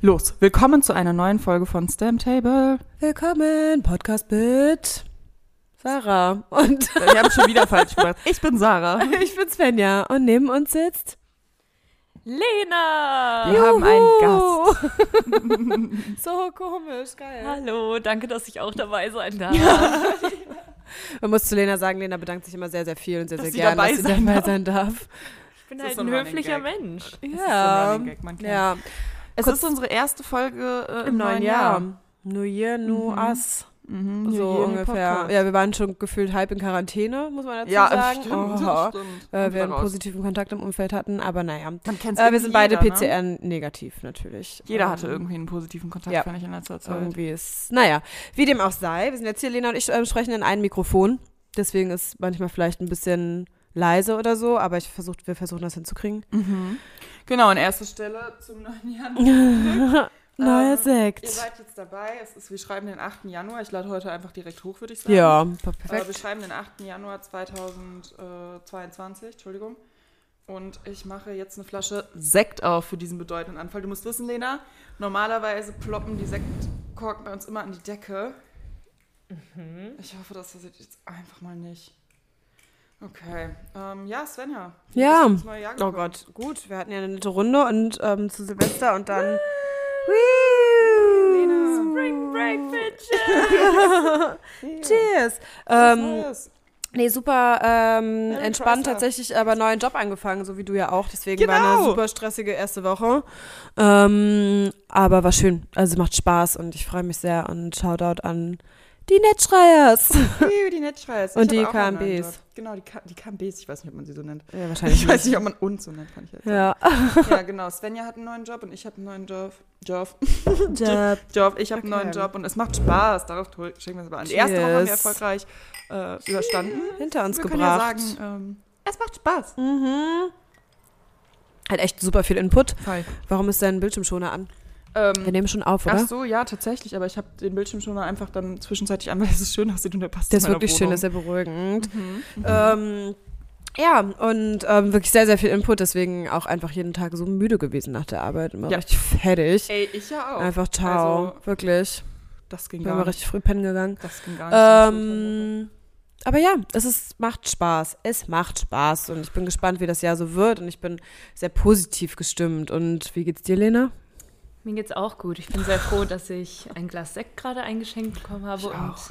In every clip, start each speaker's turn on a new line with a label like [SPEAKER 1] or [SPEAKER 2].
[SPEAKER 1] Los, willkommen zu einer neuen Folge von Stem Table.
[SPEAKER 2] Willkommen, Podcast mit Sarah. Und
[SPEAKER 1] Ich habe schon wieder falsch gemacht. Ich bin Sarah.
[SPEAKER 2] ich bin Svenja. Und neben uns sitzt.
[SPEAKER 3] Lena!
[SPEAKER 1] Wir haben einen Gast.
[SPEAKER 2] Gast. so komisch, geil.
[SPEAKER 3] Hallo, danke, dass ich auch dabei sein darf.
[SPEAKER 2] Man muss zu Lena sagen, Lena bedankt sich immer sehr, sehr viel und sehr,
[SPEAKER 1] Dass
[SPEAKER 2] sehr
[SPEAKER 1] sie
[SPEAKER 2] gerne,
[SPEAKER 1] dabei
[SPEAKER 2] dass sie
[SPEAKER 1] sein
[SPEAKER 2] dabei
[SPEAKER 1] darf.
[SPEAKER 2] sein darf.
[SPEAKER 3] Ich bin
[SPEAKER 1] Das ist
[SPEAKER 3] halt
[SPEAKER 1] so ein
[SPEAKER 3] ein
[SPEAKER 1] Running
[SPEAKER 3] höflicher
[SPEAKER 1] Gag.
[SPEAKER 3] Mensch.
[SPEAKER 2] Ja.
[SPEAKER 1] Running Gag, man kennt's.
[SPEAKER 2] ja.
[SPEAKER 1] Es
[SPEAKER 2] Kurz-
[SPEAKER 1] ist unsere erste Folge äh,
[SPEAKER 2] Im neuen Jahr. New Year, new
[SPEAKER 1] Mhm.
[SPEAKER 2] us.
[SPEAKER 1] Mhm,
[SPEAKER 2] So
[SPEAKER 1] New Year, New
[SPEAKER 2] ungefähr.
[SPEAKER 1] Podcast.
[SPEAKER 2] Ja, wir waren schon gefühlt halb in Quarantäne, muss man dazu
[SPEAKER 1] Ja,
[SPEAKER 2] sagen. oh,
[SPEAKER 1] stimmt,
[SPEAKER 2] Oha.
[SPEAKER 1] stimmt.
[SPEAKER 2] Äh, wir einen
[SPEAKER 1] Raus.
[SPEAKER 2] positiven Kontakt im Umfeld hatten, aber naja.
[SPEAKER 1] Man kennt's
[SPEAKER 2] Äh, wir sind beide
[SPEAKER 1] irgendwie jeder, ne?
[SPEAKER 2] PCR negativ natürlich.
[SPEAKER 1] Jeder
[SPEAKER 2] Ähm,
[SPEAKER 1] hatte halt. irgendwie einen positiven Kontakt,
[SPEAKER 2] ja.
[SPEAKER 1] fand ich in letzter Zeit.
[SPEAKER 2] Irgendwie ist. Naja, wie dem auch sei, wir sind jetzt hier, Lena und ich äh, sprechen in einem Mikrofon. Deswegen ist manchmal vielleicht ein bisschen leise oder so, aber ich versuch, wir versuchen das hinzukriegen.
[SPEAKER 1] Mhm. Genau, an erster Stelle zum neuen Jahr.
[SPEAKER 2] Neuer
[SPEAKER 1] Ähm, Ihr
[SPEAKER 2] Sekt.
[SPEAKER 1] seid jetzt dabei. Es ist, wir schreiben den 8. Januar. Ich lade heute einfach direkt hoch, würde ich sagen.
[SPEAKER 2] Ja,
[SPEAKER 1] Äh, wir
[SPEAKER 2] perfekt.
[SPEAKER 1] schreiben den 8. Januar 2022, Entschuldigung. Und ich mache jetzt eine Flasche Sekt auf für diesen bedeutenden Anfall. Du musst wissen, Lena, normalerweise ploppen die Sektkorken bei uns immer an die Decke.
[SPEAKER 2] Mhm.
[SPEAKER 1] Ich hoffe, das passiert jetzt einfach mal nicht. Okay. Ähm, ja, Svenja. wie
[SPEAKER 2] Ja.
[SPEAKER 1] bist du ins neue Jahr
[SPEAKER 2] Oh
[SPEAKER 1] gekommen?
[SPEAKER 2] Gott, gut, wir hatten ja eine nette Runde und ähm, zu Silvester und dann.
[SPEAKER 3] Spring Break, Bitch!
[SPEAKER 2] Cheers!
[SPEAKER 1] Was
[SPEAKER 2] Ähm,
[SPEAKER 1] Neues?
[SPEAKER 2] nee, super ähm,
[SPEAKER 1] Merry
[SPEAKER 2] entspannt
[SPEAKER 1] Chrysler.
[SPEAKER 2] tatsächlich, aber neuen Job angefangen, so wie du ja auch. Deswegen war eine
[SPEAKER 1] Genau.
[SPEAKER 2] super stressige erste Woche. Ähm, aber war schön. Also macht Spaß und ich freue mich sehr und Shoutout an die Netzschreiers.
[SPEAKER 1] Juhu, die Netzschreis.
[SPEAKER 2] Und die
[SPEAKER 1] habe auch einen neuen
[SPEAKER 2] KMBs.
[SPEAKER 1] Job. Genau, die, K die KMBs. Ich weiß nicht, ob man sie so nennt.
[SPEAKER 2] Ja, wahrscheinlich.
[SPEAKER 1] Ich weiß nicht, ob man uns so nennt, kann ich jetzt
[SPEAKER 2] Ja.
[SPEAKER 1] ja, genau. Svenja hat einen neuen Job und ich habe einen neuen Job. Job.
[SPEAKER 2] Job.
[SPEAKER 1] Job. Ich habe einen
[SPEAKER 2] Okay.
[SPEAKER 1] neuen Job und es macht Spaß. Darauf drücken- schicken wir es aber an. Die erste Woche haben wir
[SPEAKER 2] Cheers.
[SPEAKER 1] erfolgreich äh, überstanden.
[SPEAKER 2] Hinter uns
[SPEAKER 1] wir können ja
[SPEAKER 2] gebracht.
[SPEAKER 1] sagen, ähm, es macht Spaß.
[SPEAKER 2] mhm. Hat echt super viel Input.
[SPEAKER 1] Voll.
[SPEAKER 2] Warum ist dein Bildschirmschoner an? Wir
[SPEAKER 1] Ähm,
[SPEAKER 2] nehmen schon auf, oder?
[SPEAKER 1] ach so, ja, tatsächlich. Aber ich habe den Bildschirm schon mal einfach dann zwischenzeitlich an, weil es schön aussieht und der passt
[SPEAKER 2] Der
[SPEAKER 1] zu
[SPEAKER 2] ist
[SPEAKER 1] meiner
[SPEAKER 2] wirklich schön,
[SPEAKER 1] Wohnung. Mhm.
[SPEAKER 2] ist sehr beruhigend. Ähm, ja, und ähm, wirklich sehr, sehr viel Input, deswegen auch einfach jeden Tag so müde gewesen nach der Arbeit. Immer
[SPEAKER 1] Ja.
[SPEAKER 2] richtig fertig.
[SPEAKER 1] Ey, ich ja auch.
[SPEAKER 2] Einfach ciao.
[SPEAKER 1] Also-
[SPEAKER 2] wirklich.
[SPEAKER 1] das ging
[SPEAKER 2] Ich bin mal
[SPEAKER 1] gar nicht.
[SPEAKER 2] richtig früh pennen gegangen.
[SPEAKER 1] Das ging gar nicht.
[SPEAKER 2] Ähm, aber ja, es ist, macht Spaß. Es macht Spaß. Und ich bin gespannt, wie das Jahr so wird. Und ich bin sehr positiv gestimmt. Und wie geht's dir, Lena?
[SPEAKER 3] Mir geht's auch gut. Ich bin sehr froh, dass ich ein Glas Sekt gerade eingeschenkt bekommen habe und
[SPEAKER 1] auch.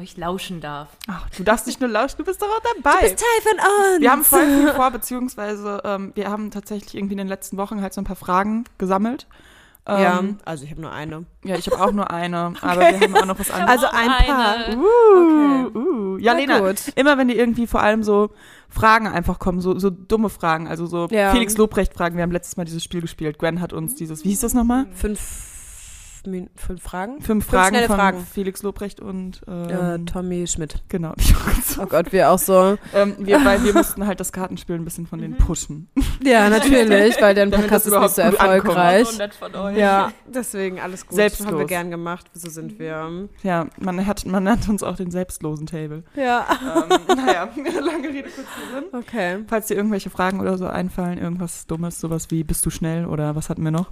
[SPEAKER 3] euch lauschen darf.
[SPEAKER 1] Ach, du darfst nicht nur lauschen, du bist doch auch dabei.
[SPEAKER 2] Teil von uns!
[SPEAKER 1] Wir haben voll viel vor, beziehungsweise ähm, wir haben tatsächlich irgendwie in den letzten Wochen halt so ein paar Fragen gesammelt.
[SPEAKER 2] ja,
[SPEAKER 1] Ähm,
[SPEAKER 2] also ich habe nur eine.
[SPEAKER 1] ja. ich habe auch nur eine, aber wir haben auch noch was anderes.
[SPEAKER 2] Also
[SPEAKER 3] Noch
[SPEAKER 2] ein paar.
[SPEAKER 3] eine.
[SPEAKER 1] Uh, uh. Ja,
[SPEAKER 2] Na
[SPEAKER 1] Lena,
[SPEAKER 2] gut.
[SPEAKER 1] immer wenn dir irgendwie vor allem so Fragen einfach kommen, so, so dumme Fragen, also so
[SPEAKER 2] Ja.
[SPEAKER 1] Felix Lobrecht-Fragen. Wir haben letztes Mal dieses Spiel gespielt. Gwen hat uns dieses, wie hieß das nochmal?
[SPEAKER 2] Fünf, Min Mhm. fünf Fragen?
[SPEAKER 1] Fünf Fragen
[SPEAKER 2] schnelle
[SPEAKER 1] von
[SPEAKER 2] Fragen.
[SPEAKER 1] Felix Lobrecht und
[SPEAKER 2] Äh,
[SPEAKER 1] ähm,
[SPEAKER 2] Tommy Schmidt.
[SPEAKER 1] genau.
[SPEAKER 2] Oh Gott, wir auch so.
[SPEAKER 1] ähm, wir, weil wir mussten halt das Kartenspiel ein bisschen von denen
[SPEAKER 2] Mhm.
[SPEAKER 1] pushen.
[SPEAKER 2] Ja, natürlich, weil dein
[SPEAKER 1] Damit
[SPEAKER 2] Podcast
[SPEAKER 1] das
[SPEAKER 2] ist nicht so
[SPEAKER 1] überhaupt gut ankommt.
[SPEAKER 2] erfolgreich.
[SPEAKER 3] So nett von euch.
[SPEAKER 2] Ja, Mhm. deswegen alles gut.
[SPEAKER 1] Selbstlos.
[SPEAKER 2] Haben wir gern gemacht. So sind wir.
[SPEAKER 1] Ja, man hat, man nennt uns auch den selbstlosen Table.
[SPEAKER 2] Ja,
[SPEAKER 1] ähm, naja, lange Rede, kurzer Sinn.
[SPEAKER 2] okay.
[SPEAKER 1] Falls dir irgendwelche Fragen oder so einfallen, irgendwas Dummes, sowas wie bist du schnell oder was hatten wir noch?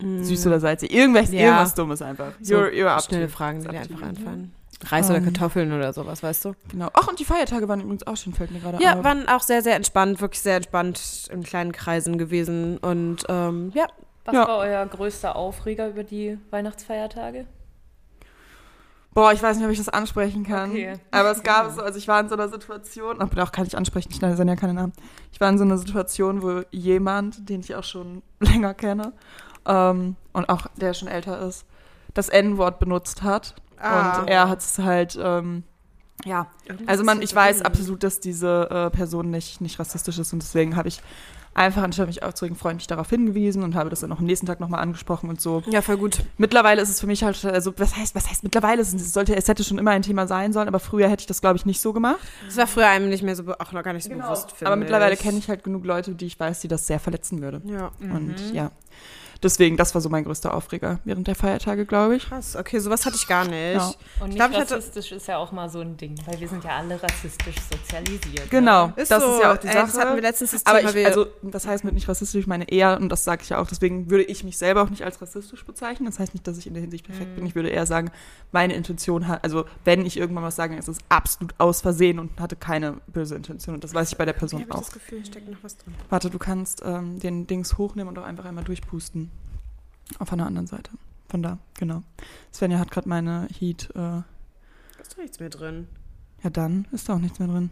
[SPEAKER 1] Süß oder salzig? Irgendwas,
[SPEAKER 2] Ja.
[SPEAKER 1] irgendwas Dummes einfach.
[SPEAKER 2] So,
[SPEAKER 1] You're, you're up
[SPEAKER 2] Mhm. Schnelle
[SPEAKER 1] to.
[SPEAKER 2] Fragen, die
[SPEAKER 1] Ist
[SPEAKER 2] dir
[SPEAKER 1] up to
[SPEAKER 2] einfach
[SPEAKER 1] you.
[SPEAKER 2] einfallen. Reis oder
[SPEAKER 1] Ähm.
[SPEAKER 2] Kartoffeln oder sowas, weißt du?
[SPEAKER 1] Genau. Ach, und die Feiertage waren übrigens auch schon, fällt mir gerade
[SPEAKER 2] Ja,
[SPEAKER 1] auf.
[SPEAKER 2] waren auch sehr, sehr entspannt, wirklich sehr entspannt in kleinen Kreisen gewesen. Und ähm, ja,
[SPEAKER 3] Was
[SPEAKER 1] Ja.
[SPEAKER 3] war euer größter Aufreger über die Weihnachtsfeiertage?
[SPEAKER 1] Boah, ich weiß nicht, ob ich das ansprechen kann.
[SPEAKER 3] Okay.
[SPEAKER 1] Aber es gab so, also ich war in so einer Situation, aber auch kann ich ansprechen, ich nenne ja keine Namen. Ich war in so einer Situation, wo jemand, den ich auch schon länger kenne, ähm, und auch der schon älter ist, das N-Wort benutzt hat.
[SPEAKER 2] Ah.
[SPEAKER 1] Und er hat es halt, ähm, ja, also man, ich weiß absolut, dass diese äh, Person nicht, nicht rassistisch ist und deswegen habe ich einfach, anstatt mich aufzuregen, freundlich darauf hingewiesen und habe das dann auch am nächsten Tag nochmal angesprochen und so.
[SPEAKER 2] ja, voll gut.
[SPEAKER 1] Mittlerweile ist es für mich halt, also was heißt, was heißt mittlerweile? ist Es, es sollte, es hätte schon immer ein Thema sein sollen, aber früher hätte ich das, glaube ich, nicht so gemacht.
[SPEAKER 2] Das war früher einem nicht mehr so, be- auch noch gar nicht so bewusst, finde
[SPEAKER 1] aber mittlerweile
[SPEAKER 2] ich. Mhm.
[SPEAKER 1] kenne ich halt genug Leute, die ich weiß, die das sehr verletzen würde.
[SPEAKER 2] Ja.
[SPEAKER 1] Und ja, Deswegen, das war so mein größter Aufreger während der Feiertage, glaube ich.
[SPEAKER 2] Krass, okay, sowas hatte ich gar nicht.
[SPEAKER 1] Ja.
[SPEAKER 3] Und nicht
[SPEAKER 2] glaub, ich hatte-
[SPEAKER 3] rassistisch ist ja auch mal so ein Ding, weil wir sind ja alle rassistisch sozialisiert.
[SPEAKER 1] Genau,
[SPEAKER 3] Ne?
[SPEAKER 2] Ist
[SPEAKER 1] das
[SPEAKER 2] so.
[SPEAKER 1] ist ja auch die
[SPEAKER 2] Ey,
[SPEAKER 1] Sache.
[SPEAKER 2] das hatten wir letztens, das
[SPEAKER 1] Aber
[SPEAKER 2] Thema, wir-
[SPEAKER 1] ich, also, das heißt mit nicht rassistisch, ich meine eher, und das sage ich ja auch, deswegen würde ich mich selber auch nicht als rassistisch bezeichnen. Das heißt nicht, dass ich in der Hinsicht perfekt bin. Ich würde eher sagen, meine Intention hat, also wenn ich irgendwann was sage, ist es absolut aus Versehen und hatte keine böse Intention. Und das weiß ich bei der Person
[SPEAKER 2] Ich habe
[SPEAKER 1] auch.
[SPEAKER 2] das Gefühl, hier steckt noch was drin.
[SPEAKER 1] Warte, du kannst ähm, den Dings hochnehmen und auch einfach einmal durchpusten. Auf einer anderen Seite. Von da, genau. Svenja hat gerade meine Heat. Äh,
[SPEAKER 2] Ist doch nichts mehr drin.
[SPEAKER 1] ja, dann ist da auch nichts mehr drin.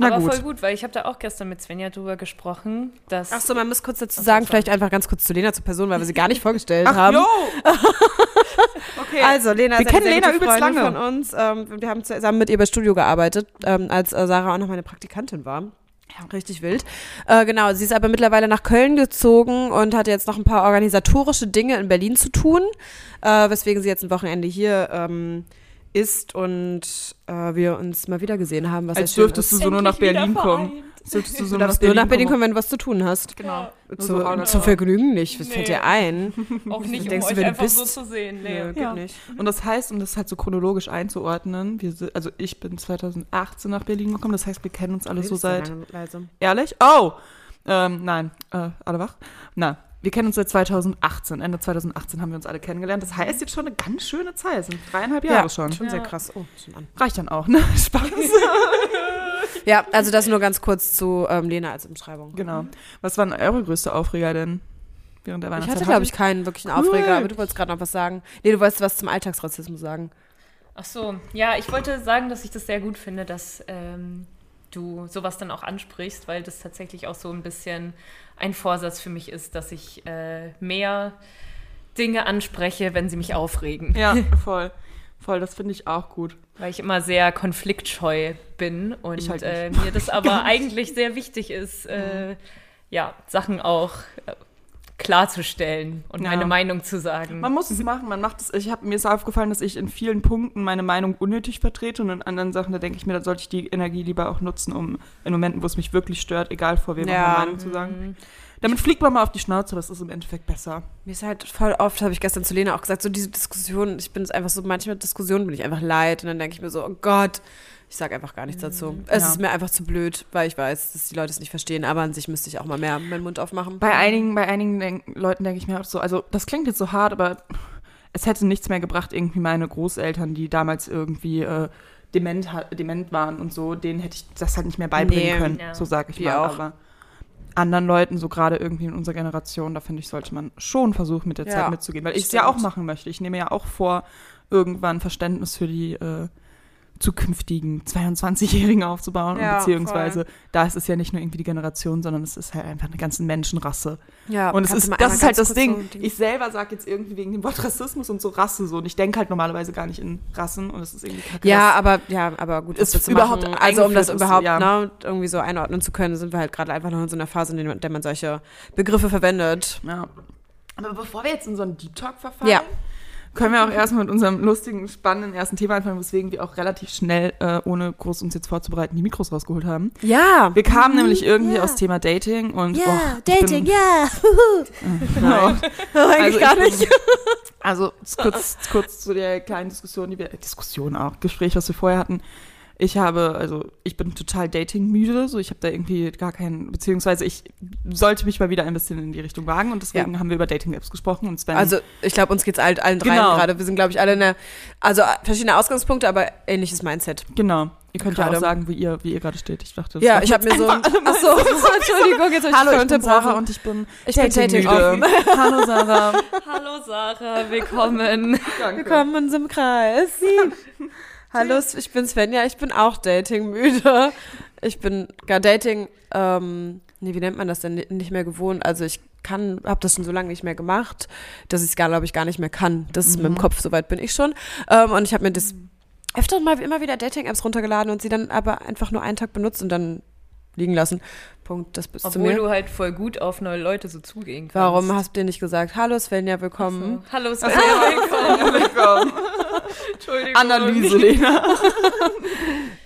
[SPEAKER 1] Na
[SPEAKER 3] Aber
[SPEAKER 1] gut.
[SPEAKER 3] voll gut, weil ich habe da auch gestern mit Svenja drüber gesprochen, dass
[SPEAKER 2] Achso, man muss kurz dazu sagen, vielleicht einfach ganz kurz zu Lena zur Person, weil wir sie gar nicht vorgestellt haben.
[SPEAKER 1] jo! okay.
[SPEAKER 2] Also Lena,
[SPEAKER 1] Wir
[SPEAKER 2] ist eine
[SPEAKER 1] kennen
[SPEAKER 2] sehr
[SPEAKER 1] Lena
[SPEAKER 2] gute
[SPEAKER 1] übelst
[SPEAKER 2] Freundin
[SPEAKER 1] lange.
[SPEAKER 2] von uns. Ähm, wir haben zusammen mit ihr bei Studio gearbeitet, ähm, als äh, Sarah auch noch meine Praktikantin war. Richtig wild. Äh, genau, sie ist aber mittlerweile nach Köln gezogen und hat jetzt noch ein paar organisatorische Dinge in Berlin zu tun, äh, weswegen sie jetzt ein Wochenende hier ähm, ist und äh, wir uns mal wieder gesehen haben. Was
[SPEAKER 1] als
[SPEAKER 2] sehr schön
[SPEAKER 1] dürftest
[SPEAKER 2] ist.
[SPEAKER 1] du so nur
[SPEAKER 3] Endlich
[SPEAKER 1] nach
[SPEAKER 3] wieder
[SPEAKER 1] Berlin kommen.
[SPEAKER 3] vereint.
[SPEAKER 1] Als dürftest du so
[SPEAKER 2] Du darfst nur nach Berlin kommen, wenn du was zu tun hast.
[SPEAKER 1] Genau. Nur
[SPEAKER 2] Zu,
[SPEAKER 1] so Orga-
[SPEAKER 2] zum Vergnügen nicht. Was
[SPEAKER 3] Nee.
[SPEAKER 2] fällt dir ein?
[SPEAKER 3] auch nicht, um
[SPEAKER 2] Denkst du,
[SPEAKER 3] euch
[SPEAKER 2] wer du
[SPEAKER 3] einfach so
[SPEAKER 2] bist?
[SPEAKER 3] zu sehen. Nee.
[SPEAKER 2] Nö, geht
[SPEAKER 1] Ja.
[SPEAKER 2] nicht.
[SPEAKER 1] Und das heißt, um das halt so chronologisch einzuordnen, wir, si- also ich bin 2018 nach Berlin gekommen, das heißt, wir kennen uns alle so
[SPEAKER 2] Redest du
[SPEAKER 1] seit
[SPEAKER 2] lange, leise.
[SPEAKER 1] Ehrlich? Oh! Ähm, nein, äh, alle wach? Nein. Wir kennen uns seit 2018. Ende 2018 haben wir uns alle kennengelernt. Das heißt jetzt schon eine ganz schöne Zeit. Sind dreieinhalb Jahre schon.
[SPEAKER 2] Schon sehr
[SPEAKER 3] Ja.
[SPEAKER 2] krass. Oh, schon an.
[SPEAKER 1] Reicht dann auch, ne? Spaß.
[SPEAKER 2] Ja, also das nur ganz kurz zu ähm, Lena als Umschreibung.
[SPEAKER 1] genau. Was waren eure größte Aufreger denn während der
[SPEAKER 2] Ich
[SPEAKER 1] Weihnachtszeit?
[SPEAKER 2] hatte, glaube ich, keinen wirklichen Aufreger,
[SPEAKER 1] Cool.
[SPEAKER 2] aber du wolltest gerade noch was sagen. Nee, du wolltest was zum Alltagsrassismus sagen.
[SPEAKER 3] Ach so, ja, ich wollte sagen, dass ich das sehr gut finde, dass ähm, du sowas dann auch ansprichst, weil das tatsächlich auch so ein bisschen ein Vorsatz für mich ist, dass ich äh, mehr Dinge anspreche, wenn sie mich aufregen,
[SPEAKER 1] Ja, voll. Voll, das finde ich auch gut.
[SPEAKER 3] weil ich immer sehr konfliktscheu bin und
[SPEAKER 1] Ich halt nicht.
[SPEAKER 3] äh, mir das aber eigentlich sehr wichtig ist, äh, ja, Sachen auch äh, klarzustellen und
[SPEAKER 1] Ja.
[SPEAKER 3] meine Meinung zu sagen.
[SPEAKER 1] Man muss es machen, man macht es. Ich hab, mir ist aufgefallen, dass ich in vielen Punkten meine Meinung unnötig vertrete und in anderen Sachen, da denke ich mir, dann sollte ich die Energie lieber auch nutzen, um in Momenten, wo es mich wirklich stört, egal vor wem,
[SPEAKER 2] Ja.
[SPEAKER 1] auch meine Meinung zu sagen. Damit fliegt man mal auf die Schnauze, das ist im Endeffekt besser.
[SPEAKER 2] Mir ist halt voll oft, habe ich gestern zu Lena auch gesagt, so diese Diskussion, ich bin es einfach so, manchmal Diskussionen bin ich einfach leid und dann denke ich mir so, oh Gott, ich sage einfach gar nichts dazu. Es
[SPEAKER 1] Ja.
[SPEAKER 2] ist mir einfach zu blöd, weil ich weiß, dass die Leute es nicht verstehen, aber an sich müsste ich auch mal mehr meinen Mund aufmachen.
[SPEAKER 1] Bei einigen, bei einigen denk, Leuten denke ich mir auch so, also das klingt jetzt so hart, aber es hätte nichts mehr gebracht, irgendwie meine Großeltern, die damals irgendwie äh, dement, ha- dement waren und so, denen hätte ich das halt nicht mehr beibringen
[SPEAKER 2] Nee,
[SPEAKER 1] können,
[SPEAKER 3] ja.
[SPEAKER 1] so sage ich
[SPEAKER 2] Die
[SPEAKER 1] mal.
[SPEAKER 2] auch.
[SPEAKER 1] Aber anderen Leuten, so gerade irgendwie in unserer Generation, da finde ich, sollte man schon versuchen, mit der
[SPEAKER 2] Ja,
[SPEAKER 1] Zeit mitzugehen, weil ich es ja auch
[SPEAKER 2] stimmt.
[SPEAKER 1] machen möchte. Ich nehme ja auch vor, irgendwann Verständnis für die äh, zukünftigen 22-Jährigen aufzubauen.
[SPEAKER 2] Ja,
[SPEAKER 1] und beziehungsweise da ist es ja nicht nur irgendwie die Generation, sondern es ist halt einfach eine ganze Menschenrasse.
[SPEAKER 2] ja,
[SPEAKER 1] Und es
[SPEAKER 2] kannst
[SPEAKER 1] ist,
[SPEAKER 2] du mal
[SPEAKER 1] das
[SPEAKER 2] einmal
[SPEAKER 1] ist halt
[SPEAKER 2] ganz
[SPEAKER 1] das
[SPEAKER 2] kurz
[SPEAKER 1] Ding.
[SPEAKER 2] so ein
[SPEAKER 1] ich selber sage jetzt irgendwie wegen dem Wort Rassismus und so Rasse so. Und ich denke halt normalerweise gar nicht in Rassen und es ist irgendwie kacke.
[SPEAKER 2] Ja, aber ja, aber gut,
[SPEAKER 1] Ist
[SPEAKER 2] das zu
[SPEAKER 1] überhaupt
[SPEAKER 2] machen, also um das
[SPEAKER 1] eingeführt ist,
[SPEAKER 2] überhaupt
[SPEAKER 1] ja.
[SPEAKER 2] ne, irgendwie so einordnen zu können, sind wir halt gerade einfach noch in so einer Phase, in der- in der man solche Begriffe verwendet.
[SPEAKER 1] dass, ja. Aber bevor wir jetzt in so einen Deep Talk verfallen,
[SPEAKER 2] Ja.
[SPEAKER 1] können wir auch erstmal mit unserem lustigen, spannenden ersten Thema anfangen, weswegen wir auch relativ schnell, äh, ohne groß uns jetzt vorzubereiten, die Mikros rausgeholt haben.
[SPEAKER 2] Ja.
[SPEAKER 1] Wir kamen nämlich irgendwie
[SPEAKER 2] Mhm, ja.
[SPEAKER 1] aus Thema Dating und
[SPEAKER 2] Ja,
[SPEAKER 1] och, ich
[SPEAKER 2] Dating,
[SPEAKER 1] bin, Genau.
[SPEAKER 2] ja. genau.
[SPEAKER 1] Nein.
[SPEAKER 2] Eigentlich gar
[SPEAKER 1] Also ich
[SPEAKER 2] nicht.
[SPEAKER 1] Bin, also s- kurz, kurz zu der kleinen Diskussion, die wir, Diskussion auch, Gespräch, was wir vorher hatten. Ich habe, also ich bin total datingmüde, so ich habe da irgendwie gar keinen, beziehungsweise ich sollte mich mal wieder ein bisschen in die Richtung wagen und deswegen haben wir über Dating-Apps gesprochen und Sven.
[SPEAKER 2] Also ich glaube, uns geht's allen, allen dreien
[SPEAKER 1] Genau.
[SPEAKER 2] gerade. Wir sind, glaube ich, alle in der, also äh, verschiedene Ausgangspunkte, aber ähnliches Mindset.
[SPEAKER 1] genau. Ihr könnt ja
[SPEAKER 2] Gerade.
[SPEAKER 1] auch sagen, wie ihr, wie ihr gerade steht. Ich dachte, das
[SPEAKER 2] ja,
[SPEAKER 1] war-
[SPEAKER 2] ich habe mir so, ein, ach so, Entschuldigung, jetzt habe ich
[SPEAKER 1] Hallo,
[SPEAKER 2] voll
[SPEAKER 1] ich bin Sarah
[SPEAKER 2] unterbrochen.
[SPEAKER 1] und ich bin
[SPEAKER 2] Ich bin
[SPEAKER 1] datingmüde. Hallo Sarah.
[SPEAKER 3] Hallo Sarah, willkommen.
[SPEAKER 2] Willkommen in unserem Kreis. Hallo, ich bin Svenja, ich bin auch datingmüde. Ich bin gar Dating, ähm, nee, wie nennt man das denn, nicht mehr gewohnt. Also ich kann, habe das schon so lange nicht mehr gemacht, dass ich es gar, glaube ich, gar nicht mehr kann. Das ist mit dem Kopf, soweit bin ich schon. Ähm, und ich habe mir das öfter mal immer wieder Dating-Apps runtergeladen und sie dann aber einfach nur einen Tag benutzt und dann liegen lassen. Punkt, das bist
[SPEAKER 3] Obwohl
[SPEAKER 2] du mir.
[SPEAKER 3] du halt voll gut auf neue Leute so zugehen kannst.
[SPEAKER 2] Warum hast du Hm? dir nicht gesagt, hallo Svenja, willkommen?
[SPEAKER 3] Hallo Svenja, willkommen.
[SPEAKER 1] Willkommen.
[SPEAKER 3] Entschuldigung.
[SPEAKER 1] Analyse, Lena.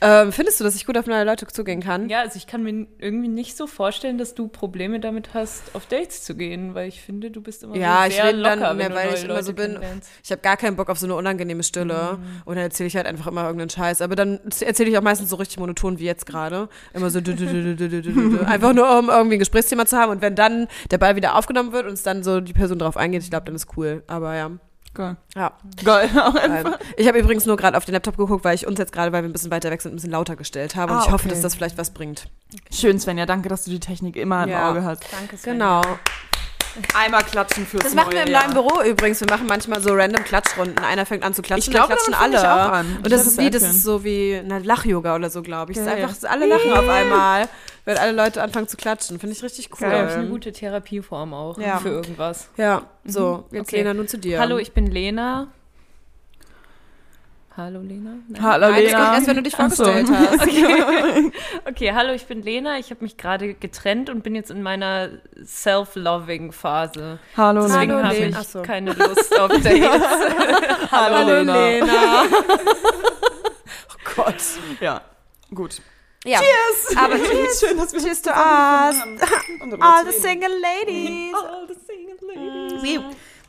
[SPEAKER 2] Ähm, findest du, dass ich gut auf neue Leute zugehen kann?
[SPEAKER 3] Ja, also ich kann mir irgendwie nicht so vorstellen, dass du Probleme damit hast, auf Dates zu gehen, weil ich finde, du bist immer
[SPEAKER 2] Ja,
[SPEAKER 3] so
[SPEAKER 2] ich
[SPEAKER 3] sehr
[SPEAKER 2] rede
[SPEAKER 3] locker,
[SPEAKER 2] dann
[SPEAKER 3] wenn
[SPEAKER 2] mehr,
[SPEAKER 3] du
[SPEAKER 2] weil
[SPEAKER 3] neue
[SPEAKER 2] ich immer
[SPEAKER 3] Leute
[SPEAKER 2] so bin.
[SPEAKER 3] kennenlernst.
[SPEAKER 2] Ich habe gar keinen Bock auf so eine unangenehme Stille.
[SPEAKER 1] Mhm.
[SPEAKER 2] Und dann erzähle ich halt einfach immer irgendeinen Scheiß. Aber dann erzähle ich auch meistens so richtig monoton wie jetzt gerade. Immer so. dü- dü- dü- dü- dü- dü- dü- dü. Einfach nur, um irgendwie ein Gesprächsthema zu haben. Und wenn dann der Ball wieder aufgenommen wird und es dann so die Person drauf eingeht, ich glaube, dann ist cool. Aber ja.
[SPEAKER 1] Geil.
[SPEAKER 2] Ja.
[SPEAKER 1] Geil. Auch einfach.
[SPEAKER 2] Ähm, Ich habe übrigens nur gerade auf den Laptop geguckt, weil ich uns jetzt gerade, weil wir ein bisschen weiter weg sind, ein bisschen lauter gestellt habe. Und
[SPEAKER 1] Ah,
[SPEAKER 2] ich hoffe,
[SPEAKER 1] okay.
[SPEAKER 2] dass das vielleicht was bringt.
[SPEAKER 1] Schön, Svenja. Danke, dass du die Technik immer im
[SPEAKER 2] Ja.
[SPEAKER 1] Auge hast.
[SPEAKER 3] Danke, Sven.
[SPEAKER 2] Genau.
[SPEAKER 1] Einmal klatschen fürs
[SPEAKER 2] Das machen wir
[SPEAKER 1] neue
[SPEAKER 2] im
[SPEAKER 1] Jahr.
[SPEAKER 2] neuen Büro übrigens. Wir machen manchmal so random Klatschrunden. Einer fängt an zu
[SPEAKER 1] Ich
[SPEAKER 2] klatschen,
[SPEAKER 1] glaub,
[SPEAKER 2] dann klatschen
[SPEAKER 1] damit fang
[SPEAKER 2] alle.
[SPEAKER 1] ich auch an. Ich
[SPEAKER 2] Und das
[SPEAKER 1] werd
[SPEAKER 2] ist
[SPEAKER 1] das
[SPEAKER 2] wie, das
[SPEAKER 1] einführen.
[SPEAKER 2] ist so wie na, Lach-Yoga oder so, glaube ich. Das ist
[SPEAKER 1] Geil.
[SPEAKER 2] einfach, so, alle lachen auf einmal, wenn alle Leute anfangen zu klatschen. Finde ich richtig cool.
[SPEAKER 3] Das ist, glaube ich, eine gute Therapieform auch
[SPEAKER 2] Ja.
[SPEAKER 3] für irgendwas.
[SPEAKER 2] Ja, so, jetzt
[SPEAKER 3] Okay.
[SPEAKER 2] Lena, nun zu dir.
[SPEAKER 3] Hallo, ich bin Lena. Hallo, Lena. Nein.
[SPEAKER 1] Hallo,
[SPEAKER 2] Nein, das
[SPEAKER 1] Lena.
[SPEAKER 2] kommt erst, wenn du dich
[SPEAKER 1] Ach so.
[SPEAKER 2] vorgestellt hast.
[SPEAKER 3] Okay, hallo, ich bin Lena. Ich habe mich gerade getrennt und bin jetzt in meiner Self-Loving-Phase.
[SPEAKER 1] Hallo,
[SPEAKER 3] Deswegen
[SPEAKER 1] Lena.
[SPEAKER 2] Hallo,
[SPEAKER 3] habe
[SPEAKER 2] Lena.
[SPEAKER 3] ich
[SPEAKER 2] Ach so.
[SPEAKER 3] keine Lust auf Dates.
[SPEAKER 1] Hallo, Lena.
[SPEAKER 2] oh Gott.
[SPEAKER 1] Ja, gut.
[SPEAKER 2] Ja. Cheers! Aber cheers,
[SPEAKER 1] Schön, dass wir
[SPEAKER 2] cheers to
[SPEAKER 1] Also,
[SPEAKER 2] us.
[SPEAKER 1] Ähm,
[SPEAKER 2] All the single ladies.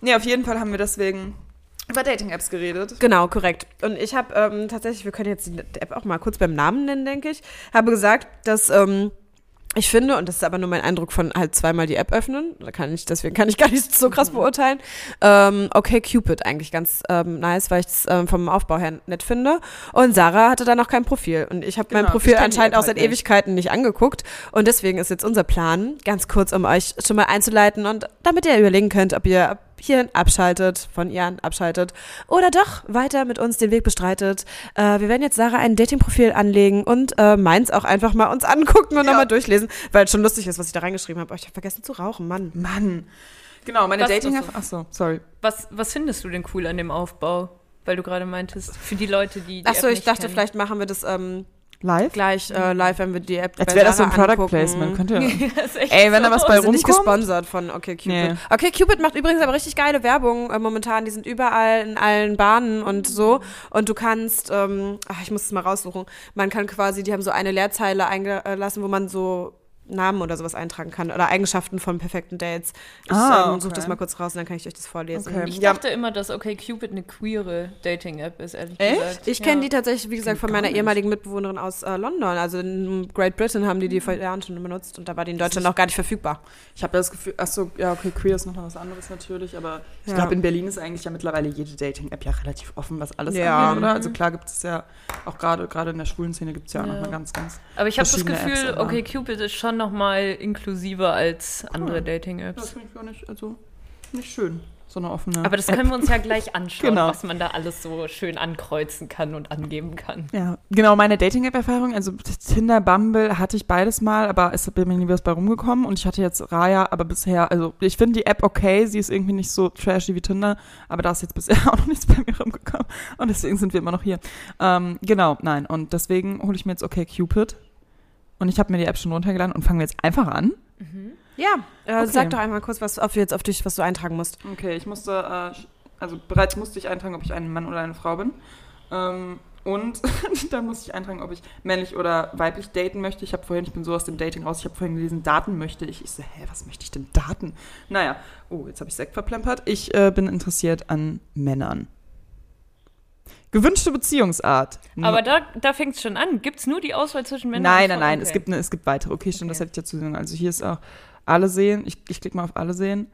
[SPEAKER 1] Nee, auf jeden Fall haben wir deswegen über Dating-Apps geredet.
[SPEAKER 2] Genau, korrekt. Und ich habe ähm, tatsächlich, wir können jetzt die App auch mal kurz beim Namen nennen, denke ich, habe gesagt, dass ähm, ich finde, und das ist aber nur mein Eindruck von halt zweimal die App öffnen, da kann ich, deswegen kann ich gar nicht so krass beurteilen, ähm, okay Cupid eigentlich ganz ähm, nice, weil ich es ähm, vom Aufbau her nett finde. Und Sarah hatte da noch kein Profil. Und ich habe mein
[SPEAKER 1] Genau,
[SPEAKER 2] Profil
[SPEAKER 1] ich kenn die
[SPEAKER 2] anscheinend
[SPEAKER 1] App
[SPEAKER 2] auch seit
[SPEAKER 1] halt nicht.
[SPEAKER 2] Ewigkeiten nicht angeguckt. Und deswegen ist jetzt unser Plan, ganz kurz, um euch schon mal einzuleiten und damit ihr überlegen könnt, ob ihr ab hierhin abschaltet, von ihren abschaltet oder doch weiter mit uns den Weg bestreitet. Äh, wir werden jetzt Sarah ein Datingprofil anlegen und äh, meins auch einfach mal uns angucken und
[SPEAKER 1] Ja.
[SPEAKER 2] nochmal durchlesen, weil es schon lustig ist, was ich da reingeschrieben habe. Oh, ich habe vergessen zu rauchen, Mann.
[SPEAKER 1] Mann. Genau, meine
[SPEAKER 3] Was-
[SPEAKER 1] Dating-App. Ach so, sorry.
[SPEAKER 3] Was, was findest du denn cool an dem Aufbau? Weil du gerade meintest, für die Leute, die. die
[SPEAKER 2] Achso,
[SPEAKER 3] App
[SPEAKER 2] ich
[SPEAKER 3] nicht
[SPEAKER 2] dachte,
[SPEAKER 3] kennen.
[SPEAKER 2] vielleicht machen wir das ähm,
[SPEAKER 1] Live?
[SPEAKER 2] gleich äh, live, wenn wir die App
[SPEAKER 1] Als
[SPEAKER 2] bei
[SPEAKER 1] wäre das so ein
[SPEAKER 2] Sarah
[SPEAKER 1] Product
[SPEAKER 2] angucken.
[SPEAKER 1] Placement. Könnt ihr.
[SPEAKER 3] Ja, ist echt
[SPEAKER 1] Ey, wenn
[SPEAKER 3] so.
[SPEAKER 1] da was bei
[SPEAKER 2] Wir sind nicht
[SPEAKER 1] rumkommt.
[SPEAKER 2] gesponsert von okay Cupid.
[SPEAKER 1] Nee.
[SPEAKER 2] Okay Cupid macht übrigens aber richtig geile Werbung äh, momentan. Die sind überall in allen Bahnen und so. Und du kannst, ähm, ach, ich muss es mal raussuchen. Man kann quasi, die haben so eine Leerzeile eingelassen, wo man so Namen oder sowas eintragen kann oder Eigenschaften von perfekten Dates. Ich
[SPEAKER 1] Ah,
[SPEAKER 2] ähm, suche
[SPEAKER 1] okay.
[SPEAKER 2] das mal kurz raus und dann kann ich euch das vorlesen.
[SPEAKER 1] Okay.
[SPEAKER 3] Ich
[SPEAKER 1] Ja.
[SPEAKER 3] dachte immer, dass okay Cupid eine queere Dating-App ist, ehrlich
[SPEAKER 1] Echt?
[SPEAKER 3] gesagt.
[SPEAKER 2] Ich kenne
[SPEAKER 3] ja.
[SPEAKER 2] die tatsächlich, wie gesagt, von
[SPEAKER 1] gar
[SPEAKER 2] meiner
[SPEAKER 1] nicht.
[SPEAKER 2] ehemaligen Mitbewohnerin aus äh, London. Also in Great Britain haben die
[SPEAKER 1] Mhm.
[SPEAKER 2] die vor Jahren schon benutzt und da war die in Deutschland noch gar nicht verfügbar.
[SPEAKER 1] Ich habe das Gefühl, ach so, ja, okay, queer ist noch mal was anderes natürlich, aber ich
[SPEAKER 2] Ja.
[SPEAKER 1] glaube, in Berlin ist eigentlich ja mittlerweile jede Dating-App ja relativ offen, was alles
[SPEAKER 2] Ja.
[SPEAKER 1] angeht, oder? Also klar gibt es ja, auch gerade gerade in der schwulen Szene gibt es ja auch
[SPEAKER 3] Ja.
[SPEAKER 1] noch mal ganz, ganz.
[SPEAKER 3] Aber ich habe das
[SPEAKER 1] verschiedene
[SPEAKER 3] Gefühl,
[SPEAKER 1] Apps, aber-
[SPEAKER 3] okay Cupid ist schon nochmal inklusiver als andere
[SPEAKER 1] Das
[SPEAKER 3] Dating-Apps.
[SPEAKER 1] finde ich gar nicht, also nicht schön, so eine offene.
[SPEAKER 3] Aber das können wir uns ja gleich anschauen,
[SPEAKER 1] Genau.
[SPEAKER 3] was man da alles so schön ankreuzen kann und angeben kann.
[SPEAKER 1] ja, genau, meine Dating-App-Erfahrung, also Tinder, Bumble hatte ich beides mal, aber es bin mir nie was bei rumgekommen und ich hatte jetzt Raya, aber bisher, also ich finde die App okay, sie ist irgendwie nicht so trashy wie Tinder, aber da ist jetzt bisher auch noch nichts bei mir rumgekommen und deswegen sind wir immer noch hier. Ähm, genau, nein, und deswegen hole ich mir jetzt okay Cupid und ich habe mir die App schon runtergeladen und fangen wir jetzt einfach an.
[SPEAKER 2] Ja, äh,
[SPEAKER 1] Okay.
[SPEAKER 2] sag doch einmal kurz, was auf jetzt auf dich, was du eintragen musst.
[SPEAKER 1] Okay, ich musste, äh, sch- also bereits musste ich eintragen, ob ich ein Mann oder eine Frau bin. Ähm, und dann musste ich eintragen, ob ich männlich oder weiblich daten möchte. Ich habe vorhin, ich bin so aus dem Dating raus, ich habe vorhin gelesen, Daten möchte ich. Ich so, hä, was möchte ich denn Daten? Naja, oh, jetzt habe ich Sekt verplempert. Ich äh, bin interessiert an Männern. Gewünschte Beziehungsart.
[SPEAKER 3] Aber da, da fängt es schon an. Gibt es nur die Auswahl zwischen Männern
[SPEAKER 1] Nein,
[SPEAKER 3] und
[SPEAKER 1] nein,
[SPEAKER 3] Frauen?
[SPEAKER 1] nein,
[SPEAKER 3] Okay.
[SPEAKER 1] es, gibt eine, es gibt weitere. Okay, stimmt, das
[SPEAKER 3] Okay.
[SPEAKER 1] hätte ich dazu sagen. Also hier ist auch alle sehen. Ich, ich klicke mal auf alle sehen.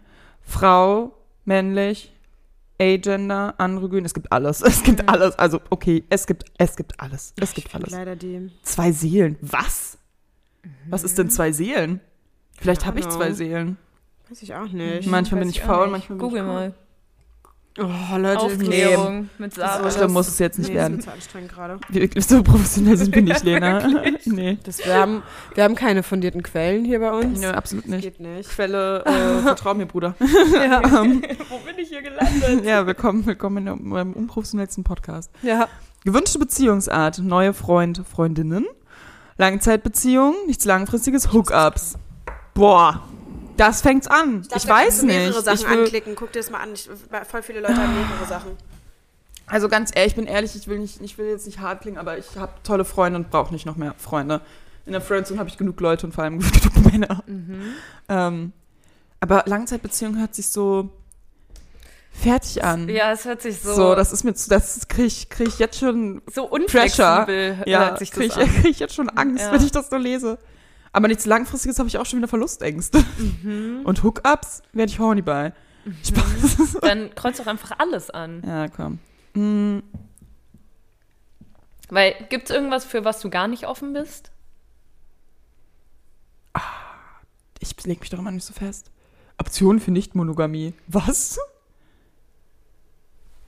[SPEAKER 1] Frau, männlich, Agender, andere Grün. Es gibt alles. Es gibt
[SPEAKER 3] Mhm.
[SPEAKER 1] alles. Also, okay, es gibt, es gibt alles. Es gibt alles.
[SPEAKER 2] Leider die.
[SPEAKER 1] Zwei Seelen. Was? Was ist
[SPEAKER 3] Mhm.
[SPEAKER 1] denn zwei Seelen? Vielleicht habe ich
[SPEAKER 2] Keine
[SPEAKER 1] zwei
[SPEAKER 2] Ahnung.
[SPEAKER 1] Seelen.
[SPEAKER 2] Weiß ich auch nicht.
[SPEAKER 1] Manchmal bin
[SPEAKER 3] Weiß
[SPEAKER 1] ich
[SPEAKER 3] auch
[SPEAKER 1] faul,
[SPEAKER 3] nicht.
[SPEAKER 1] manchmal bin
[SPEAKER 3] Google
[SPEAKER 1] ich
[SPEAKER 3] mal.
[SPEAKER 2] Oh, Leute,
[SPEAKER 3] Aufklärung mit
[SPEAKER 2] mal.
[SPEAKER 1] So
[SPEAKER 3] Sarah.
[SPEAKER 2] Das
[SPEAKER 1] schlimm muss es jetzt
[SPEAKER 2] nee,
[SPEAKER 1] nicht
[SPEAKER 2] nee,
[SPEAKER 1] werden.
[SPEAKER 2] Das wird zu anstrengend gerade.
[SPEAKER 1] Wir- So professionell sind wir nicht, Lena. Nee.
[SPEAKER 2] Das, wir, haben, wir haben keine fundierten Quellen hier bei uns.
[SPEAKER 1] Nö, absolut
[SPEAKER 2] Das
[SPEAKER 1] nicht.
[SPEAKER 2] geht nicht.
[SPEAKER 1] Quelle, äh, vertrau mir, Bruder. Ähm.
[SPEAKER 2] ja.
[SPEAKER 3] Wo bin ich hier gelandet?
[SPEAKER 1] Ja, willkommen, willkommen in der- meinem unprofessionellsten Podcast.
[SPEAKER 2] ja.
[SPEAKER 1] Gewünschte Beziehungsart, neue Freund, Freundinnen, Langzeitbeziehung, nichts langfristiges, Hookups. Boah, das fängt's an. Ich, weiß nicht.
[SPEAKER 2] Mehrere Sachen
[SPEAKER 1] ich will,
[SPEAKER 2] anklicken. Guck dir das mal an. Ich, voll viele Leute haben mehrere Sachen.
[SPEAKER 1] Also ganz ehrlich, ich bin ehrlich, ich will, nicht, ich will jetzt nicht hart klingen, aber ich habe tolle Freunde und brauche nicht noch mehr Freunde. In der Friendzone habe ich genug Leute und vor allem genug Männer.
[SPEAKER 3] Mhm.
[SPEAKER 1] Ähm, aber Langzeitbeziehung hört sich so fertig an.
[SPEAKER 3] Ja, es hört sich so,
[SPEAKER 1] so, das ist mir zu, das kriege ich, krieg ich jetzt schon,
[SPEAKER 3] so unflexibel
[SPEAKER 1] ja,
[SPEAKER 3] hört sich
[SPEAKER 1] kriege ich,
[SPEAKER 3] das an.
[SPEAKER 1] krieg ich jetzt schon Angst,
[SPEAKER 3] Ja.
[SPEAKER 1] wenn ich das so lese. Aber nichts Langfristiges habe ich auch schon wieder Verlustängste.
[SPEAKER 3] Mhm.
[SPEAKER 1] Und Hookups werde ich horny bei. Spaß.
[SPEAKER 3] Dann kreuzt doch einfach alles an.
[SPEAKER 1] Ja, komm. Mm,
[SPEAKER 3] Weil gibt es irgendwas, für was du gar nicht offen bist?
[SPEAKER 1] Ich leg mich doch immer nicht so fest. Option für Nicht-Monogamie. Was?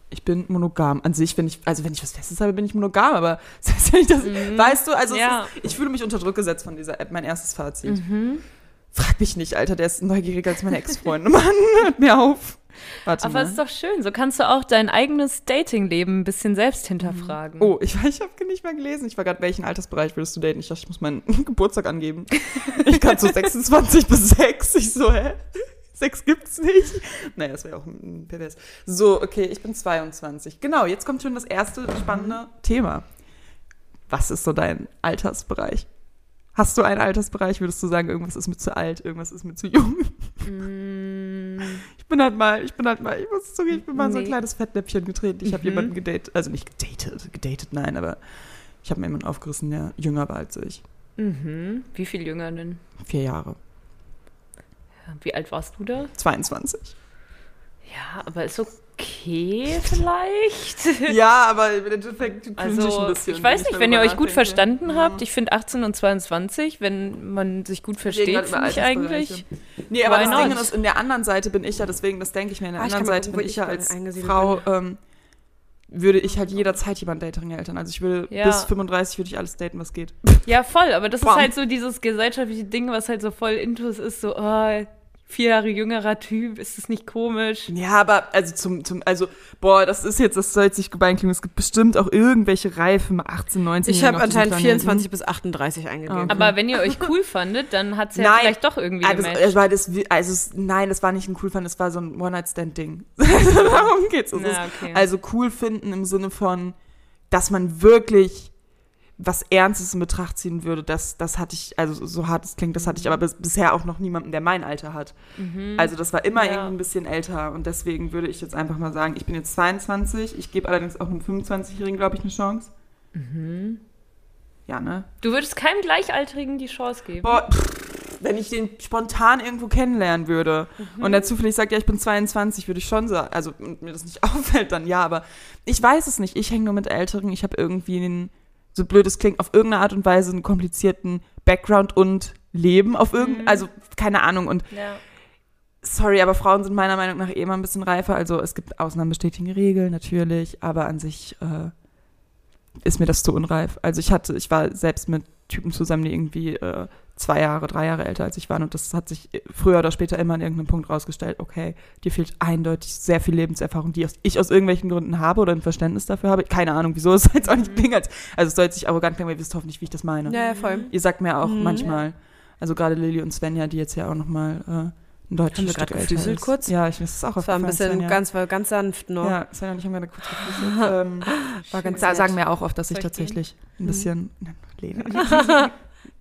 [SPEAKER 1] Ich bin monogam. An sich, wenn ich, also wenn ich was Festes habe, bin ich monogam, aber das heißt ja nicht, dass, weißt du, also es
[SPEAKER 3] Ja.
[SPEAKER 1] ist, ich fühle mich unter Druck gesetzt von dieser App, mein erstes Fazit. Frag mich nicht, Alter, der ist neugieriger als meine Ex-Freundin. Mann, hört mir auf. Warte
[SPEAKER 3] Aber es
[SPEAKER 1] mal.
[SPEAKER 3] ist doch schön. So kannst du auch dein eigenes Datingleben ein bisschen selbst hinterfragen.
[SPEAKER 1] Oh, ich, ich habe nicht mehr gelesen. Ich war gerade, welchen Altersbereich würdest du daten? Ich dachte, ich muss meinen Geburtstag angeben. Ich kann so 26 bis 6. Ich so, hä? 6 gibt's nicht. Naja, das wäre auch ein pervers. So, okay, ich bin 22. Genau, jetzt kommt schon das erste spannende Thema. Was ist so dein Altersbereich? Hast du einen Altersbereich? Würdest du sagen, irgendwas ist mir zu alt, irgendwas ist mir zu jung?
[SPEAKER 3] Mm,
[SPEAKER 1] Ich bin halt mal, ich bin halt mal, ich muss zugeben, ich bin mal in so ein
[SPEAKER 3] Nee. Mhm.
[SPEAKER 1] kleines Fettnäpfchen getreten. Ich habe jemanden gedatet, also nicht gedatet, gedatet, nein, aber ich habe mir jemanden aufgerissen, der jünger war als ich.
[SPEAKER 3] Mhm. Wie viel jünger denn?
[SPEAKER 1] Vier Jahre.
[SPEAKER 3] Ja, Wie alt warst du da?
[SPEAKER 1] 22.
[SPEAKER 3] Ja, aber ist okay vielleicht.
[SPEAKER 1] ja, aber im Endeffekt cringe ich ein
[SPEAKER 3] Also,
[SPEAKER 1] bisschen.
[SPEAKER 3] ich weiß nicht, wenn ihr
[SPEAKER 1] darüber
[SPEAKER 3] euch gut
[SPEAKER 1] nachdenke.
[SPEAKER 3] verstanden habt. Ich finde 18 und 22, wenn man sich gut versteht, finde ich eigentlich.
[SPEAKER 1] Nee, aber
[SPEAKER 3] Why
[SPEAKER 1] das
[SPEAKER 3] not?
[SPEAKER 1] Ding ist, in der anderen Seite bin ich ja, deswegen, das denke ich mir, in der
[SPEAKER 2] Ah, ich
[SPEAKER 1] anderen
[SPEAKER 2] kann mal
[SPEAKER 1] Seite
[SPEAKER 2] gucken,
[SPEAKER 1] bin
[SPEAKER 2] wo
[SPEAKER 1] ich
[SPEAKER 2] ich
[SPEAKER 1] ja
[SPEAKER 2] gerade
[SPEAKER 1] als
[SPEAKER 2] eingesiedelt
[SPEAKER 1] Frau, ähm, würde ich halt jederzeit jemanden daten, der Eltern. Also ich will
[SPEAKER 3] Ja.
[SPEAKER 1] bis 35 würde ich alles daten, was geht.
[SPEAKER 3] Ja, voll, aber das
[SPEAKER 1] Bam.
[SPEAKER 3] ist halt so dieses gesellschaftliche Ding, was halt so voll intus ist, so, oh, vier Jahre jüngerer Typ, ist das nicht komisch?
[SPEAKER 1] Ja, aber also zum, zum, also, boah, das ist jetzt, das soll jetzt nicht gemein klingen. Es gibt bestimmt auch irgendwelche Reife mal 18, 19
[SPEAKER 2] Ich habe anscheinend 24 bis 38
[SPEAKER 1] Ah,
[SPEAKER 2] eingegeben.
[SPEAKER 1] okay.
[SPEAKER 3] Aber wenn ihr euch cool fandet, dann hat es ja
[SPEAKER 1] Nein.
[SPEAKER 3] vielleicht doch irgendwie
[SPEAKER 1] Ah, das,
[SPEAKER 3] gematcht.
[SPEAKER 1] das war das, wie- also, es- nein, das war nicht ein cool fand, das war so ein One-Night-Stand-Ding. Also Darum geht's. Es
[SPEAKER 3] Na,
[SPEAKER 1] ist,
[SPEAKER 3] Mhm. okay.
[SPEAKER 1] Also cool finden im Sinne von, dass man wirklich was Ernstes in Betracht ziehen würde, das, das hatte ich, also so hart es klingt, das hatte ich
[SPEAKER 3] Mhm.
[SPEAKER 1] aber bis, bisher auch noch niemanden, der mein Alter hat. Also das war immer
[SPEAKER 3] Ja.
[SPEAKER 1] irgendwie ein bisschen älter und deswegen würde ich jetzt einfach mal sagen, ich bin jetzt 22, ich gebe allerdings auch einem 25-Jährigen, glaube ich, eine Chance.
[SPEAKER 3] Mhm.
[SPEAKER 1] Ja, ne?
[SPEAKER 3] Du würdest keinem Gleichaltrigen die Chance geben.
[SPEAKER 1] Boah, pff, wenn ich den spontan irgendwo kennenlernen würde und der zufällig sagt, ja, ich bin 22, würde ich schon sagen, also und mir das nicht auffällt, dann ja, aber ich weiß es nicht. Ich hänge nur mit Älteren, ich habe irgendwie einen, so blöd es klingt, auf irgendeine Art und Weise einen komplizierten Background und Leben auf irgendein, also keine Ahnung und
[SPEAKER 3] Ja.
[SPEAKER 1] sorry, aber Frauen sind meiner Meinung nach eh immer ein bisschen reifer, also es gibt Ausnahmen bestätigen Regeln natürlich, aber an sich äh, ist mir das zu unreif. Also ich hatte, ich war selbst mit Typen zusammen, die irgendwie äh, zwei Jahre, drei Jahre älter als ich waren und das hat sich früher oder später immer an irgendeinem Punkt rausgestellt, okay, dir fehlt eindeutig sehr viel Lebenserfahrung, die aus- ich aus irgendwelchen Gründen habe oder ein Verständnis dafür habe. Keine Ahnung, wieso es jetzt auch nicht klingt. als- Also es soll jetzt nicht arrogant klingen, weil ihr wisst hoffentlich, wie ich das meine.
[SPEAKER 2] Mhm. Ja, ja, voll.
[SPEAKER 1] Ihr sagt mir auch
[SPEAKER 2] Mhm.
[SPEAKER 1] manchmal, also gerade Lilly und Svenja, die jetzt ja auch nochmal äh, ein
[SPEAKER 2] Haben wir
[SPEAKER 1] deutsches Stück
[SPEAKER 2] gerade
[SPEAKER 1] älter
[SPEAKER 2] gefüßelt
[SPEAKER 1] ist.
[SPEAKER 2] kurz?
[SPEAKER 1] Ja, ich das ist auch
[SPEAKER 2] Das war ein bisschen
[SPEAKER 1] Svenja.
[SPEAKER 2] ganz, war ganz sanft nur.
[SPEAKER 1] Ja, Svenja und ich haben gerade kurz gefüßelt. ähm,
[SPEAKER 2] War ganz
[SPEAKER 1] sa-
[SPEAKER 2] nett.
[SPEAKER 1] sagen mir auch oft, dass ich
[SPEAKER 3] Soll ich
[SPEAKER 1] tatsächlich ein bisschen ne, Lena.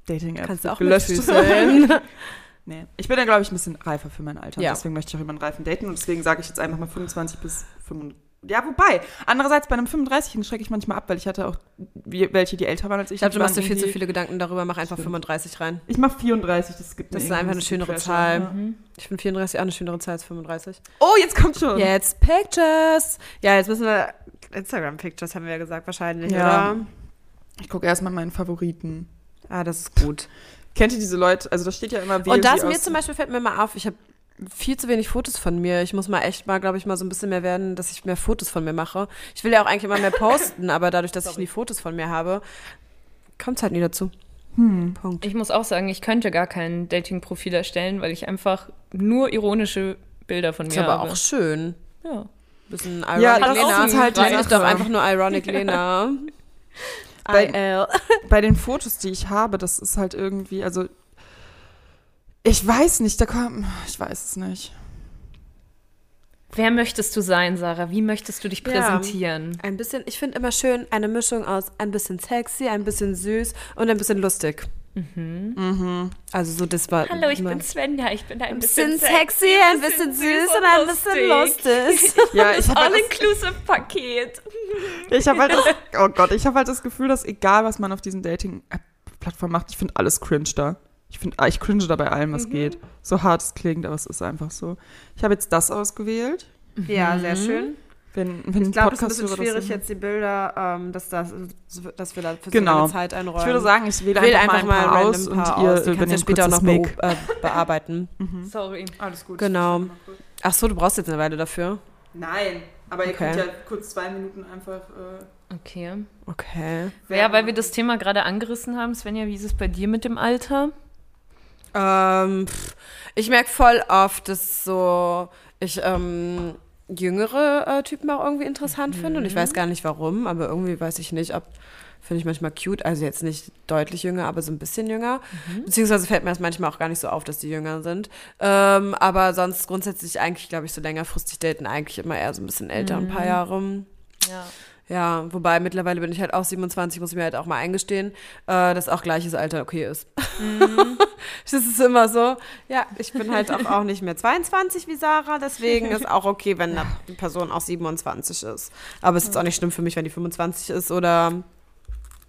[SPEAKER 1] Dating App
[SPEAKER 2] Mhm. Kannst du auch
[SPEAKER 1] gelöscht.
[SPEAKER 2] mitfüßeln.
[SPEAKER 1] nee. Ich bin ja glaube ich ein bisschen reifer für mein Alter, und
[SPEAKER 2] Ja.
[SPEAKER 1] deswegen möchte ich auch jemanden reifen daten und deswegen sage ich jetzt einfach mal 25 bis 35. Ja, wobei, andererseits bei einem 35 schrecke ich manchmal ab, weil ich hatte auch wie- welche, die älter waren als ich.
[SPEAKER 2] Ich glaube,
[SPEAKER 1] Die
[SPEAKER 2] du machst dir
[SPEAKER 1] waren
[SPEAKER 2] viel zu
[SPEAKER 1] irgendwie-
[SPEAKER 2] viele Gedanken darüber, mach einfach 35 rein.
[SPEAKER 1] Ich mache 34, das gibt
[SPEAKER 2] Das
[SPEAKER 1] mir
[SPEAKER 2] ist einfach
[SPEAKER 1] irgendwie
[SPEAKER 2] eine
[SPEAKER 1] so
[SPEAKER 2] schönere
[SPEAKER 1] Pressure,
[SPEAKER 2] Zahl.
[SPEAKER 1] ja.
[SPEAKER 2] Ich finde 34 auch eine schönere Zahl als 35.
[SPEAKER 1] Oh, jetzt kommt schon.
[SPEAKER 2] Jetzt Pictures! Ja, jetzt müssen wir Instagram-Pictures, haben wir ja gesagt, wahrscheinlich,
[SPEAKER 1] Ja.
[SPEAKER 2] oder?
[SPEAKER 1] Ich gucke erstmal meinen Favoriten.
[SPEAKER 2] Ah, das ist gut.
[SPEAKER 1] Kennt ihr diese Leute? Also da steht ja immer,
[SPEAKER 2] Und das
[SPEAKER 1] sie
[SPEAKER 2] mir
[SPEAKER 1] aus-
[SPEAKER 2] zum Beispiel fällt mir mal auf, ich habe viel zu wenig Fotos von mir. Ich muss mal echt mal, glaube ich, mal so ein bisschen mehr werden, dass ich mehr Fotos von mir mache. Ich will ja auch eigentlich immer mehr posten, aber dadurch, dass ich nie Fotos von mir habe, kommt es halt nie dazu. Punkt.
[SPEAKER 3] Ich muss auch sagen, ich könnte gar kein Dating-Profil erstellen, weil ich einfach nur ironische Bilder von mir
[SPEAKER 2] Ist aber
[SPEAKER 3] habe.
[SPEAKER 2] auch schön.
[SPEAKER 3] ja.
[SPEAKER 2] Bisschen ironic
[SPEAKER 1] Ja,
[SPEAKER 3] das
[SPEAKER 2] Lena.
[SPEAKER 3] ist halt die
[SPEAKER 2] Nenn mich
[SPEAKER 1] Sache.
[SPEAKER 2] doch einfach nur ironic Lena.
[SPEAKER 1] Bei- äh,
[SPEAKER 2] IL.
[SPEAKER 1] bei den Fotos, die ich habe, das ist halt irgendwie, also ich weiß nicht, da kommt, ich weiß es nicht.
[SPEAKER 3] Wer möchtest du sein, Sarah? Wie möchtest du dich
[SPEAKER 2] Ja.
[SPEAKER 3] präsentieren?
[SPEAKER 2] Ein bisschen, ich finde immer schön eine Mischung aus ein bisschen sexy, ein bisschen süß und ein bisschen lustig. Mhm. Also so das war.
[SPEAKER 3] Hallo, ich
[SPEAKER 2] immer
[SPEAKER 3] bin Svenja. Ich bin ein
[SPEAKER 2] ein
[SPEAKER 3] bisschen,
[SPEAKER 2] bisschen sexy, ein bisschen süß und ein bisschen lustig.
[SPEAKER 1] Ja, ich habe halt,
[SPEAKER 3] All-Inclusive-Paket.
[SPEAKER 1] das- ich hab halt das, oh Gott, ich habe halt das Gefühl, dass egal, was man auf diesen Dating-Plattformen macht, ich finde alles cringe da. Ich finde, ich cringe da bei allem,
[SPEAKER 2] Mhm.
[SPEAKER 1] was geht. So hart es klingt, aber es ist einfach so. Ich habe jetzt das ausgewählt.
[SPEAKER 4] Ja,
[SPEAKER 2] Mhm.
[SPEAKER 4] sehr schön.
[SPEAKER 1] Wenn, wenn
[SPEAKER 4] Ich glaube, es ist ein bisschen
[SPEAKER 1] Podcast-Hörer das
[SPEAKER 4] schwierig,
[SPEAKER 1] sehen.
[SPEAKER 4] jetzt die Bilder, ähm, dass, das, dass wir da für
[SPEAKER 1] Genau.
[SPEAKER 4] so eine Zeit einräumen.
[SPEAKER 1] Ich würde sagen, ich wähle
[SPEAKER 2] Ich will
[SPEAKER 1] einfach, mal ein paar
[SPEAKER 2] random
[SPEAKER 1] aus und
[SPEAKER 2] paar
[SPEAKER 1] ihr
[SPEAKER 2] aus. Die kannst du ja
[SPEAKER 1] übernehmt kurz
[SPEAKER 2] später auch
[SPEAKER 1] das
[SPEAKER 2] noch
[SPEAKER 1] Mic.
[SPEAKER 2] beo- äh, bearbeiten.
[SPEAKER 3] Sorry.
[SPEAKER 1] Alles gut.
[SPEAKER 2] Genau. Ach so, du brauchst jetzt eine Weile dafür.
[SPEAKER 1] Nein, aber ihr
[SPEAKER 2] Okay.
[SPEAKER 1] könnt ja kurz zwei Minuten einfach. Äh,
[SPEAKER 3] Okay.
[SPEAKER 2] Okay.
[SPEAKER 3] Ja, weil wir das Thema gerade angerissen haben. Svenja, wie ist es bei dir mit dem Alter?
[SPEAKER 2] Ähm, pff, ich merke voll oft, dass so ich ähm, jüngere äh, Typen auch irgendwie interessant finde und ich weiß gar nicht warum, aber irgendwie weiß ich nicht, ob finde ich manchmal cute, also jetzt nicht deutlich jünger, aber so ein bisschen jünger. Beziehungsweise fällt mir das manchmal auch gar nicht so auf, dass die jünger sind. Ähm, aber sonst grundsätzlich eigentlich, glaube ich, so längerfristig daten eigentlich immer eher so ein bisschen älter, ein paar Jahre.
[SPEAKER 3] Ja.
[SPEAKER 2] Ja, wobei mittlerweile bin ich halt auch 27, muss ich mir halt auch mal eingestehen, äh, dass auch gleiches Alter okay ist. das ist immer so. Ja, ich bin halt auch, auch nicht mehr 22 wie Sarah, deswegen ist auch okay, wenn da die Person auch 27 ist. Aber es ist auch nicht schlimm für mich, wenn die 25 ist oder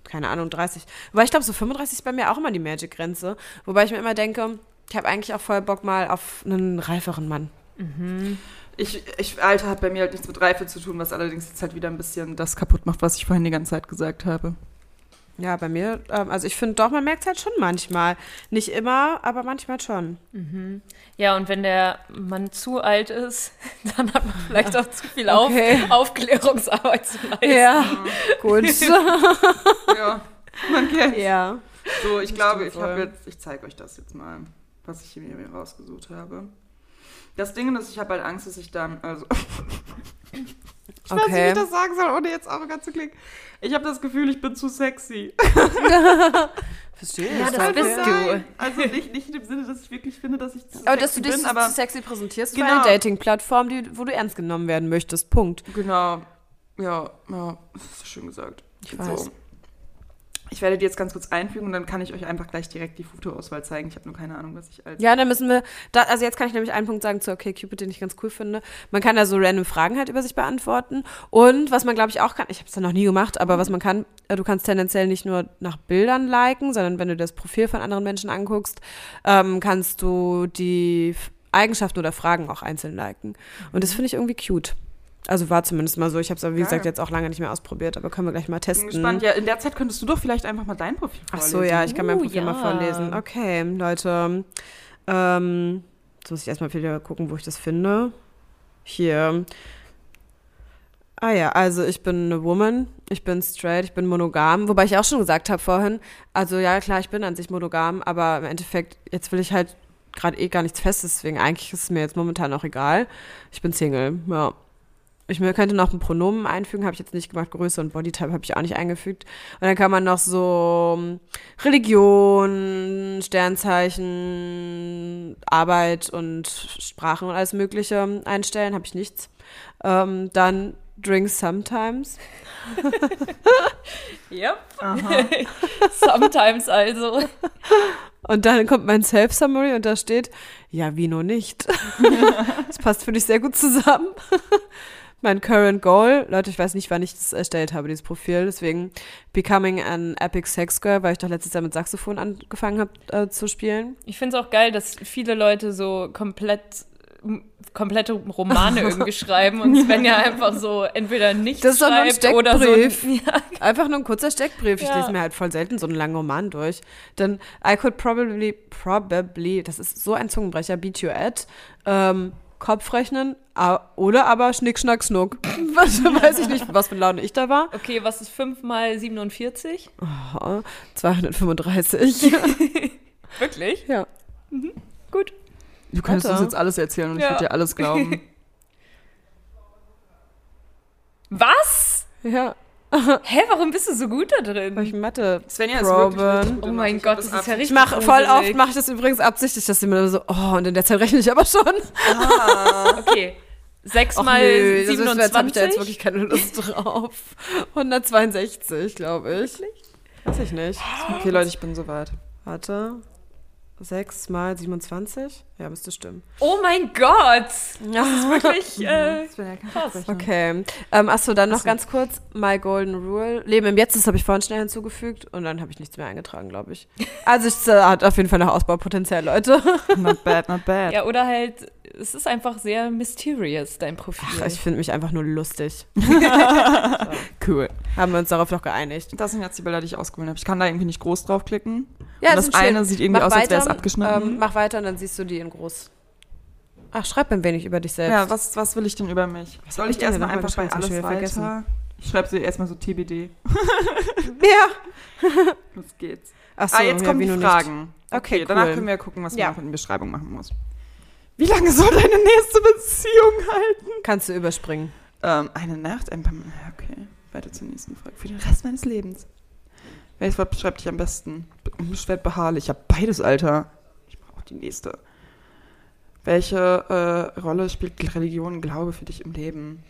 [SPEAKER 2] keine Ahnung, 30. Wobei ich glaube, so 35 ist bei mir auch immer die Magic-Grenze. Wobei ich mir immer denke, ich habe eigentlich auch voll Bock mal auf einen reiferen Mann.
[SPEAKER 3] Mhm.
[SPEAKER 1] Ich, ich, Alter hat bei mir halt nichts mit Reife zu tun, was allerdings jetzt halt wieder ein bisschen das kaputt macht, was ich vorhin die ganze Zeit gesagt habe.
[SPEAKER 2] Ja, bei mir, ähm, also ich finde doch, man merkt es halt schon manchmal. Nicht immer, aber manchmal schon.
[SPEAKER 3] Ja, und wenn der Mann zu alt ist, dann hat man vielleicht auch zu viel
[SPEAKER 2] Okay.
[SPEAKER 3] Auf Aufklärungsarbeit zu leisten.
[SPEAKER 2] Ja, gut.
[SPEAKER 1] Ja, man kennt.
[SPEAKER 2] ja.
[SPEAKER 1] So, ich glaube, ich
[SPEAKER 2] voll.
[SPEAKER 1] habe jetzt, ich zeige euch das jetzt mal, was ich hier mir rausgesucht habe. Das Ding ist, ich habe halt Angst, dass ich dann, also Ich weiß nicht, wie
[SPEAKER 2] Okay.
[SPEAKER 1] ich das sagen soll, ohne jetzt arrogant zu klingen. Ich habe das Gefühl, ich bin zu sexy.
[SPEAKER 2] Verstehe.
[SPEAKER 3] Ja, das bist du.
[SPEAKER 1] halt Nein. Also nicht, nicht im Sinne, dass ich wirklich finde, dass ich zu
[SPEAKER 2] Aber oh, dass
[SPEAKER 1] sexy
[SPEAKER 2] du dich
[SPEAKER 1] bin,
[SPEAKER 2] so
[SPEAKER 1] aber
[SPEAKER 2] sexy präsentierst,
[SPEAKER 1] Genau.
[SPEAKER 2] für eine Dating-Plattform, die- wo du ernst genommen werden möchtest. Punkt.
[SPEAKER 1] Genau. Ja, ja, das ist schön gesagt.
[SPEAKER 2] Ich weiß.
[SPEAKER 1] Ich werde die jetzt ganz kurz einfügen und dann kann ich euch einfach gleich direkt die Fotoauswahl zeigen. Ich habe nur keine Ahnung, was ich als.
[SPEAKER 2] Ja, dann müssen wir, da, also jetzt kann ich nämlich einen Punkt sagen zu Okay Cupid, den ich ganz cool finde. Man kann da so random Fragen halt über sich beantworten. Und was man, glaube ich, auch kann, ich habe es dann noch nie gemacht, aber was man kann, äh, du kannst tendenziell nicht nur nach Bildern liken, sondern wenn du das Profil von anderen Menschen anguckst, ähm, kannst du die F- Eigenschaften oder Fragen auch einzeln liken. Und das finde ich irgendwie cute. Also war zumindest mal so. Ich habe es aber, wie
[SPEAKER 1] Mhm. Geil.
[SPEAKER 2] gesagt, jetzt auch lange nicht mehr ausprobiert, aber können wir gleich mal
[SPEAKER 1] bin
[SPEAKER 2] testen.
[SPEAKER 1] gespannt. Ja, in der Zeit könntest du doch vielleicht einfach mal dein Profil
[SPEAKER 2] Ach
[SPEAKER 1] vorlesen.
[SPEAKER 2] so, ja, ich kann mein
[SPEAKER 3] Uh,
[SPEAKER 2] Profil mal
[SPEAKER 3] ja.
[SPEAKER 2] vorlesen. Okay, Leute. Ähm, jetzt muss ich erstmal wieder gucken, wo ich das finde. Hier. Ah ja, also ich bin eine Woman, ich bin straight, ich bin monogam, wobei ich auch schon gesagt habe vorhin, also ja klar, ich bin an sich monogam, aber im Endeffekt, jetzt will ich halt gerade eh gar nichts Festes, deswegen eigentlich ist es mir jetzt momentan auch egal. Ich bin Single, ja. Ich mir- könnte noch ein Pronomen einfügen, habe ich jetzt nicht gemacht. Größe und Bodytype habe ich auch nicht eingefügt. Und dann kann man noch so ähm, Religion, Sternzeichen, Arbeit und Sprachen und alles Mögliche einstellen. Habe ich nichts. Ähm, dann Drink Sometimes.
[SPEAKER 3] Yep. Sometimes also.
[SPEAKER 2] Und dann kommt mein Self-Summary und da steht, ja, Vino nicht. das passt, finde ich, sehr gut zusammen. mein Current Goal, Leute, ich weiß nicht, wann ich das erstellt habe, dieses Profil, deswegen Becoming an Epic Sex Girl, weil ich doch letztes Jahr mit Saxophon angefangen habe äh, zu spielen.
[SPEAKER 3] Ich finde es auch geil, dass viele Leute so komplett m- komplette Romane irgendwie schreiben und Svenja einfach so entweder nicht
[SPEAKER 2] Das ist doch nur ein
[SPEAKER 3] schreibt oder so.
[SPEAKER 2] Steckbrief.
[SPEAKER 3] Ja,
[SPEAKER 2] Einfach nur ein kurzer Steckbrief. Ich
[SPEAKER 3] Ja.
[SPEAKER 2] lese mir halt voll selten so einen langen Roman durch. Dann I could probably, probably, das ist so ein Zungenbrecher, beat you at, ähm, Kopf rechnen a- oder aber Schnick, Schnack, Schnuck. Was, weiß ich nicht, was für Laune ich da war.
[SPEAKER 3] okay, was ist 5 mal 47?
[SPEAKER 2] Aha, 235.
[SPEAKER 3] Wirklich?
[SPEAKER 2] ja.
[SPEAKER 3] Gut.
[SPEAKER 1] Du könntest
[SPEAKER 2] Warte.
[SPEAKER 1] uns jetzt alles erzählen und
[SPEAKER 3] Ja.
[SPEAKER 1] ich würde dir alles glauben.
[SPEAKER 3] Was?
[SPEAKER 2] Ja,
[SPEAKER 3] Hä, warum bist du so gut da
[SPEAKER 2] weil ich
[SPEAKER 3] drin?
[SPEAKER 2] Mathe.
[SPEAKER 1] Svenja
[SPEAKER 2] ist wirklich Robin. richtig
[SPEAKER 3] Oh mein Gott, das ist ja richtig.
[SPEAKER 2] Ich mache voll oft,
[SPEAKER 3] gruselig.
[SPEAKER 2] mache ich das übrigens absichtlich, dass sie mir so, oh, und in der Zeit rechne ich aber schon.
[SPEAKER 3] Okay. 6
[SPEAKER 2] Och,
[SPEAKER 3] mal
[SPEAKER 2] nö, das ist- jetzt habe ich
[SPEAKER 3] 27.
[SPEAKER 2] da jetzt wirklich keine Lust drauf. 162, glaube ich. Weiß ich nicht.
[SPEAKER 4] Okay, Leute, ich bin soweit.
[SPEAKER 2] Warte. 6 mal 27? Ja, müsste stimmen.
[SPEAKER 3] oh mein Gott!
[SPEAKER 2] Ja.
[SPEAKER 3] Wirklich äh,
[SPEAKER 4] Ich bin ja kein
[SPEAKER 3] krass.
[SPEAKER 2] Okay. Ähm, achso, dann noch ganz kurz. My Golden Rule. Leben im Jetzt, das habe ich vorhin schnell hinzugefügt. Und dann habe ich nichts mehr eingetragen, glaube ich. Also, es äh, hat auf jeden Fall noch Ausbaupotenzial, Leute.
[SPEAKER 4] Not bad, not bad.
[SPEAKER 3] Ja, oder halt, es ist einfach sehr mysterious, dein Profil.
[SPEAKER 2] Ach, ich finde mich einfach nur lustig.
[SPEAKER 1] Cool.
[SPEAKER 2] Haben wir uns darauf noch geeinigt.
[SPEAKER 1] Das sind jetzt die Bilder, die ich ausgewählt habe. Ich kann da irgendwie nicht groß draufklicken.
[SPEAKER 2] Ja,
[SPEAKER 1] Und das
[SPEAKER 2] sind schön.
[SPEAKER 1] eine sieht irgendwie
[SPEAKER 2] Mach
[SPEAKER 1] aus, als wäre es
[SPEAKER 2] weiter,
[SPEAKER 1] abgeschnitten.
[SPEAKER 2] Ähm, mach weiter und dann siehst du die in groß. Ach, schreib ein wenig über dich selbst.
[SPEAKER 1] ja, was, was will ich denn über mich? Soll
[SPEAKER 2] hab
[SPEAKER 1] ich
[SPEAKER 2] ich denn
[SPEAKER 1] erstmal
[SPEAKER 2] denn
[SPEAKER 1] einfach bei
[SPEAKER 2] geschrieben? Das hab
[SPEAKER 1] alles
[SPEAKER 2] ich
[SPEAKER 1] weiter?
[SPEAKER 2] schon wieder vergessen.
[SPEAKER 1] Ich schreibe sie erstmal so TBD.
[SPEAKER 2] Ja.
[SPEAKER 1] Los geht's.
[SPEAKER 2] Ach
[SPEAKER 1] ah, jetzt
[SPEAKER 2] ja,
[SPEAKER 1] kommen
[SPEAKER 2] wie
[SPEAKER 1] die
[SPEAKER 2] nur
[SPEAKER 1] Fragen.
[SPEAKER 2] Okay, cool.
[SPEAKER 1] danach können wir gucken, was
[SPEAKER 2] Ja.
[SPEAKER 1] man noch in die Beschreibung machen muss. Wie lange soll deine nächste Beziehung halten?
[SPEAKER 2] Nicht. Kannst du überspringen.
[SPEAKER 1] Ähm, eine Nacht, ein paar Mal. ja, Okay, weiter zur nächsten Frage. Für den Rest meines Lebens. Welches Wort beschreibt dich am besten? Be- Unbeschwert beharrlich. Ich habe beides, Alter. Ich brauche auch die nächste. Welche äh, Rolle spielt Religion und Glaube für dich im Leben?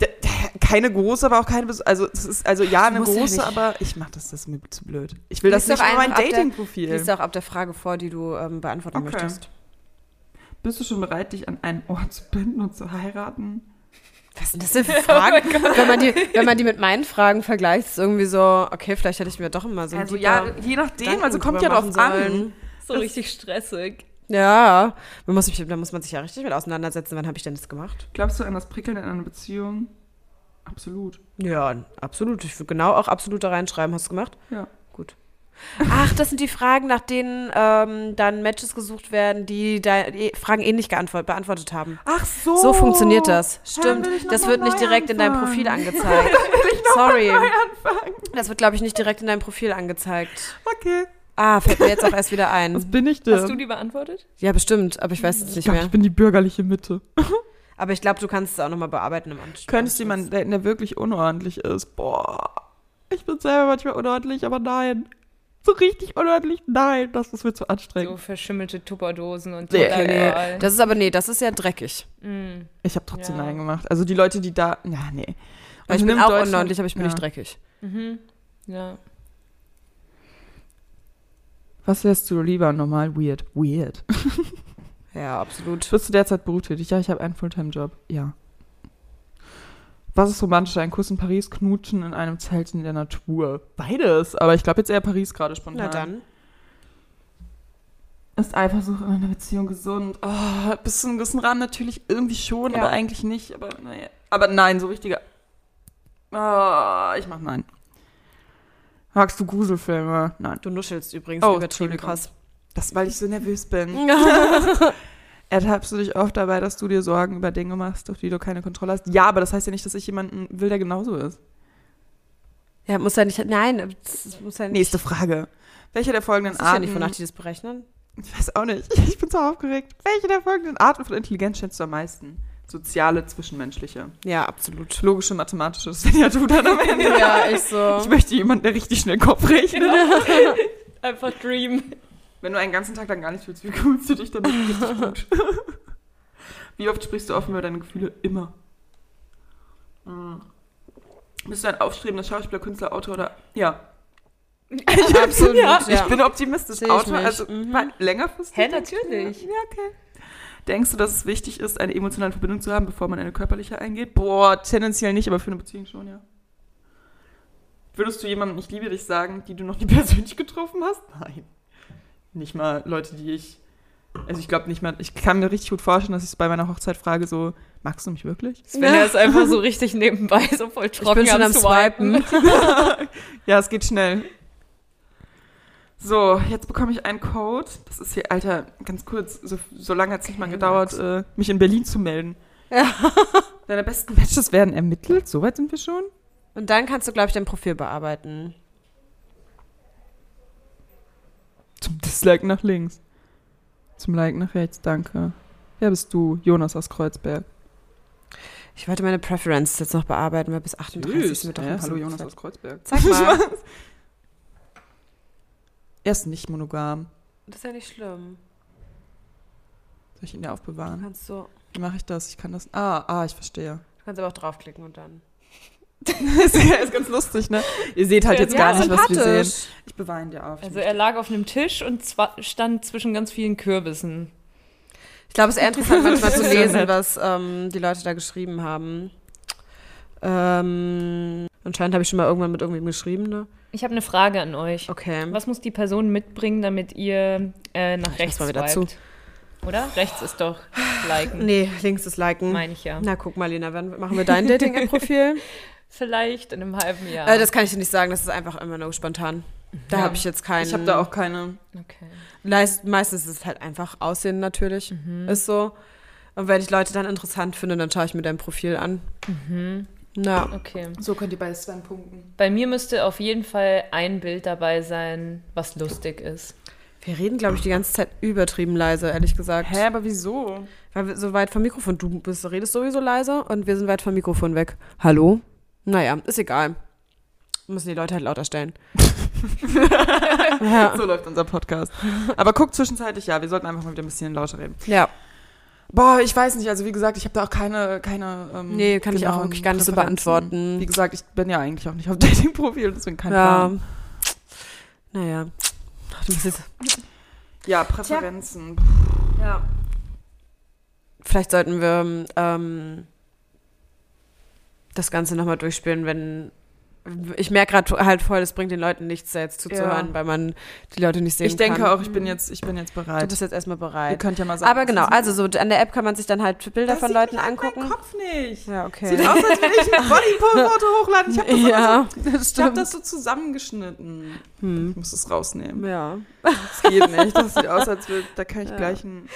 [SPEAKER 1] D d- keine große, aber auch keine. bes- Also, es ist, also ja, eine
[SPEAKER 2] muss ja
[SPEAKER 1] große,
[SPEAKER 2] nicht.
[SPEAKER 1] aber ich mache das, das ist mir zu blöd. Ich will das
[SPEAKER 2] Lies doch
[SPEAKER 1] nicht in mein
[SPEAKER 2] einfach ab der-
[SPEAKER 1] Dating-Profil.
[SPEAKER 2] Lies auch ab der Frage vor, die du ähm, beantworten
[SPEAKER 1] Okay.
[SPEAKER 2] möchtest.
[SPEAKER 1] Bist du schon bereit, dich an einen Ort zu binden und zu heiraten?
[SPEAKER 2] Was sind das denn
[SPEAKER 3] Oh
[SPEAKER 2] für Fragen? wenn, man die, wenn man die mit meinen Fragen vergleicht, ist irgendwie so, okay, vielleicht hätte ich mir doch immer so ein
[SPEAKER 1] Also
[SPEAKER 2] lieber
[SPEAKER 1] ja, je nachdem,
[SPEAKER 2] Gedanken
[SPEAKER 1] also kommt ja
[SPEAKER 2] drüber
[SPEAKER 1] drauf
[SPEAKER 2] machen
[SPEAKER 1] an.
[SPEAKER 2] sollen.
[SPEAKER 3] so richtig stressig.
[SPEAKER 2] Ja, man muss, sich- da muss man sich ja richtig mit auseinandersetzen. Wann habe ich denn das gemacht?
[SPEAKER 1] Glaubst du an das Prickeln in einer Beziehung? Absolut.
[SPEAKER 2] Ja, absolut. Ich würde genau auch absolut da reinschreiben. Hast du gemacht?
[SPEAKER 1] Ja.
[SPEAKER 2] Gut. Ach, das sind die Fragen, nach denen ähm, dann Matches gesucht werden, die da eh- Fragen ähnlich geantwort- beantwortet haben.
[SPEAKER 1] Ach
[SPEAKER 2] So funktioniert das. Stimmt.
[SPEAKER 1] Oh, will ich noch
[SPEAKER 2] Das
[SPEAKER 1] mal
[SPEAKER 2] wird nicht
[SPEAKER 1] neu
[SPEAKER 2] direkt in deinem
[SPEAKER 1] anfangen.
[SPEAKER 2] Profil angezeigt. Sorry. Das wird, glaube ich, nicht direkt in deinem Profil angezeigt.
[SPEAKER 1] Okay.
[SPEAKER 2] Ah, fällt mir jetzt auch erst wieder
[SPEAKER 1] Was
[SPEAKER 2] ein.
[SPEAKER 1] bin ich denn?
[SPEAKER 3] Hast du die beantwortet?
[SPEAKER 2] Ja, bestimmt, aber ich weiß es
[SPEAKER 1] ich
[SPEAKER 2] nicht
[SPEAKER 1] glaube,
[SPEAKER 2] mehr.
[SPEAKER 1] ich bin die bürgerliche Mitte.
[SPEAKER 2] Aber ich glaube, du kannst es auch nochmal bearbeiten im Anschluss.
[SPEAKER 1] Könntest du jemanden daten, der wirklich unordentlich ist? Boah. Ich bin selber manchmal unordentlich, aber nein. So richtig unordentlich? Nein, das ist mir zu
[SPEAKER 3] So
[SPEAKER 1] anstrengend.
[SPEAKER 3] verschimmelte Tupperdosen und so.
[SPEAKER 1] Nee,
[SPEAKER 3] Lagerwahl.
[SPEAKER 2] Das ist aber, nee, das ist ja dreckig.
[SPEAKER 3] Mm.
[SPEAKER 1] Ich habe trotzdem
[SPEAKER 3] Ja.
[SPEAKER 1] Nein gemacht. Also die Leute, die da. Na, nee.
[SPEAKER 2] Weil ich
[SPEAKER 1] Und
[SPEAKER 2] bin
[SPEAKER 1] nimmt
[SPEAKER 2] auch
[SPEAKER 1] Also Deutschland-
[SPEAKER 2] unordentlich, aber ich bin
[SPEAKER 1] Ja.
[SPEAKER 2] nicht dreckig.
[SPEAKER 3] Mhm. Ja.
[SPEAKER 1] Was wärst du lieber? Normal weird. Weird.
[SPEAKER 2] Ja, absolut.
[SPEAKER 1] Bist du derzeit berufstätig? Ja, ich habe einen Fulltime-Job. Ja. Was ist romantischer? Ein Kuss in Paris, Knutschen in einem Zelt in der Natur? Beides. Aber ich glaube jetzt eher Paris gerade spontan.
[SPEAKER 2] Na dann.
[SPEAKER 1] Ist Eifersucht in einer Beziehung gesund? Oh, bis zu einem gewissen Rahmen natürlich irgendwie schon,
[SPEAKER 2] Ja.
[SPEAKER 1] aber eigentlich nicht. Aber, naja. aber nein, so richtiger. Oh, ich mach nein. Magst du Gruselfilme? Nein.
[SPEAKER 2] Du nuschelst übrigens
[SPEAKER 1] Oh,
[SPEAKER 2] übertrieben
[SPEAKER 1] Entschuldigung.
[SPEAKER 2] krass.
[SPEAKER 1] Das, weil ich so nervös bin. Ertappst du dich oft dabei, dass du dir Sorgen über Dinge machst, auf die du keine Kontrolle hast? Ja, aber das heißt ja nicht, dass ich jemanden will, der genauso ist.
[SPEAKER 2] Ja, muss ja nicht. Nein, das muss ja nicht.
[SPEAKER 1] Nächste Frage. Welche der folgenden
[SPEAKER 2] das ist ja
[SPEAKER 1] Arten.
[SPEAKER 2] nicht, wonach die das berechnen.
[SPEAKER 1] ich weiß auch nicht. Ich bin so aufgeregt. Welche der folgenden Arten von Intelligenz schätzt du am meisten? Soziale, zwischenmenschliche.
[SPEAKER 2] Ja, absolut.
[SPEAKER 1] Logische, mathematische. Das bin ja du dann am Ende.
[SPEAKER 2] ja, ich so.
[SPEAKER 1] Ich möchte jemanden, der richtig schnell Kopf rechnet.
[SPEAKER 3] Einfach Dream.
[SPEAKER 1] Wenn du einen ganzen Tag lang gar nicht fühlst, wie fühlst du dich dann richtig gut? wie oft sprichst du offen über deine Gefühle? Immer. Hm. Bist du ein aufstrebender Schauspieler, Künstler, Autor oder... Ja.
[SPEAKER 2] Absolut, ja.
[SPEAKER 1] Ich bin optimistisch.
[SPEAKER 2] Sehe ich
[SPEAKER 1] Autor,
[SPEAKER 2] mich.
[SPEAKER 1] also
[SPEAKER 2] Mhm.
[SPEAKER 1] mein- längerfristig.
[SPEAKER 3] Hä, natürlich.
[SPEAKER 1] Ja, okay. Denkst du, dass es wichtig ist, eine emotionale Verbindung zu haben, bevor man eine körperliche eingeht? Boah, tendenziell nicht, aber für eine Beziehung schon, ja. Würdest du jemandem Ich liebe dich sagen, die du noch nie persönlich getroffen hast? Nein. Nicht mal Leute, die ich. Also ich glaube nicht mal. Ich kann mir richtig gut vorstellen, dass ich es bei meiner Hochzeit frage, so, magst du mich wirklich?
[SPEAKER 3] Svenja ist einfach so richtig nebenbei, so voll
[SPEAKER 2] ich
[SPEAKER 3] trocken
[SPEAKER 2] bin schon am Swipen.
[SPEAKER 1] Ja, es geht schnell. So, jetzt bekomme ich einen Code. Das ist hier, Alter, ganz kurz, so, so lange hat es nicht mal gedauert, äh, mich in Berlin zu melden. Deine besten Matches werden ermittelt, soweit sind wir schon.
[SPEAKER 2] Und dann kannst du, glaube ich, dein Profil bearbeiten.
[SPEAKER 1] Zum Dislike nach links. Zum Like nach rechts, danke. Wer bist du? Jonas aus Kreuzberg.
[SPEAKER 2] Ich wollte meine Preference jetzt noch bearbeiten, weil bis 38 ist mir doch ein
[SPEAKER 1] Ja, hallo
[SPEAKER 2] bisschen
[SPEAKER 1] Jonas
[SPEAKER 2] Zeit.
[SPEAKER 1] aus Kreuzberg.
[SPEAKER 2] Zeig mal.
[SPEAKER 1] Er ist nicht monogam.
[SPEAKER 2] Das ist ja nicht schlimm.
[SPEAKER 1] Soll ich ihn ja
[SPEAKER 2] Du
[SPEAKER 1] aufbewahren?
[SPEAKER 2] kannst so,
[SPEAKER 1] Wie mache ich das? Ich kann das. Ah, ah, ich verstehe.
[SPEAKER 2] du kannst aber auch draufklicken und dann.
[SPEAKER 1] ist, ist ganz lustig, ne? Ihr seht halt jetzt
[SPEAKER 3] Ja,
[SPEAKER 1] gar nicht, was wir sehen. Ich bewahre ihn dir auf.
[SPEAKER 3] Also er lag auf einem Tisch und zwa- stand zwischen ganz vielen Kürbissen.
[SPEAKER 2] Ich glaube, es ist eher interessant, manchmal zu
[SPEAKER 3] Sehr
[SPEAKER 2] lesen,
[SPEAKER 3] nett.
[SPEAKER 2] was ähm, die Leute da geschrieben haben. Ähm, anscheinend habe ich schon mal irgendwann mit irgendwem geschrieben, ne?
[SPEAKER 3] Ich habe eine Frage an euch.
[SPEAKER 2] Okay.
[SPEAKER 3] Was muss die Person mitbringen, damit ihr äh, nach rechts
[SPEAKER 2] mal wieder
[SPEAKER 3] swiped? Oder? Rechts ist doch liken,
[SPEAKER 2] Nee, links ist liken.
[SPEAKER 3] meine ich ja.
[SPEAKER 2] Na, guck mal, Lena, wann machen wir dein Dating-App-Profil?
[SPEAKER 3] Vielleicht in einem halben Jahr.
[SPEAKER 2] äh, das kann ich dir nicht sagen, das ist einfach immer nur spontan. Da
[SPEAKER 3] Ja.
[SPEAKER 2] habe ich jetzt keinen.
[SPEAKER 1] Ich habe da auch keine.
[SPEAKER 3] okay.
[SPEAKER 2] Leist, meistens ist es halt einfach Aussehen natürlich.
[SPEAKER 1] Mhm.
[SPEAKER 2] Ist so. Und wenn ich Leute dann interessant finde, dann schaue ich mir dein Profil an.
[SPEAKER 1] Mhm.
[SPEAKER 2] Na,
[SPEAKER 3] okay.
[SPEAKER 1] So könnt ihr bei Sven punkten.
[SPEAKER 3] Bei mir müsste auf jeden Fall ein Bild dabei sein, was lustig ist.
[SPEAKER 2] wir reden, glaube ich, die ganze Zeit übertrieben leise, ehrlich gesagt.
[SPEAKER 1] Hä, aber wieso?
[SPEAKER 2] Weil wir so weit vom Mikrofon, du bist, redest sowieso leise und wir sind weit vom Mikrofon weg. Hallo? Naja, ist egal. Müssen die Leute halt lauter stellen. ja.
[SPEAKER 1] So läuft unser Podcast. Aber guck zwischenzeitlich, ja, wir sollten einfach mal wieder ein bisschen lauter reden.
[SPEAKER 2] ja.
[SPEAKER 1] Boah, ich weiß nicht. Also wie gesagt, ich habe da auch keine, keine. Ähm,
[SPEAKER 2] Nee, kann ich auch
[SPEAKER 1] genauen
[SPEAKER 2] wirklich gar nicht so
[SPEAKER 1] Präferenzen.
[SPEAKER 2] beantworten.
[SPEAKER 1] Wie gesagt, ich bin ja eigentlich auch nicht auf Dating-Profil, deswegen kein ja.
[SPEAKER 2] ja.
[SPEAKER 1] Plan.
[SPEAKER 2] Naja. Ach, du bist jetzt
[SPEAKER 1] Ja, Präferenzen.
[SPEAKER 2] Ja. Vielleicht sollten wir ähm, das Ganze nochmal durchspielen, wenn. Ich merke gerade halt voll, es bringt den Leuten nichts, da jetzt zuzuhören,
[SPEAKER 1] Ja.
[SPEAKER 2] weil man die Leute nicht sehen
[SPEAKER 1] Ich denke
[SPEAKER 2] kann.
[SPEAKER 1] auch, ich bin jetzt, ich bin jetzt
[SPEAKER 2] Du
[SPEAKER 1] bereit.
[SPEAKER 2] bist jetzt erstmal
[SPEAKER 1] Ihr
[SPEAKER 2] bereit.
[SPEAKER 1] könnt ja mal sagen.
[SPEAKER 2] Aber
[SPEAKER 1] was
[SPEAKER 2] genau,
[SPEAKER 1] ihr-
[SPEAKER 2] also so an der App kann man sich dann halt Bilder
[SPEAKER 1] Das
[SPEAKER 2] von
[SPEAKER 1] sieht
[SPEAKER 2] Leuten
[SPEAKER 1] nicht an,
[SPEAKER 2] angucken.
[SPEAKER 1] Mein Kopf nicht.
[SPEAKER 2] Ja, okay.
[SPEAKER 1] Sieht aus, als würde ich ein Bodypool-Foto hochladen. Ich habe das,
[SPEAKER 2] ja, das
[SPEAKER 1] ich hab
[SPEAKER 2] stimmt.
[SPEAKER 1] das so zusammengeschnitten. Ich muss es rausnehmen.
[SPEAKER 2] ja.
[SPEAKER 1] Das geht nicht. Das sieht aus, als würde. Da kann ich
[SPEAKER 2] Ja.
[SPEAKER 1] gleich ein.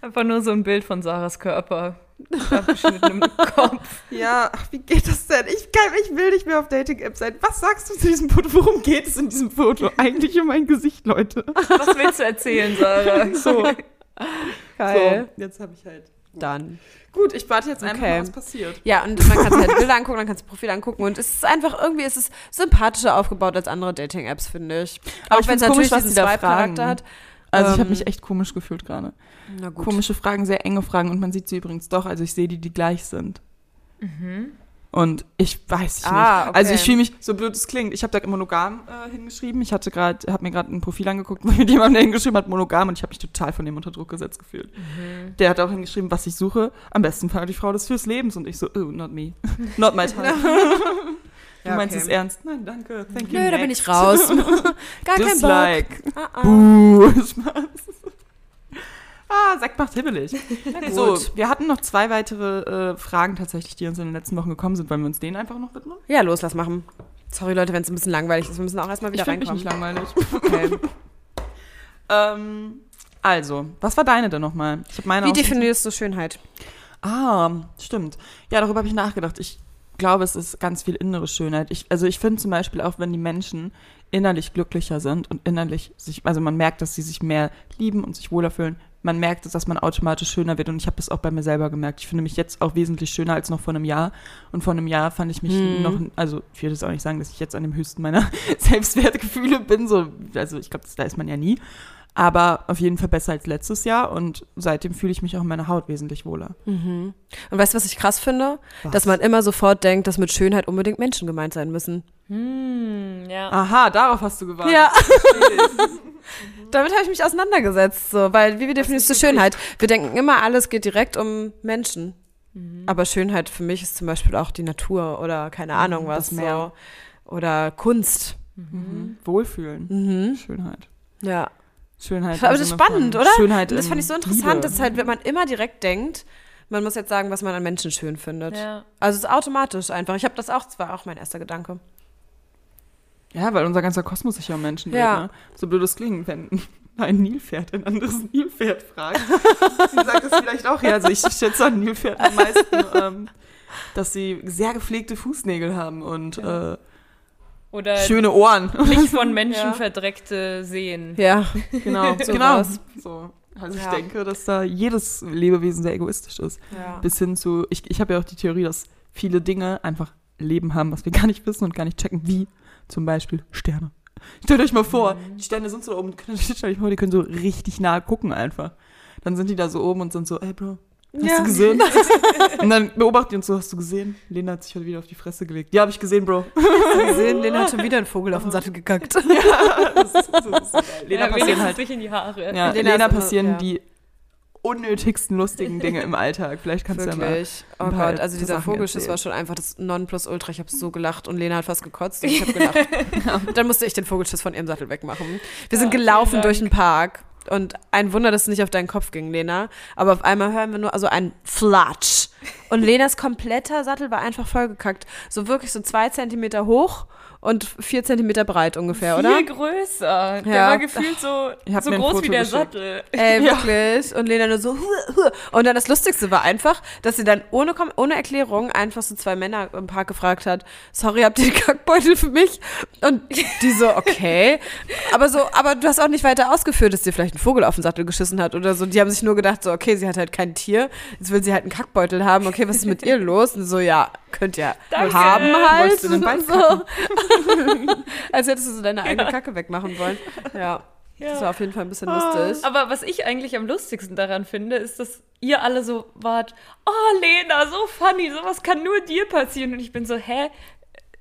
[SPEAKER 3] Einfach nur so ein Bild von Sarahs Körper. Abgeschnittenem Kopf.
[SPEAKER 1] Ja, ach, wie geht das denn? Ich, kann, ich will nicht mehr auf Dating-Apps sein. Was sagst du zu diesem Foto? Worum geht es in diesem Foto? Eigentlich um mein Gesicht, Leute.
[SPEAKER 3] Was willst du erzählen, Sarah?
[SPEAKER 1] So,
[SPEAKER 2] Geil.
[SPEAKER 1] so jetzt habe ich halt.
[SPEAKER 2] Dann.
[SPEAKER 1] Gut, ich warte jetzt einfach,
[SPEAKER 2] Okay.
[SPEAKER 1] mal, was passiert.
[SPEAKER 2] Ja, und man kann sich halt Bilder angucken, dann kannst du Profil angucken und es ist einfach, irgendwie ist es sympathischer aufgebaut als andere Dating-Apps, finde ich.
[SPEAKER 1] Aber
[SPEAKER 2] Auch
[SPEAKER 1] ich
[SPEAKER 2] wenn es
[SPEAKER 1] find's komisch,
[SPEAKER 2] natürlich
[SPEAKER 1] was die
[SPEAKER 2] diesen
[SPEAKER 1] da
[SPEAKER 2] Swipe-Charakter
[SPEAKER 1] fragen.
[SPEAKER 2] hat.
[SPEAKER 1] Also, ich habe
[SPEAKER 2] Ähm,
[SPEAKER 1] mich echt komisch gefühlt gerade.
[SPEAKER 2] Na gut.
[SPEAKER 1] Komische Fragen, sehr enge Fragen und man sieht sie übrigens doch. Also, ich sehe die, die gleich sind. Mhm. Und ich weiß ich
[SPEAKER 2] Ah,
[SPEAKER 1] nicht.
[SPEAKER 2] okay.
[SPEAKER 1] Also ich fühle mich, so blöd es klingt, ich habe da monogam äh, hingeschrieben. Ich hatte gerade, habe mir gerade ein Profil angeguckt, wo mir jemand hingeschrieben hat, monogam, und ich habe mich total von dem unter Druck gesetzt gefühlt.
[SPEAKER 2] Mhm.
[SPEAKER 1] Der hat auch hingeschrieben, was ich suche. Am besten feiert die Frau des fürs Lebens. Und ich so, oh, not me. Not my time. du
[SPEAKER 2] Ja,
[SPEAKER 1] meinst
[SPEAKER 2] okay.
[SPEAKER 1] es ernst? Nein, danke. Thank you.
[SPEAKER 2] Nö, da bin
[SPEAKER 1] next.
[SPEAKER 2] ich raus. Gar kein Bock.
[SPEAKER 1] Dislike.
[SPEAKER 2] Ah, ah.
[SPEAKER 1] Buh. Spaß. Ah, Sekt macht hibbelig. So, wir hatten noch zwei weitere äh, Fragen tatsächlich, die uns in den letzten Wochen gekommen sind. Wollen wir uns denen einfach noch widmen?
[SPEAKER 2] Ja, los, lass machen. Sorry, Leute, wenn es ein bisschen langweilig ist. Wir müssen auch erstmal wieder
[SPEAKER 1] Ich finde mich
[SPEAKER 2] reinkommen.
[SPEAKER 1] nicht langweilig.
[SPEAKER 2] okay.
[SPEAKER 1] Ähm, also, was war deine denn nochmal? Ich habe meine
[SPEAKER 2] Wie
[SPEAKER 1] auch schon-
[SPEAKER 2] definierst du Schönheit?
[SPEAKER 1] Ah, stimmt. Ja, darüber habe ich nachgedacht. Ich glaube, es ist ganz viel innere Schönheit. Ich, also ich finde zum Beispiel auch, wenn die Menschen innerlich glücklicher sind und innerlich sich, also man merkt, dass sie sich mehr lieben und sich wohler fühlen. Man merkt es, dass man automatisch schöner wird. Und ich habe das auch bei mir selber gemerkt. Ich finde mich jetzt auch wesentlich schöner als noch vor einem Jahr. Und vor einem Jahr fand ich mich
[SPEAKER 2] Mhm.
[SPEAKER 1] noch, also ich würde es auch nicht sagen, dass ich jetzt an dem höchsten meiner Selbstwertgefühle bin. So, also ich glaube, das- da ist man ja nie. Aber auf jeden Fall besser als letztes Jahr. Und seitdem fühle ich mich auch in meiner Haut wesentlich wohler.
[SPEAKER 2] Und weißt du, was ich krass finde?
[SPEAKER 1] Was?
[SPEAKER 2] Dass man immer sofort denkt, dass mit Schönheit unbedingt Menschen gemeint sein müssen.
[SPEAKER 3] Hm, ja.
[SPEAKER 1] Aha, darauf hast du gewartet.
[SPEAKER 2] Ja. Damit habe ich mich auseinandergesetzt, so, weil wie wir definierst du Schönheit? Wir denken immer, alles geht direkt um Menschen. Aber Schönheit für mich ist zum Beispiel auch die Natur oder keine Ahnung was
[SPEAKER 1] das Meer.
[SPEAKER 2] so. Oder Kunst.
[SPEAKER 1] Mhm. Wohlfühlen.
[SPEAKER 2] Mhm.
[SPEAKER 1] Schönheit.
[SPEAKER 2] Ja.
[SPEAKER 1] Schönheit.
[SPEAKER 2] Aber
[SPEAKER 1] im
[SPEAKER 2] das ist
[SPEAKER 1] Sinne von
[SPEAKER 2] spannend, oder?
[SPEAKER 1] Schönheit
[SPEAKER 2] Und das
[SPEAKER 1] in
[SPEAKER 2] fand ich so interessant,
[SPEAKER 1] Liebe.
[SPEAKER 2] dass halt, wenn man immer direkt denkt, man muss jetzt sagen, was man an Menschen schön findet.
[SPEAKER 3] ja.
[SPEAKER 2] Also es ist automatisch einfach. Ich habe das auch, das war auch mein erster Gedanke.
[SPEAKER 1] ja, weil unser ganzer Kosmos sich ja um Menschen
[SPEAKER 2] Ja.
[SPEAKER 1] dreht. Ne? So blöd es klingt, wenn ein Nilpferd ein anderes Nilpferd fragt. sie sagt es vielleicht auch. Ja, also ich schätze an Nilpferden am meisten, ähm, dass sie sehr gepflegte Fußnägel haben und äh,
[SPEAKER 3] Oder
[SPEAKER 2] Äh,
[SPEAKER 1] schöne Ohren.
[SPEAKER 3] nicht von Menschen
[SPEAKER 1] Ja.
[SPEAKER 3] verdreckte Sehen.
[SPEAKER 2] Ja.
[SPEAKER 1] Genau,
[SPEAKER 2] So
[SPEAKER 1] genau.
[SPEAKER 2] was.
[SPEAKER 1] So. Also ich
[SPEAKER 2] Ja.
[SPEAKER 1] denke, dass da jedes Lebewesen sehr egoistisch ist.
[SPEAKER 2] ja.
[SPEAKER 1] bis hin zu, ich, ich habe ja auch die Theorie, dass viele Dinge einfach Leben haben, was wir gar nicht wissen und gar nicht checken, wie zum Beispiel Sterne.
[SPEAKER 3] Mhm.
[SPEAKER 1] Stellt euch mal vor, die Sterne sind so da oben, könnt- stellt euch mal vor, die können so richtig nahe gucken einfach. Dann sind die da so oben und sind so, ey Bro, hast
[SPEAKER 2] Ja.
[SPEAKER 1] du gesehen? und dann beobachten die uns so, hast du gesehen? Lena hat sich heute wieder auf die Fresse gelegt. Ja, habe ich gesehen, Bro.
[SPEAKER 2] Wir sehen, Lena hat schon wieder einen Vogel auf den Sattel gekackt.
[SPEAKER 1] Das ist, das ist so geil. Lena
[SPEAKER 3] ja,
[SPEAKER 1] passieren
[SPEAKER 3] wenigstens
[SPEAKER 1] halt.
[SPEAKER 3] nicht in die Haare.
[SPEAKER 1] Ja,
[SPEAKER 2] Lena
[SPEAKER 1] Lena,
[SPEAKER 2] ist immer-
[SPEAKER 1] passieren
[SPEAKER 2] ja.
[SPEAKER 1] die unnötigsten lustigen Dinge im Alltag. Vielleicht kannst du ja mal.
[SPEAKER 2] Wirklich. Oh
[SPEAKER 1] ein paar
[SPEAKER 2] Gott, also dieser
[SPEAKER 1] Sachen
[SPEAKER 2] Vogelschiss
[SPEAKER 1] erzählen.
[SPEAKER 2] war schon einfach das Nonplusultra. Ich habe so gelacht und Lena hat fast gekotzt und ich habe gelacht. Dann musste ich den Vogelschiss von ihrem Sattel wegmachen. Wir sind
[SPEAKER 3] Ja,
[SPEAKER 2] gelaufen
[SPEAKER 3] vielen
[SPEAKER 2] durch den Park und ein Wunder, dass es nicht auf deinen Kopf ging, Lena. Aber auf einmal hören wir nur also ein Flatsch. Und Lenas kompletter Sattel war einfach vollgekackt. So wirklich so zwei Zentimeter hoch und vier Zentimeter breit ungefähr, oder?
[SPEAKER 3] Viel größer. Der
[SPEAKER 2] Ja.
[SPEAKER 3] war gefühlt so,
[SPEAKER 1] Ihr habt
[SPEAKER 3] so
[SPEAKER 1] mir ein
[SPEAKER 3] groß
[SPEAKER 1] Foto
[SPEAKER 3] wie der
[SPEAKER 1] geschickt.
[SPEAKER 3] Sattel.
[SPEAKER 2] Ey, wirklich. Und Lena nur so. "Hua, hua." Und dann das Lustigste war einfach, dass sie dann ohne, Kom- ohne Erklärung einfach so zwei Männer im Park gefragt hat: Sorry, habt ihr den Kackbeutel für mich? Und die so, okay. Aber so, aber du hast auch nicht weiter ausgeführt, dass dir vielleicht ein Vogel auf den Sattel geschissen hat oder so. Die haben sich nur gedacht, so, okay, sie hat halt kein Tier. Jetzt will sie halt einen Kackbeutel haben. Okay, was ist mit ihr los? Und so, ja, könnt ihr
[SPEAKER 3] Danke.
[SPEAKER 2] haben halt.
[SPEAKER 1] Wolltest du den Ball
[SPEAKER 2] so. Als hättest du so deine eigene Kacke wegmachen wollen. Ja. Das war auf jeden Fall ein bisschen
[SPEAKER 1] Ah.
[SPEAKER 2] lustig.
[SPEAKER 3] Aber was ich eigentlich am lustigsten daran finde, ist, dass ihr alle so wart, oh Lena, so funny, sowas kann nur dir passieren. Und ich bin so, hä?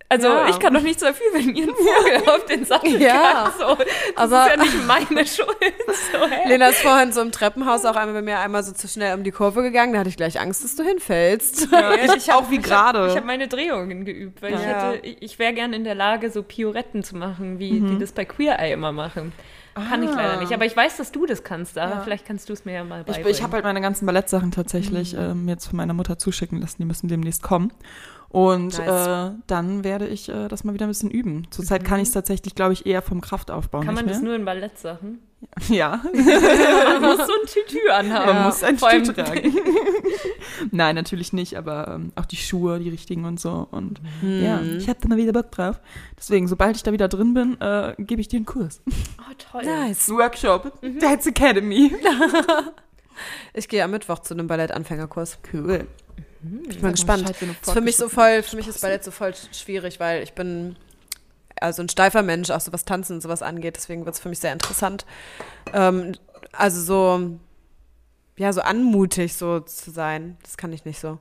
[SPEAKER 3] Also
[SPEAKER 2] Ja.
[SPEAKER 3] ich kann doch nichts dafür, wenn ihr einen Vogel auf den Sattel
[SPEAKER 2] Ja.
[SPEAKER 3] kackt. So, das
[SPEAKER 2] Aber-
[SPEAKER 3] ist ja nicht meine Schuld. So, hä?
[SPEAKER 2] Lena ist vorhin so im Treppenhaus auch einmal bei mir einmal so zu schnell um die Kurve gegangen. Da hatte ich gleich Angst, dass du hinfällst.
[SPEAKER 3] ich, ich hab,
[SPEAKER 1] Auch wie
[SPEAKER 3] Ich
[SPEAKER 1] gerade.
[SPEAKER 3] habe meine Drehungen geübt, weil ich
[SPEAKER 2] Ja.
[SPEAKER 3] hätte, ich, ich wäre gerne in der Lage, so Pioretten zu machen, wie die das bei Queer Eye immer machen. Kann ich leider nicht, aber ich weiß, dass du das kannst, aber
[SPEAKER 1] Ja.
[SPEAKER 3] vielleicht kannst du es mir ja mal
[SPEAKER 1] Ich,
[SPEAKER 3] beibringen.
[SPEAKER 1] ich habe halt meine ganzen Ballettsachen tatsächlich
[SPEAKER 2] Mhm.
[SPEAKER 1] ähm, jetzt von meiner Mutter zuschicken lassen. Die müssen demnächst kommen. Und
[SPEAKER 2] Nice. Mhm.
[SPEAKER 1] äh, dann werde ich äh, das mal wieder ein bisschen üben. Zurzeit kann ich es tatsächlich, glaube ich, eher vom Kraftaufbau
[SPEAKER 3] Kann
[SPEAKER 1] nicht
[SPEAKER 3] man das
[SPEAKER 1] mehr.
[SPEAKER 3] nur in Ballettsachen?
[SPEAKER 1] Das nur? Ja,
[SPEAKER 3] Man muss so ein Tütü anhaben.
[SPEAKER 1] man muss ein
[SPEAKER 3] Vor allem-
[SPEAKER 1] Stift tragen. Nein, natürlich nicht, aber ähm, auch die Schuhe, die richtigen und so. Und
[SPEAKER 2] Mhm.
[SPEAKER 1] ja, ich habe da mal wieder Bock drauf. Deswegen, sobald ich da wieder drin bin, äh, gebe ich dir einen Kurs.
[SPEAKER 3] Oh, toll.
[SPEAKER 2] Nice.
[SPEAKER 1] Workshop, Dance Academy.
[SPEAKER 2] Ich gehe am Mittwoch zu einem Ballettanfängerkurs.
[SPEAKER 1] Cool.
[SPEAKER 2] Ich bin gespannt. Ist für mich so voll, für mich ist Ballett so voll sch- schwierig, weil ich bin also ein steifer Mensch, auch so was Tanzen und sowas angeht. Deswegen wird es für mich sehr interessant. Ähm, also so ja, so anmutig so zu sein, das kann ich nicht so.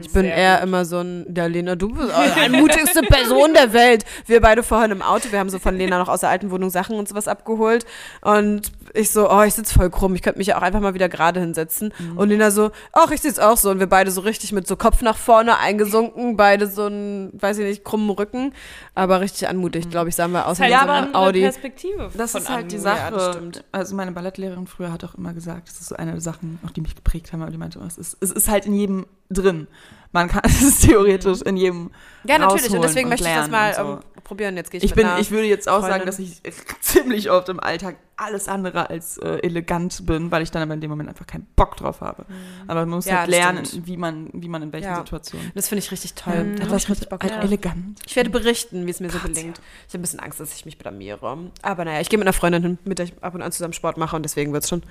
[SPEAKER 2] Ich bin eher immer so ein, ja, Lena, du bist die mutigste Person der Welt. Wir beide vorhin im Auto, wir haben so von Lena noch aus der alten Wohnung Sachen und sowas abgeholt. Und ich so, oh, ich sitze voll krumm, ich könnte mich ja auch einfach mal wieder gerade hinsetzen.
[SPEAKER 1] Mhm.
[SPEAKER 2] Und Lena so, ach, ich sitze auch so. Und wir beide so richtig mit so Kopf nach vorne eingesunken, beide so einen, weiß ich nicht, krummen Rücken. Aber richtig
[SPEAKER 1] Mhm.
[SPEAKER 2] anmutig, glaube ich, sahen wir aus
[SPEAKER 3] halt
[SPEAKER 2] wie
[SPEAKER 3] ja,
[SPEAKER 2] so
[SPEAKER 3] aber
[SPEAKER 2] einem
[SPEAKER 3] andere
[SPEAKER 2] Audi.
[SPEAKER 3] Perspektive.
[SPEAKER 1] Das
[SPEAKER 3] von
[SPEAKER 1] ist halt die
[SPEAKER 3] Anmut.
[SPEAKER 1] Sache.
[SPEAKER 2] Ja, das stimmt.
[SPEAKER 1] Also meine Ballettlehrerin früher hat auch immer gesagt, das ist so eine der Sachen, auch die mich geprägt haben, aber die meinte, immer, es ist, es ist halt in jedem drin. Man kann, es ist theoretisch in jedem.
[SPEAKER 2] Mhm. Ja, natürlich. Und
[SPEAKER 1] rausholen
[SPEAKER 2] deswegen
[SPEAKER 1] und
[SPEAKER 2] möchte ich das
[SPEAKER 1] lernen
[SPEAKER 2] mal
[SPEAKER 1] und so.
[SPEAKER 2] ähm, probieren. Jetzt gehe ich,
[SPEAKER 1] Ich
[SPEAKER 2] mit
[SPEAKER 1] bin,
[SPEAKER 2] einer-
[SPEAKER 1] ich würde jetzt auch sagen,
[SPEAKER 2] Freundin.
[SPEAKER 1] dass ich ziemlich oft im Alltag alles andere als äh, elegant bin, weil ich dann aber in dem Moment einfach keinen Bock drauf habe. Aber man muss
[SPEAKER 2] Mhm. Ja,
[SPEAKER 1] halt
[SPEAKER 2] das
[SPEAKER 1] lernen,
[SPEAKER 2] stimmt.
[SPEAKER 1] wie man, wie man in welchen
[SPEAKER 2] Ja.
[SPEAKER 1] Situationen.
[SPEAKER 2] das finde ich richtig toll. Da hab ich
[SPEAKER 1] Etwas
[SPEAKER 2] richtig
[SPEAKER 1] mit
[SPEAKER 2] Bock
[SPEAKER 1] halt
[SPEAKER 2] drauf.
[SPEAKER 1] elegant.
[SPEAKER 2] Ich werde berichten, wie es mir so gelingt. Ich habe ein bisschen Angst, dass ich mich blamiere. Aber naja, ich gehe mit einer Freundin hin, mit der ich ab und an zusammen Sport mache und deswegen wird's schon.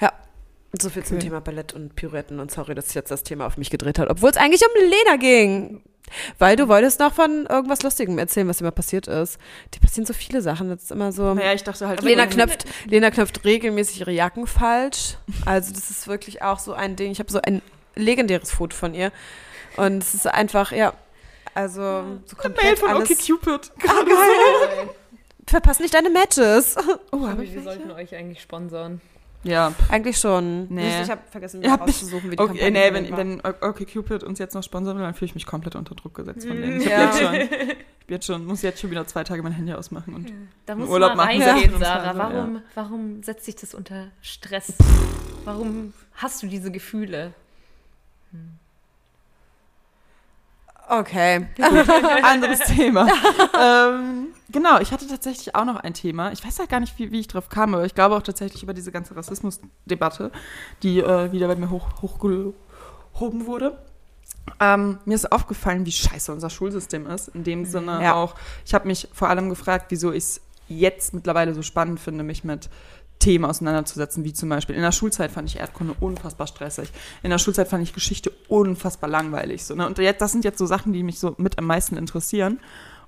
[SPEAKER 2] Ja. So viel zum
[SPEAKER 1] Cool.
[SPEAKER 2] Thema Ballett und Pirouetten und sorry, dass ich jetzt das Thema auf mich gedreht hat, obwohl es eigentlich um Lena ging. Weil du wolltest noch von irgendwas Lustigem erzählen, was immer passiert ist. Die passieren so viele Sachen, das ist immer so.
[SPEAKER 1] Naja, ich dachte halt,
[SPEAKER 2] Lena
[SPEAKER 1] vorhin-
[SPEAKER 2] knöpft, Lena knöpft regelmäßig ihre Jacken falsch. Also das ist wirklich auch so ein Ding. Ich habe so ein legendäres Foto von ihr. Und es ist einfach, ja, also so
[SPEAKER 1] eine Mail
[SPEAKER 2] komplett
[SPEAKER 1] von
[SPEAKER 2] alles.
[SPEAKER 1] OkCupid.
[SPEAKER 2] Verpass nicht deine Matches.
[SPEAKER 1] Oh, habe
[SPEAKER 3] Aber
[SPEAKER 1] ich
[SPEAKER 3] wir sollten
[SPEAKER 1] welche?
[SPEAKER 3] euch eigentlich sponsern.
[SPEAKER 1] Ja,
[SPEAKER 2] Eigentlich schon.
[SPEAKER 1] Nee.
[SPEAKER 2] Ich habe vergessen,
[SPEAKER 1] Ihr
[SPEAKER 2] mir
[SPEAKER 1] habt nicht-
[SPEAKER 2] rauszusuchen, wie die
[SPEAKER 1] Okay, nee, wenn,
[SPEAKER 2] war.
[SPEAKER 1] wenn okay, Cupid uns jetzt noch sponsern will, dann fühle ich mich komplett unter Druck gesetzt von denen. Ich
[SPEAKER 2] Ja.
[SPEAKER 1] hab jetzt schon, ich hab jetzt schon, muss jetzt schon wieder zwei Tage mein Handy ausmachen. Und
[SPEAKER 3] Da muss
[SPEAKER 1] Urlaub
[SPEAKER 3] mal
[SPEAKER 1] machen,
[SPEAKER 3] reingehen,
[SPEAKER 1] Sachen
[SPEAKER 3] Sarah.
[SPEAKER 1] und so,
[SPEAKER 3] Warum, warum setzt sich das unter Stress? Warum hast du diese Gefühle?
[SPEAKER 2] Okay. genau.
[SPEAKER 1] anderes Thema. ähm, genau, ich hatte tatsächlich auch noch ein Thema. Ich weiß halt gar nicht, wie, wie ich drauf kam, aber ich glaube auch tatsächlich über diese ganze Rassismusdebatte, die äh, wieder bei mir hoch, hochgehoben wurde. Ähm, mir ist aufgefallen, wie scheiße unser Schulsystem ist. In dem Sinne
[SPEAKER 2] Ja.
[SPEAKER 1] auch, ich habe mich vor allem gefragt, wieso ich es jetzt mittlerweile so spannend finde, mich mit Themen auseinanderzusetzen, wie zum Beispiel in der Schulzeit fand ich Erdkunde unfassbar stressig. In der Schulzeit fand ich Geschichte unfassbar langweilig. So, ne? Und jetzt, das sind jetzt so Sachen, die mich so mit am meisten interessieren.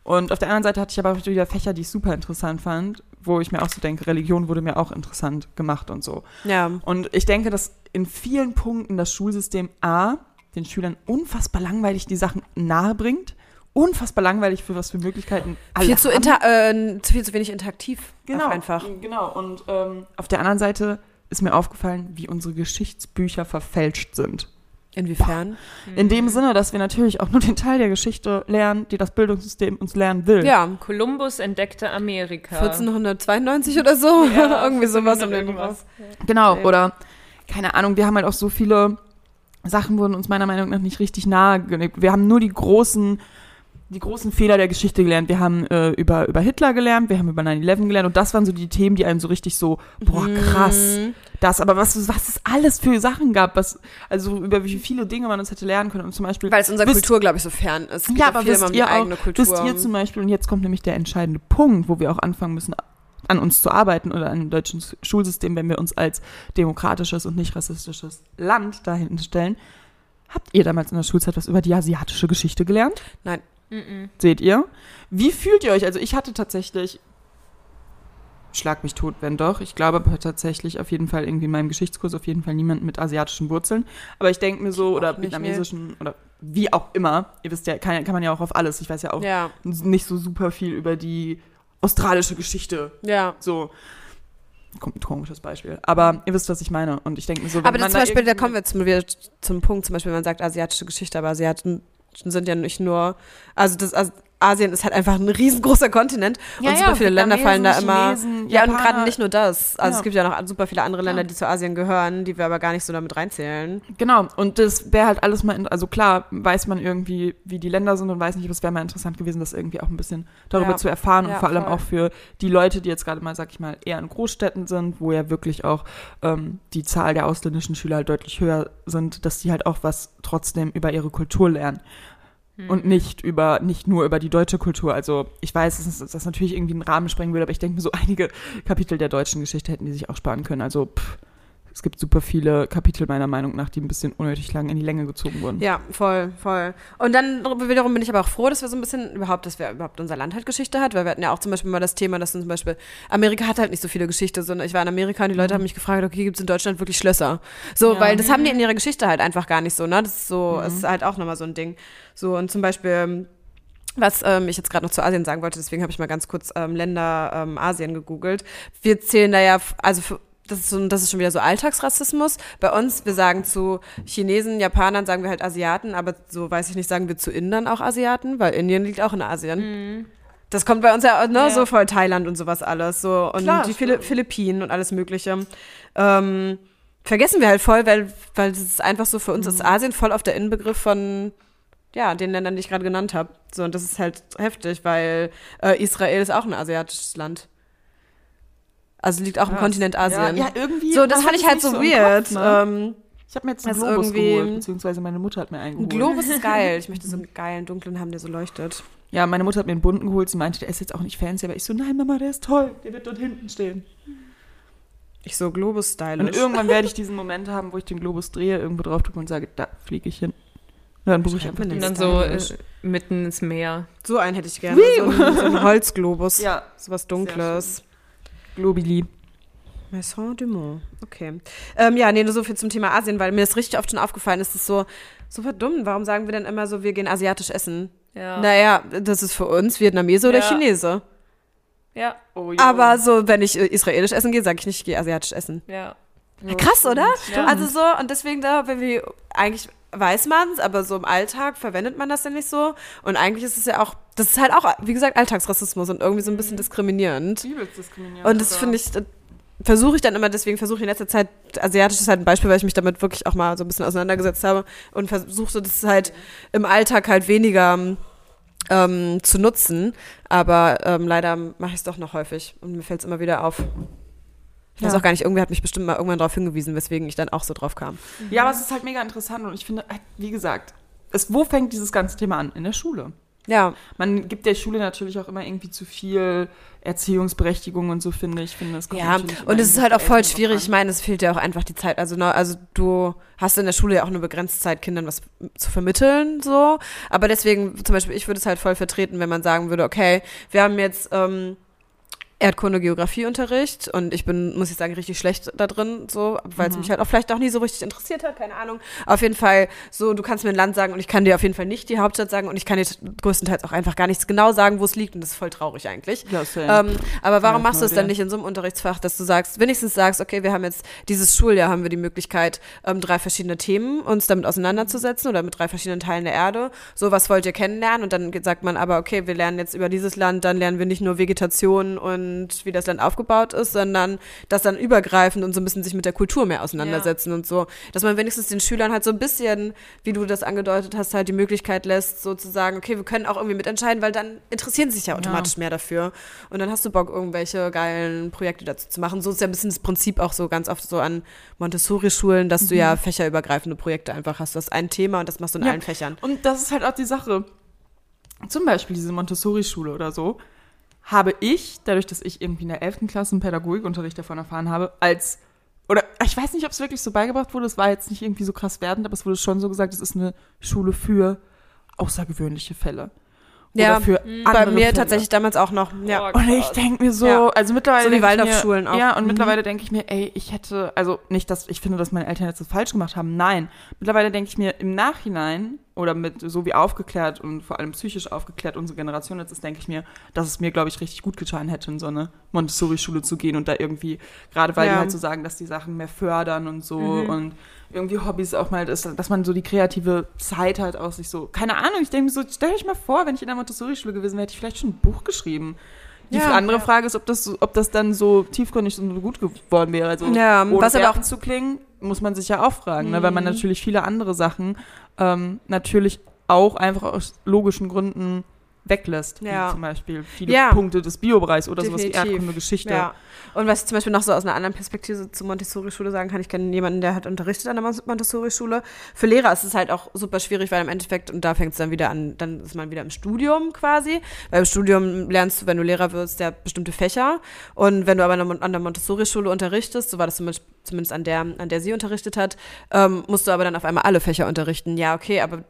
[SPEAKER 1] Und auf der anderen Seite hatte ich aber auch wieder Fächer, die ich super interessant fand, wo ich mir auch so denke, Religion wurde mir auch interessant gemacht und so.
[SPEAKER 2] Ja.
[SPEAKER 1] Und ich denke, dass in vielen Punkten das Schulsystem A den Schülern unfassbar langweilig die Sachen nahe bringt, unfassbar langweilig für was für Möglichkeiten alle
[SPEAKER 2] Viel zu,
[SPEAKER 1] haben.
[SPEAKER 2] inter äh, viel zu wenig interaktiv.
[SPEAKER 1] genau,
[SPEAKER 2] Auch einfach.
[SPEAKER 1] Genau, und ähm, auf der anderen Seite ist mir aufgefallen, wie unsere Geschichtsbücher verfälscht sind.
[SPEAKER 2] Inwiefern?
[SPEAKER 1] In
[SPEAKER 2] Mhm.
[SPEAKER 1] dem Sinne, dass wir natürlich auch nur den Teil der Geschichte lernen, die das Bildungssystem uns lernen will.
[SPEAKER 2] Ja.
[SPEAKER 3] Kolumbus entdeckte Amerika.
[SPEAKER 2] 1492 oder so.
[SPEAKER 3] Ja,
[SPEAKER 2] Irgendwie sowas
[SPEAKER 3] 1400
[SPEAKER 2] um den
[SPEAKER 3] irgendwas.
[SPEAKER 2] Raum.
[SPEAKER 1] Genau,
[SPEAKER 2] Ja.
[SPEAKER 1] oder keine Ahnung, wir haben halt auch so viele Sachen wurden uns meiner Meinung nach nicht richtig nahe gelegt. Wir haben nur die großen, die großen Fehler der Geschichte gelernt. Wir haben äh, über, über Hitler gelernt, wir haben über 9-11 gelernt und das waren so die Themen, die einem so richtig so, boah, krass, das. Aber was, was es alles für Sachen gab, was, also über wie viele Dinge man uns hätte lernen können. Und zum Beispiel,
[SPEAKER 2] Weil es unserer
[SPEAKER 1] Wisst-
[SPEAKER 2] Kultur, glaube ich, so fern ist. Es geht
[SPEAKER 1] ja, aber
[SPEAKER 2] viel immer
[SPEAKER 1] wisst
[SPEAKER 2] um die
[SPEAKER 1] ihr auch,
[SPEAKER 2] eigene Kultur.
[SPEAKER 1] wisst ihr zum Beispiel, und jetzt kommt nämlich der entscheidende Punkt, wo wir auch anfangen müssen, an uns zu arbeiten oder an dem deutschen S- Schulsystem, wenn wir uns als demokratisches und nicht rassistisches Land dahin stellen. Habt ihr damals in der Schulzeit was über die asiatische Geschichte gelernt?
[SPEAKER 3] Mhm.
[SPEAKER 1] Seht ihr? Wie fühlt ihr euch? Also ich hatte tatsächlich, schlag mich tot, wenn doch, ich glaube aber tatsächlich auf jeden Fall irgendwie in meinem Geschichtskurs auf jeden Fall niemanden mit asiatischen Wurzeln. Aber ich denke mir so, oder
[SPEAKER 2] nicht, nee.
[SPEAKER 1] vietnamesischen, oder wie auch immer, ihr wisst ja, kann, kann man ja auch auf alles, ich weiß ja auch
[SPEAKER 2] ja,
[SPEAKER 1] nicht so super viel über die australische Geschichte.
[SPEAKER 2] ja.
[SPEAKER 1] So. Kommt ein komisches Beispiel. Aber ihr wisst, was ich meine. Und ich denke mir so, wenn
[SPEAKER 2] Aber
[SPEAKER 1] man
[SPEAKER 2] das zum Beispiel, da
[SPEAKER 1] irgendwie-
[SPEAKER 2] kommen wir zum, wieder zum Punkt, zum Beispiel, man sagt asiatische Geschichte, aber Asiaten sind ja nicht nur, also das As- Asien ist halt einfach ein riesengroßer Kontinent
[SPEAKER 1] Ja,
[SPEAKER 2] und super
[SPEAKER 1] ja,
[SPEAKER 2] viele Länder fallen da
[SPEAKER 1] Vietnamesen,
[SPEAKER 2] immer.
[SPEAKER 1] Chinesen,
[SPEAKER 2] ja, und
[SPEAKER 1] Japaner.
[SPEAKER 2] gerade nicht nur das. Also
[SPEAKER 1] Ja.
[SPEAKER 2] es gibt ja noch super viele andere Länder, die zu Asien gehören, die wir aber gar nicht so damit reinzählen.
[SPEAKER 1] Genau. Und das wäre halt alles mal, in, also klar, weiß man irgendwie, wie die Länder sind und weiß nicht, aber es wäre mal interessant gewesen, das irgendwie auch ein bisschen darüber
[SPEAKER 2] Ja.
[SPEAKER 1] zu erfahren und
[SPEAKER 2] Ja,
[SPEAKER 1] vor allem
[SPEAKER 2] voll.
[SPEAKER 1] auch für die Leute, die jetzt gerade mal, sag ich mal, eher in Großstädten sind, wo ja wirklich auch ähm, die Zahl der ausländischen Schüler halt deutlich höher sind, dass die halt auch was trotzdem über ihre Kultur lernen. Und nicht über, nicht nur über die deutsche Kultur. Also ich weiß, dass es- dass das natürlich irgendwie einen Rahmen sprengen würde, aber ich denke mir so einige Kapitel der deutschen Geschichte hätten die sich auch sparen können. Also pff, es gibt super viele Kapitel meiner Meinung nach, die ein bisschen unnötig lang in die Länge gezogen wurden.
[SPEAKER 2] Ja, voll, voll. Und dann wiederum bin ich aber auch froh, dass wir so ein bisschen überhaupt, dass wir überhaupt unser Land halt Geschichte hat, weil wir hatten ja auch zum Beispiel mal das Thema, dass zum Beispiel Amerika hat halt nicht so viele Geschichte, sondern ich war in Amerika und die Leute haben mich gefragt, okay, gibt es in Deutschland wirklich Schlösser? So, weil das haben die in ihrer Geschichte halt einfach gar nicht so, ne? Das ist so, ist halt auch nochmal so ein Ding. So, und zum Beispiel, ähm, was ähm, ich jetzt gerade noch zu Asien sagen wollte, deswegen habe ich mal ganz kurz ähm, Länder ähm, Asien gegoogelt. Wir zählen da ja, f- also für, das, ist so, das ist schon wieder so Alltagsrassismus. Bei uns, wir sagen zu Chinesen, Japanern sagen wir halt Asiaten, aber so weiß ich nicht, sagen wir zu Indern auch Asiaten, weil Indien liegt auch in Asien. Das kommt bei uns ja, ne, so voll Thailand und sowas alles. So. Und
[SPEAKER 1] Klar,
[SPEAKER 2] die Phili Philippinen und alles Mögliche. Ähm, vergessen wir halt voll, weil, weil das ist einfach so, für uns
[SPEAKER 1] Mhm.
[SPEAKER 2] ist Asien voll auf der Inbegriff von ja, den Ländern, die ich gerade genannt habe. So, und das ist halt heftig, weil äh, Israel ist auch ein asiatisches Land. Also liegt auch im
[SPEAKER 1] Krass.
[SPEAKER 2] Kontinent Asien.
[SPEAKER 1] Ja, ja, irgendwie.
[SPEAKER 2] so,
[SPEAKER 1] man
[SPEAKER 2] das fand
[SPEAKER 1] hat
[SPEAKER 2] ich
[SPEAKER 1] es
[SPEAKER 2] halt
[SPEAKER 1] nicht
[SPEAKER 2] so
[SPEAKER 1] im
[SPEAKER 2] weird.
[SPEAKER 1] Kopf, ne?
[SPEAKER 2] ähm,
[SPEAKER 1] ich habe mir jetzt einen
[SPEAKER 2] das
[SPEAKER 1] Globus
[SPEAKER 2] irgendwie-
[SPEAKER 1] geholt, beziehungsweise meine Mutter hat mir einen
[SPEAKER 2] ein
[SPEAKER 1] geholt.
[SPEAKER 2] Globus ist geil. Ich möchte so einen geilen, dunklen haben, der so leuchtet.
[SPEAKER 1] Ja, meine Mutter hat mir einen bunten geholt. Sie meinte, der ist jetzt auch nicht fancy, aber ich so, nein, Mama, der ist toll. Der wird dort hinten stehen.
[SPEAKER 2] Ich so Globus-Stylish.
[SPEAKER 1] Und irgendwann werde ich diesen Moment haben, wo ich den Globus drehe, irgendwo drauf drücke und sage, da fliege ich hin. Und dann buche ich einfach
[SPEAKER 2] man
[SPEAKER 1] den.
[SPEAKER 3] Und
[SPEAKER 2] denn
[SPEAKER 3] dann so
[SPEAKER 2] stylisch.
[SPEAKER 3] äh, mitten ins Meer.
[SPEAKER 2] so einen hätte ich gerne. So einen, so einen Holzglobus.
[SPEAKER 1] Ja,
[SPEAKER 2] So was Dunkles.
[SPEAKER 1] Globili.
[SPEAKER 2] Maison du Mont. Okay. Ähm, ja, nee, nur so viel zum Thema Asien, weil mir das richtig oft schon aufgefallen ist. Es ist so, super dumm. Warum sagen wir denn immer so, wir gehen asiatisch essen?
[SPEAKER 3] Ja.
[SPEAKER 2] Naja, das ist für uns Vietnamese oder
[SPEAKER 3] Ja.
[SPEAKER 2] Chinese.
[SPEAKER 3] Ja,
[SPEAKER 1] Oh,
[SPEAKER 2] Aber so, wenn ich äh, israelisch essen gehe, sage ich nicht, ich gehe asiatisch essen.
[SPEAKER 3] ja.
[SPEAKER 2] Krass, oder?
[SPEAKER 3] Stimmt.
[SPEAKER 2] Also so, und deswegen da, wenn wir, eigentlich weiß man es, aber so im Alltag verwendet man das ja nicht so. Und eigentlich ist es ja auch, das ist halt auch, wie gesagt, Alltagsrassismus und irgendwie so ein bisschen
[SPEAKER 3] Mhm.
[SPEAKER 2] diskriminierend. Und
[SPEAKER 1] also
[SPEAKER 2] das finde ich, das versuche ich dann immer, deswegen versuche ich in letzter Zeit, asiatisch ist halt ein Beispiel, weil ich mich damit wirklich auch mal so ein bisschen auseinandergesetzt habe und versuche so, das halt im Alltag halt weniger ähm, zu nutzen. Aber ähm, leider mache ich es doch noch häufig und mir fällt es immer wieder auf. Ich weiß
[SPEAKER 1] Ja.
[SPEAKER 2] auch gar nicht, irgendwer hat mich bestimmt mal irgendwann darauf hingewiesen, weswegen ich dann auch so drauf kam.
[SPEAKER 1] Ja, aber es ist halt mega interessant und ich finde, halt, wie gesagt, es, wo fängt dieses ganze Thema an? In der Schule.
[SPEAKER 2] Ja,
[SPEAKER 1] Man gibt der Schule natürlich auch immer irgendwie zu viel Erziehungsberechtigung und so, finde ich. Finde, das kommt
[SPEAKER 2] ja.
[SPEAKER 1] natürlich immer
[SPEAKER 2] Und es ist
[SPEAKER 1] irgendwie
[SPEAKER 2] halt auch
[SPEAKER 1] auf
[SPEAKER 2] voll
[SPEAKER 1] Eltern drauf
[SPEAKER 2] schwierig.
[SPEAKER 1] an.
[SPEAKER 2] Ich meine, es fehlt ja auch einfach die Zeit. Also, ne, also du hast in der Schule ja auch eine begrenzte Zeit, Kindern was zu vermitteln, so. Aber deswegen, zum Beispiel, ich würde es halt voll vertreten, wenn man sagen würde, okay, wir haben jetzt ähm, Erdkunde, Geografieunterricht und ich bin, muss ich sagen, richtig schlecht da drin, so, weil es
[SPEAKER 1] Mhm.
[SPEAKER 2] mich halt auch vielleicht auch nie so richtig interessiert hat, keine Ahnung. Auf jeden Fall, so, du kannst mir ein Land sagen und ich kann dir auf jeden Fall nicht die Hauptstadt sagen und ich kann dir t- größtenteils auch einfach gar nichts genau sagen, wo es liegt und das ist voll traurig eigentlich.
[SPEAKER 4] Ja, same.
[SPEAKER 2] Ähm, aber warum
[SPEAKER 4] ich
[SPEAKER 2] machst du
[SPEAKER 4] nur
[SPEAKER 2] es dann
[SPEAKER 4] dir.
[SPEAKER 2] nicht in so einem Unterrichtsfach, dass du sagst, wenigstens sagst, okay, wir haben jetzt dieses Schuljahr haben wir die Möglichkeit, ähm, drei verschiedene Themen uns damit auseinanderzusetzen oder mit drei verschiedenen Teilen der Erde. So, was wollt ihr kennenlernen? Und dann sagt man aber, okay, wir lernen jetzt über dieses Land, dann lernen wir nicht nur Vegetation und wie das Land aufgebaut ist, sondern das dann übergreifend und so ein bisschen sich mit der Kultur mehr auseinandersetzen und so. Dass man wenigstens den Schülern halt so ein bisschen, wie du das angedeutet hast, halt die Möglichkeit lässt, sozusagen, okay, wir können auch irgendwie mitentscheiden, weil dann interessieren sie sich ja automatisch mehr dafür. Und dann hast du Bock, irgendwelche geilen Projekte dazu zu machen. So ist ja ein bisschen das Prinzip auch so ganz oft so an Montessori-Schulen, dass du ja fächerübergreifende Projekte einfach hast. Du hast ein Thema und das machst du in
[SPEAKER 1] Ja.
[SPEAKER 2] allen Fächern.
[SPEAKER 1] Und das ist halt auch die Sache. Zum Beispiel diese Montessori-Schule oder so, habe ich, dadurch, dass ich irgendwie in der 11. Klasse einen Pädagogikunterricht davon erfahren habe, als, oder ich weiß nicht, ob es wirklich so beigebracht wurde, es war jetzt nicht irgendwie so krass werdend, aber es wurde schon so gesagt, es ist eine Schule für außergewöhnliche Fälle. Oder
[SPEAKER 2] Ja, mhm.
[SPEAKER 1] für
[SPEAKER 2] Bei
[SPEAKER 1] andere
[SPEAKER 2] mir
[SPEAKER 1] Fälle.
[SPEAKER 2] tatsächlich damals auch noch. Ja.
[SPEAKER 3] Boah,
[SPEAKER 1] Und Oh, ich
[SPEAKER 3] krass.
[SPEAKER 1] denke mir so,
[SPEAKER 2] Ja.
[SPEAKER 1] also mittlerweile.
[SPEAKER 2] So wie
[SPEAKER 1] denk ich mir-
[SPEAKER 2] Waldorfschulen auch.
[SPEAKER 1] Ja, und
[SPEAKER 2] Mhm.
[SPEAKER 1] mittlerweile denke ich mir, ey, ich hätte, also nicht, dass ich finde, dass meine Eltern jetzt das falsch gemacht haben, nein. Mittlerweile denke ich mir im Nachhinein oder mit so wie aufgeklärt und vor allem psychisch aufgeklärt unsere Generation jetzt ist, denke ich mir, dass es mir, glaube ich, richtig gut getan hätte, in so eine Montessori-Schule zu gehen und da irgendwie, gerade weil
[SPEAKER 2] Ja. Mhm.
[SPEAKER 1] die halt so sagen, dass die Sachen mehr fördern und so und irgendwie Hobbys auch mal, dass, dass man so die kreative Zeit halt auch sich so, keine Ahnung, ich denke mir so, stell euch mal vor, wenn ich in der Montessori-Schule gewesen wäre, hätte ich vielleicht schon ein Buch geschrieben. Die
[SPEAKER 2] Ja,
[SPEAKER 1] andere
[SPEAKER 2] ja.
[SPEAKER 1] Frage ist, ob das, so- ob das dann so tiefgründig und so gut geworden wäre. Also,
[SPEAKER 2] Ja,
[SPEAKER 1] ohne
[SPEAKER 2] was aber auch- Mhm.
[SPEAKER 1] wertend zu klingen, muss man sich ja auch fragen, ne? weil man natürlich viele andere Sachen ähm, natürlich auch einfach aus logischen Gründen weglässt.
[SPEAKER 2] Ja.
[SPEAKER 1] Wie zum Beispiel viele
[SPEAKER 2] Ja.
[SPEAKER 1] Punkte des Biobereichs oder sowas wie
[SPEAKER 2] Definitiv.
[SPEAKER 1] Erdkunde, Geschichte.
[SPEAKER 2] Ja. Und was ich zum Beispiel noch so aus einer anderen Perspektive zur Montessori-Schule sagen kann, ich kenne jemanden, der hat unterrichtet an der Mon- Montessori-Schule. Für Lehrer ist es halt auch super schwierig, weil im Endeffekt, und da fängt es dann wieder an, dann ist man wieder im Studium quasi. Weil im Studium lernst du, wenn du Lehrer wirst, ja bestimmte Fächer. Und wenn du aber an der Mon- an der Montessori-Schule unterrichtest, so war das zum Beispiel- zumindest an der, an der sie unterrichtet hat, ähm, musst du aber dann auf einmal alle Fächer unterrichten. Ja, okay, aber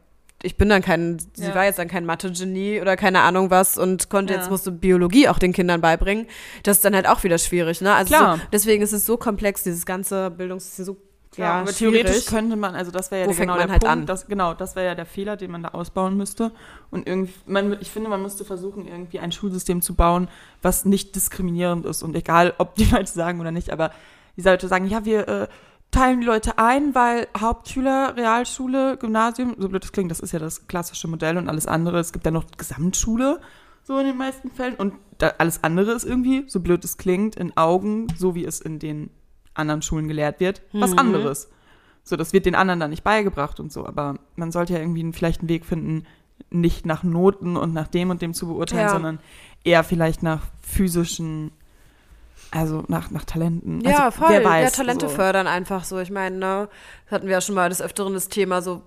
[SPEAKER 2] ich bin dann kein, sie
[SPEAKER 3] Ja.
[SPEAKER 2] war jetzt dann kein Mathe-Genie oder keine Ahnung was und konnte
[SPEAKER 1] Ja.
[SPEAKER 2] jetzt, musste Biologie auch den Kindern beibringen. Das ist dann halt auch wieder schwierig, ne? Also
[SPEAKER 1] Klar.
[SPEAKER 2] So, deswegen ist es so komplex, dieses ganze Bildungssystem so
[SPEAKER 1] Klar,
[SPEAKER 2] ja,
[SPEAKER 1] aber
[SPEAKER 2] schwierig.
[SPEAKER 1] theoretisch könnte man, also das wäre ja
[SPEAKER 2] Wo
[SPEAKER 1] der-
[SPEAKER 2] fängt
[SPEAKER 1] genau
[SPEAKER 2] man
[SPEAKER 1] der
[SPEAKER 2] halt
[SPEAKER 1] Punkt,
[SPEAKER 2] an?
[SPEAKER 1] Das, genau, das wäre ja der Fehler, den man da ausbauen müsste. Und irgendwie, man, ich finde, man müsste versuchen, irgendwie ein Schulsystem zu bauen, was nicht diskriminierend ist. Und egal, ob die Leute sagen oder nicht, aber die Leute sagen, ja, wir äh, teilen die Leute ein, weil Hauptschüler, Realschule, Gymnasium, so blöd das klingt, das ist ja das klassische Modell und alles andere. Es gibt ja noch Gesamtschule, so in den meisten Fällen. Und da, alles andere ist irgendwie, so blöd es klingt, in Augen, so wie es in den anderen Schulen gelehrt wird, was
[SPEAKER 2] Mhm.
[SPEAKER 1] anderes. So, das wird den anderen dann nicht beigebracht und so, aber man sollte ja irgendwie einen- vielleicht einen Weg finden, nicht nach Noten und nach dem und dem zu beurteilen,
[SPEAKER 2] Ja.
[SPEAKER 1] sondern eher vielleicht nach physischen, also nach, nach Talenten.
[SPEAKER 2] Ja,
[SPEAKER 1] also,
[SPEAKER 2] voll.
[SPEAKER 1] Wer weiß,
[SPEAKER 2] ja, Talente
[SPEAKER 1] so.
[SPEAKER 2] fördern einfach so. Ich meine, ne, das hatten wir ja schon mal des Öfteren das Thema so,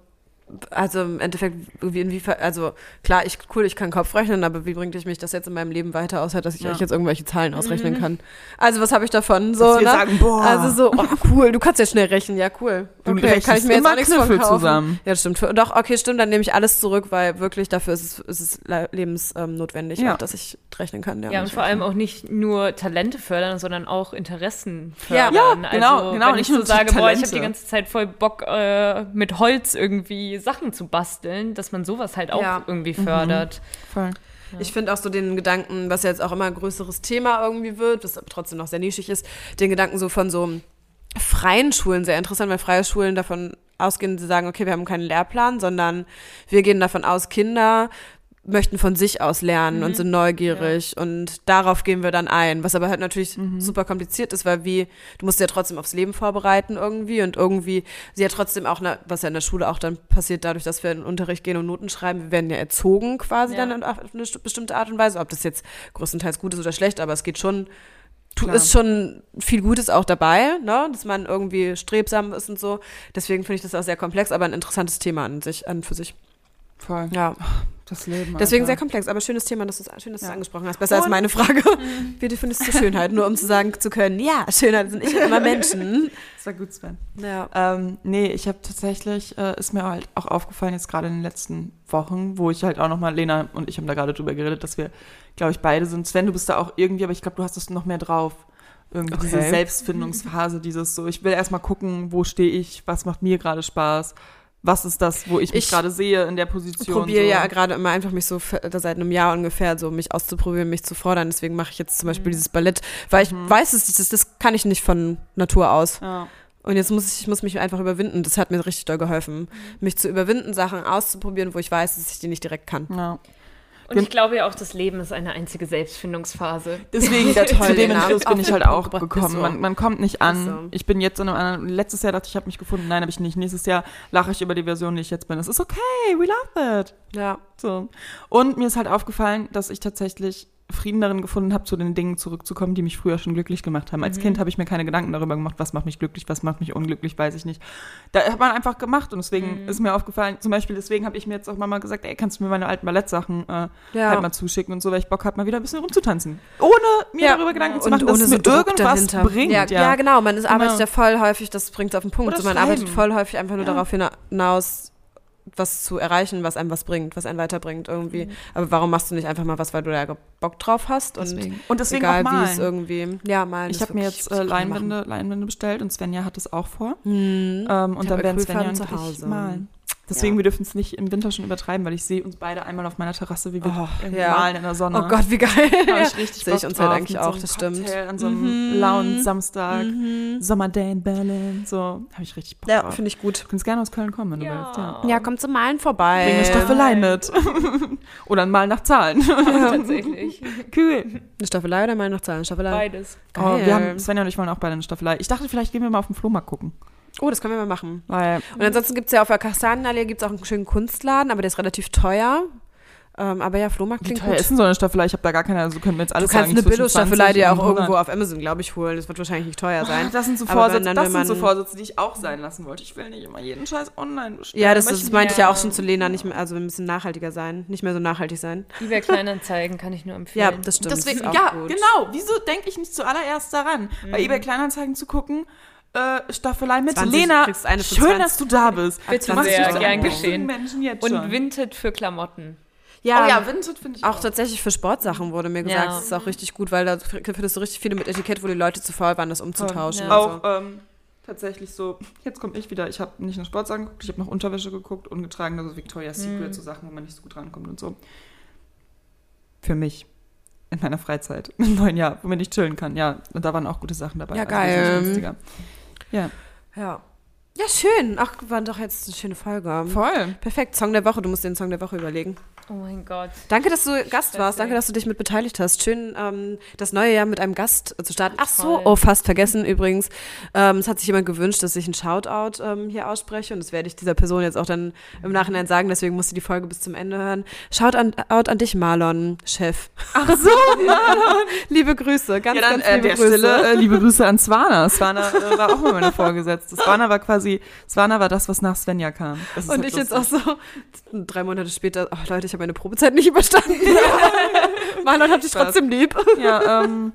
[SPEAKER 2] also im Endeffekt, wie inwiefern, also klar, ich, cool, ich kann Kopf rechnen, aber wie bringt ich mich das jetzt in meinem Leben weiter, außer dass ich
[SPEAKER 1] Ja.
[SPEAKER 2] euch jetzt irgendwelche Zahlen ausrechnen kann? Also was habe ich davon? So,
[SPEAKER 1] Dass wir
[SPEAKER 2] ne?
[SPEAKER 1] sagen, boah.
[SPEAKER 2] Also so, oh, cool, du kannst ja schnell rechnen, ja cool.
[SPEAKER 1] Du
[SPEAKER 2] Okay, kann ich
[SPEAKER 1] rechnest
[SPEAKER 2] mir jetzt
[SPEAKER 1] immer
[SPEAKER 2] auch nichts von
[SPEAKER 1] Knüffel
[SPEAKER 2] kaufen.
[SPEAKER 1] zusammen.
[SPEAKER 2] Ja, stimmt. Doch, okay, stimmt, dann nehme ich alles zurück, weil wirklich dafür ist es, ist es le- lebensnotwendig,
[SPEAKER 1] Ja.
[SPEAKER 2] auch, dass ich rechnen kann. Ja,
[SPEAKER 3] Ja, und vor allem auch nicht nur Talente fördern, sondern auch Interessen
[SPEAKER 2] Ja.
[SPEAKER 3] fördern.
[SPEAKER 1] Ja, genau,
[SPEAKER 3] also,
[SPEAKER 1] genau,
[SPEAKER 3] Wenn
[SPEAKER 1] nicht
[SPEAKER 3] ich so
[SPEAKER 1] nur
[SPEAKER 3] sage, boah, ich habe
[SPEAKER 1] Talente.
[SPEAKER 3] die ganze Zeit voll Bock, äh, mit Holz irgendwie Sachen zu basteln, dass man sowas halt auch
[SPEAKER 2] Ja.
[SPEAKER 3] irgendwie
[SPEAKER 1] Mhm.
[SPEAKER 3] fördert.
[SPEAKER 1] Voll.
[SPEAKER 2] Ich finde auch so den Gedanken, was jetzt auch immer ein größeres Thema irgendwie wird, das aber trotzdem noch sehr nischig ist, den Gedanken so von so freien Schulen sehr interessant, weil freie Schulen davon ausgehen, sie sagen, okay, wir haben keinen Lehrplan, sondern wir gehen davon aus, Kinder möchten von sich aus lernen und sind neugierig und darauf gehen wir dann ein, was aber halt natürlich super kompliziert ist, weil wie, du musst sie ja trotzdem aufs Leben vorbereiten irgendwie und irgendwie sie ja trotzdem auch, ne- was ja in der Schule auch dann passiert, dadurch, dass wir in den Unterricht gehen und Noten schreiben, wir werden ja erzogen quasi
[SPEAKER 3] Ja.
[SPEAKER 2] dann auf eine stu- bestimmte Art und Weise, ob das jetzt größtenteils gut ist oder schlecht, aber es geht schon tu-
[SPEAKER 1] Klar.
[SPEAKER 2] ist schon viel Gutes auch dabei, ne? dass man irgendwie strebsam ist und so. Deswegen finde ich das auch sehr komplex, aber ein interessantes Thema an sich, an für sich.
[SPEAKER 1] Voll.
[SPEAKER 2] Ja,
[SPEAKER 1] Das Leben.
[SPEAKER 2] Deswegen sehr
[SPEAKER 1] Alter.
[SPEAKER 2] komplex, aber schönes Thema, dass du es schön, dass du es
[SPEAKER 1] Ja.
[SPEAKER 2] angesprochen hast. Besser als
[SPEAKER 1] Und-
[SPEAKER 2] meine Frage. Wie definierst du Schönheit? Nur um zu sagen zu können, ja, Schönheit sind nicht immer Menschen.
[SPEAKER 1] Das war gut, Sven.
[SPEAKER 2] Ja.
[SPEAKER 1] Ähm, nee, ich habe tatsächlich, äh, ist mir halt auch aufgefallen, jetzt gerade in den letzten Wochen, wo ich halt auch nochmal, Lena und ich haben da gerade drüber geredet, dass wir, glaube ich, beide sind. Sven, du bist da auch irgendwie, aber ich glaube, du hast das noch mehr drauf. Irgendwie diese
[SPEAKER 2] Okay.
[SPEAKER 1] Selbstfindungsphase, dieses so, ich will erstmal gucken, wo stehe ich, was macht mir gerade Spaß, was ist das, wo ich mich
[SPEAKER 2] Ich
[SPEAKER 1] gerade sehe in der Position.
[SPEAKER 2] probiere
[SPEAKER 1] so.
[SPEAKER 2] ja gerade immer einfach mich so f- seit einem Jahr ungefähr so mich auszuprobieren, mich zu fordern. Deswegen mache ich jetzt zum
[SPEAKER 1] Mhm.
[SPEAKER 2] Beispiel dieses Ballett, weil ich weiß, das, das, das kann ich nicht von Natur aus.
[SPEAKER 1] Ja.
[SPEAKER 2] Und jetzt muss ich, ich muss mich einfach überwinden. Das hat mir richtig doll
[SPEAKER 1] Mhm.
[SPEAKER 2] geholfen, mich zu überwinden, Sachen auszuprobieren, wo ich weiß, dass ich die nicht direkt kann.
[SPEAKER 1] Ja.
[SPEAKER 3] Und ich glaube ja auch, das Leben ist eine einzige Selbstfindungsphase.
[SPEAKER 1] Deswegen,
[SPEAKER 2] Ja, toll,
[SPEAKER 1] zu dem
[SPEAKER 2] den
[SPEAKER 1] Entschluss
[SPEAKER 2] Abend
[SPEAKER 1] bin ich
[SPEAKER 2] auf
[SPEAKER 1] halt
[SPEAKER 2] den
[SPEAKER 1] auch
[SPEAKER 2] Punkt gebracht. Ist
[SPEAKER 1] gekommen.
[SPEAKER 2] so.
[SPEAKER 1] Man, man kommt nicht an.
[SPEAKER 2] Ist so.
[SPEAKER 1] Ich bin jetzt in einem anderen. Letztes Jahr dachte ich, ich habe mich gefunden. Nein, habe ich nicht. Nächstes Jahr lache ich über die Version, die ich jetzt bin. Es ist okay. We love it.
[SPEAKER 2] Ja.
[SPEAKER 1] So. Und mir ist halt aufgefallen, dass ich tatsächlich Frieden darin gefunden habe, zu den Dingen zurückzukommen, die mich früher schon glücklich gemacht haben. Als
[SPEAKER 2] Mhm.
[SPEAKER 1] Kind habe ich mir keine Gedanken darüber gemacht, was macht mich glücklich, was macht mich unglücklich, weiß ich nicht. Da hat man einfach gemacht und
[SPEAKER 2] Mhm.
[SPEAKER 1] deswegen ist mir aufgefallen, zum Beispiel deswegen habe ich mir jetzt auch mal gesagt, ey, kannst du mir meine alten Ballettsachen äh,
[SPEAKER 2] Ja.
[SPEAKER 1] halt mal zuschicken und so, weil ich Bock habe, mal wieder ein bisschen rumzutanzen. Ohne mir
[SPEAKER 2] Ja.
[SPEAKER 1] darüber Gedanken zu
[SPEAKER 2] Und
[SPEAKER 1] machen, dass
[SPEAKER 2] ohne
[SPEAKER 1] es
[SPEAKER 2] so
[SPEAKER 1] mir
[SPEAKER 2] Druck
[SPEAKER 1] irgendwas
[SPEAKER 2] dahinter.
[SPEAKER 1] bringt.
[SPEAKER 2] Ja, ja. genau. Man ist, arbeitet
[SPEAKER 1] Genau.
[SPEAKER 2] ja voll häufig, das bringt es auf den Punkt.
[SPEAKER 1] Oder
[SPEAKER 2] So, man
[SPEAKER 1] schreiben.
[SPEAKER 2] arbeitet voll häufig einfach nur
[SPEAKER 1] Ja.
[SPEAKER 2] darauf hina- hinaus, was zu erreichen, was einem was bringt, was einen weiterbringt irgendwie.
[SPEAKER 1] Mhm.
[SPEAKER 2] Aber warum machst du nicht einfach mal was, weil du da Bock drauf hast? Und
[SPEAKER 1] Und deswegen
[SPEAKER 2] egal
[SPEAKER 1] auch malen.
[SPEAKER 2] wie es irgendwie. Ja, malen.
[SPEAKER 1] Ich
[SPEAKER 2] ist
[SPEAKER 1] habe mir
[SPEAKER 2] wirklich-
[SPEAKER 1] jetzt
[SPEAKER 2] das
[SPEAKER 1] äh,
[SPEAKER 2] kann man machen.
[SPEAKER 1] Leinwände, Leinwände bestellt und Svenja hat es auch vor.
[SPEAKER 2] Hm.
[SPEAKER 1] Ähm, und
[SPEAKER 2] Ich hab
[SPEAKER 1] dann werden Svenja
[SPEAKER 2] Acrylfarben
[SPEAKER 1] und
[SPEAKER 2] zu
[SPEAKER 1] ich
[SPEAKER 2] Hause.
[SPEAKER 1] malen. Deswegen,
[SPEAKER 2] Ja.
[SPEAKER 1] wir dürfen es nicht im Winter schon übertreiben, weil ich sehe uns beide einmal auf meiner Terrasse, wie wir
[SPEAKER 2] Oh,
[SPEAKER 1] irgendwie
[SPEAKER 2] ja.
[SPEAKER 1] malen in der Sonne.
[SPEAKER 2] Oh Gott, wie geil.
[SPEAKER 1] Da hab ich richtig
[SPEAKER 2] Sehe ich
[SPEAKER 1] Bock
[SPEAKER 2] uns halt
[SPEAKER 1] drauf.
[SPEAKER 2] eigentlich
[SPEAKER 1] Mit
[SPEAKER 2] auch,
[SPEAKER 1] so einem
[SPEAKER 2] das stimmt.
[SPEAKER 1] Cocktail An so einem
[SPEAKER 2] Mhm.
[SPEAKER 1] lauen Samstag,
[SPEAKER 2] Mhm.
[SPEAKER 1] Sommerday in Berlin, so. Habe ich richtig Bock
[SPEAKER 2] Ja,
[SPEAKER 1] drauf.
[SPEAKER 2] finde ich gut.
[SPEAKER 1] Du kannst gerne aus Köln kommen, wenn du willst, ja.
[SPEAKER 2] Ja, komm zum Malen vorbei.
[SPEAKER 1] Bring eine Staffelei mit. Oder ein Mal nach Zahlen.
[SPEAKER 3] tatsächlich.
[SPEAKER 1] cool.
[SPEAKER 2] Eine Staffelei oder mal noch Zahlen? Staffelei.
[SPEAKER 3] Beides.
[SPEAKER 1] Oh,
[SPEAKER 2] Geil.
[SPEAKER 1] wir haben, Svenja und ich wollen auch beide eine Staffelei. Ich dachte, vielleicht gehen wir mal auf den Flohmarkt gucken.
[SPEAKER 2] Oh, das können wir mal machen.
[SPEAKER 1] Weil
[SPEAKER 2] Und ansonsten gibt es ja auf der Kastanienallee gibt's auch einen schönen Kunstladen, aber der ist relativ teuer. Ähm, aber ja, Flohmarkt
[SPEAKER 1] Wie
[SPEAKER 2] klingt
[SPEAKER 1] teuer
[SPEAKER 2] gut.
[SPEAKER 1] ist denn so eine Staffelei? Ich habe da gar keine, also können wir jetzt
[SPEAKER 2] du
[SPEAKER 1] alles
[SPEAKER 2] kannst
[SPEAKER 1] sagen.
[SPEAKER 2] eine
[SPEAKER 1] zwischen
[SPEAKER 2] Billo-Staffelei
[SPEAKER 1] 20
[SPEAKER 2] dir auch
[SPEAKER 1] und 100.
[SPEAKER 2] irgendwo auf Amazon, glaube ich, holen. Das wird wahrscheinlich nicht teuer sein.
[SPEAKER 1] Das sind so
[SPEAKER 2] Aber wenn
[SPEAKER 1] Vorsätze,
[SPEAKER 2] dann,
[SPEAKER 1] das
[SPEAKER 2] wenn
[SPEAKER 1] sind so
[SPEAKER 2] man-
[SPEAKER 1] Vorsätze, die ich auch sein lassen wollte. Ich will nicht immer jeden Scheiß online bestellen.
[SPEAKER 2] ja, das,
[SPEAKER 1] Aber
[SPEAKER 2] das meinte ich
[SPEAKER 3] ja.
[SPEAKER 2] ja auch schon zu Lena. Nicht mehr, also ein bisschen nachhaltiger sein. Nicht mehr so nachhaltig sein.
[SPEAKER 3] eBay Kleinanzeigen kann ich nur empfehlen.
[SPEAKER 2] Ja, das stimmt.
[SPEAKER 1] Deswegen,
[SPEAKER 2] das ist auch Mhm.
[SPEAKER 1] ja,
[SPEAKER 2] gut.
[SPEAKER 1] genau. Wieso denke ich nicht zuallererst daran, bei eBay Kleinanzeigen zu gucken? Äh, Staffelei mit
[SPEAKER 2] 20,
[SPEAKER 1] Lena.
[SPEAKER 2] kriegst eine für
[SPEAKER 1] schön,
[SPEAKER 2] 20.
[SPEAKER 1] dass du da bist.
[SPEAKER 3] Bitte
[SPEAKER 1] Du machst
[SPEAKER 3] sehr,
[SPEAKER 1] mich zu
[SPEAKER 3] gern
[SPEAKER 1] einem besseren
[SPEAKER 3] geschehen.
[SPEAKER 1] Menschen jetzt
[SPEAKER 3] Und
[SPEAKER 1] schon.
[SPEAKER 3] Vinted für Klamotten.
[SPEAKER 2] Ja,
[SPEAKER 1] oh ja, Vinted finde ich Mhm.
[SPEAKER 2] Auch tatsächlich für Sportsachen wurde mir gesagt,
[SPEAKER 3] Ja.
[SPEAKER 2] das ist auch richtig gut, weil da findest du richtig viele mit Etikett, wo die Leute zu faul waren, das umzutauschen.
[SPEAKER 3] Ja.
[SPEAKER 2] und
[SPEAKER 1] Auch ähm, tatsächlich so, jetzt komme ich wieder. Ich habe nicht nur Sportsachen geguckt, ich habe noch Unterwäsche geguckt, ungetragene, also Victoria's Secret, so Sachen, wo man nicht so gut rankommt und so. Für mich. In meiner Freizeit. Im neuen Jahr, womit ich chillen kann. Ja, und da waren auch gute Sachen dabei. Also,
[SPEAKER 2] Ja,
[SPEAKER 1] wesentlich
[SPEAKER 2] geil.
[SPEAKER 1] günstiger. Ja.
[SPEAKER 2] so. ja. ja, schön. Ach, war doch jetzt eine schöne Folge.
[SPEAKER 1] Voll.
[SPEAKER 2] Perfekt, Song der Woche. Du musst den Song der Woche überlegen.
[SPEAKER 3] Oh mein Gott.
[SPEAKER 2] Danke, dass du Gast warst. Danke,
[SPEAKER 3] Perfekt.
[SPEAKER 2] dass du dich mit beteiligt hast. Schön, ähm, das neue Jahr mit einem Gast äh, zu starten. Ach so,
[SPEAKER 3] Voll.
[SPEAKER 2] oh, fast vergessen übrigens. Ähm, es hat sich jemand gewünscht, dass ich einen Shoutout ähm, hier ausspreche. Und das werde ich dieser Person jetzt auch dann im Nachhinein sagen. Deswegen musst du die Folge bis zum Ende hören. Shoutout an, out an dich, Marlon, Chef. Ach so, Marlon. liebe Grüße. Ganz,
[SPEAKER 1] Ja, dann
[SPEAKER 2] ganz
[SPEAKER 1] äh,
[SPEAKER 2] liebe
[SPEAKER 1] der
[SPEAKER 2] Grüße.
[SPEAKER 1] Stelle äh, liebe Grüße an Swana. Swana äh, war auch mal meine Vorgesetzte. Swana war quasi, Swana war das, was nach Svenja kam. Das ist
[SPEAKER 2] Und
[SPEAKER 1] halt
[SPEAKER 2] ich jetzt
[SPEAKER 1] lustig.
[SPEAKER 2] auch so drei Monate später, oh Leute, ich habe meine Probezeit nicht überstanden. Marlon hat dich
[SPEAKER 1] Spaß.
[SPEAKER 2] trotzdem lieb.
[SPEAKER 1] Ja, ähm.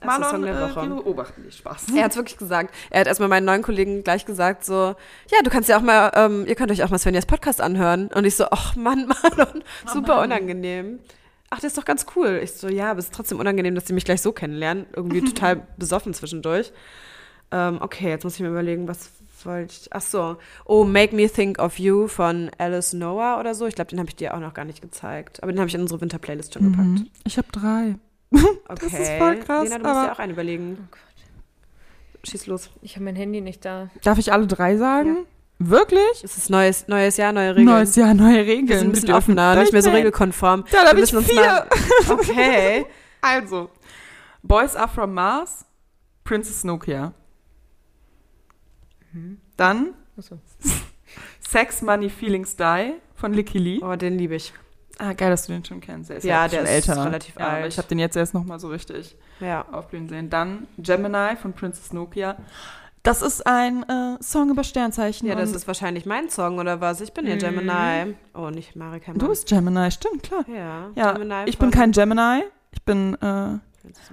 [SPEAKER 2] Erster Song
[SPEAKER 1] Marlon,
[SPEAKER 2] der
[SPEAKER 1] äh,
[SPEAKER 2] Woche.
[SPEAKER 1] wir beobachten dich. Spaß.
[SPEAKER 2] Er hat's wirklich gesagt. Er hat erstmal meinen neuen Kollegen gleich gesagt, so, ja, du kannst ja auch mal, ähm, ihr könnt euch auch mal Svenjas Podcast anhören. Und ich so, ach Mann, Marlon,
[SPEAKER 1] Oh
[SPEAKER 2] super unangenehm. Ach, das ist doch ganz cool. Ich so, ja, aber es ist trotzdem unangenehm, dass die mich gleich so kennenlernen. Irgendwie
[SPEAKER 1] Mhm.
[SPEAKER 2] total besoffen zwischendurch. Ähm, okay, jetzt muss ich mir überlegen, was wollte ich. Ach so. Oh, Make Me Think of You von Alice Noah oder so. Ich glaube, den habe ich dir auch noch gar nicht gezeigt. Aber den habe ich in unsere Winterplaylist schon gepackt.
[SPEAKER 1] Ich habe drei.
[SPEAKER 2] Okay.
[SPEAKER 1] Mhm. ist voll krass,
[SPEAKER 2] Lena, du musst
[SPEAKER 1] aber- Oh
[SPEAKER 2] dir auch einen überlegen. Schieß los.
[SPEAKER 3] Ich habe mein Handy nicht da.
[SPEAKER 1] Darf ich alle drei sagen? Wirklich?
[SPEAKER 2] Es ist neues, neues Jahr, neue Regeln.
[SPEAKER 1] Neues Jahr, neue Regeln.
[SPEAKER 2] Wir sind ein bisschen
[SPEAKER 1] dürfen
[SPEAKER 2] offener, nicht mehr so
[SPEAKER 1] durchdrehen.
[SPEAKER 2] regelkonform.
[SPEAKER 1] Dann hab
[SPEAKER 2] Wir
[SPEAKER 1] ich
[SPEAKER 2] müssen uns
[SPEAKER 1] vier.
[SPEAKER 2] mal- Okay.
[SPEAKER 1] Also, Boys Are From Mars, Princess Nokia. Mhm. Dann
[SPEAKER 3] Achso.
[SPEAKER 1] Sex, Money, Feelings Die von Licky Lee.
[SPEAKER 2] Oh, den liebe ich.
[SPEAKER 1] Ah, geil, dass du den schon kennst. Der ist
[SPEAKER 2] Ja,
[SPEAKER 1] ja,
[SPEAKER 2] der
[SPEAKER 1] schon
[SPEAKER 2] ist
[SPEAKER 1] älter.
[SPEAKER 2] relativ
[SPEAKER 1] ja,
[SPEAKER 2] alt.
[SPEAKER 1] Aber ich habe den jetzt erst nochmal so richtig
[SPEAKER 2] Ja.
[SPEAKER 1] aufblühen sehen. Dann Gemini von Princess Nokia. Das ist ein äh, Song über Sternzeichen.
[SPEAKER 2] Ja, das
[SPEAKER 1] und Mhm.
[SPEAKER 2] ist wahrscheinlich mein Song oder was? Ich bin ja Gemini. Oh, nicht Marika.
[SPEAKER 1] du bist Gemini, stimmt, klar.
[SPEAKER 2] ja,
[SPEAKER 1] Ja,
[SPEAKER 2] Gemini
[SPEAKER 1] ich bin
[SPEAKER 2] von-
[SPEAKER 1] kein Gemini. Ich bin äh,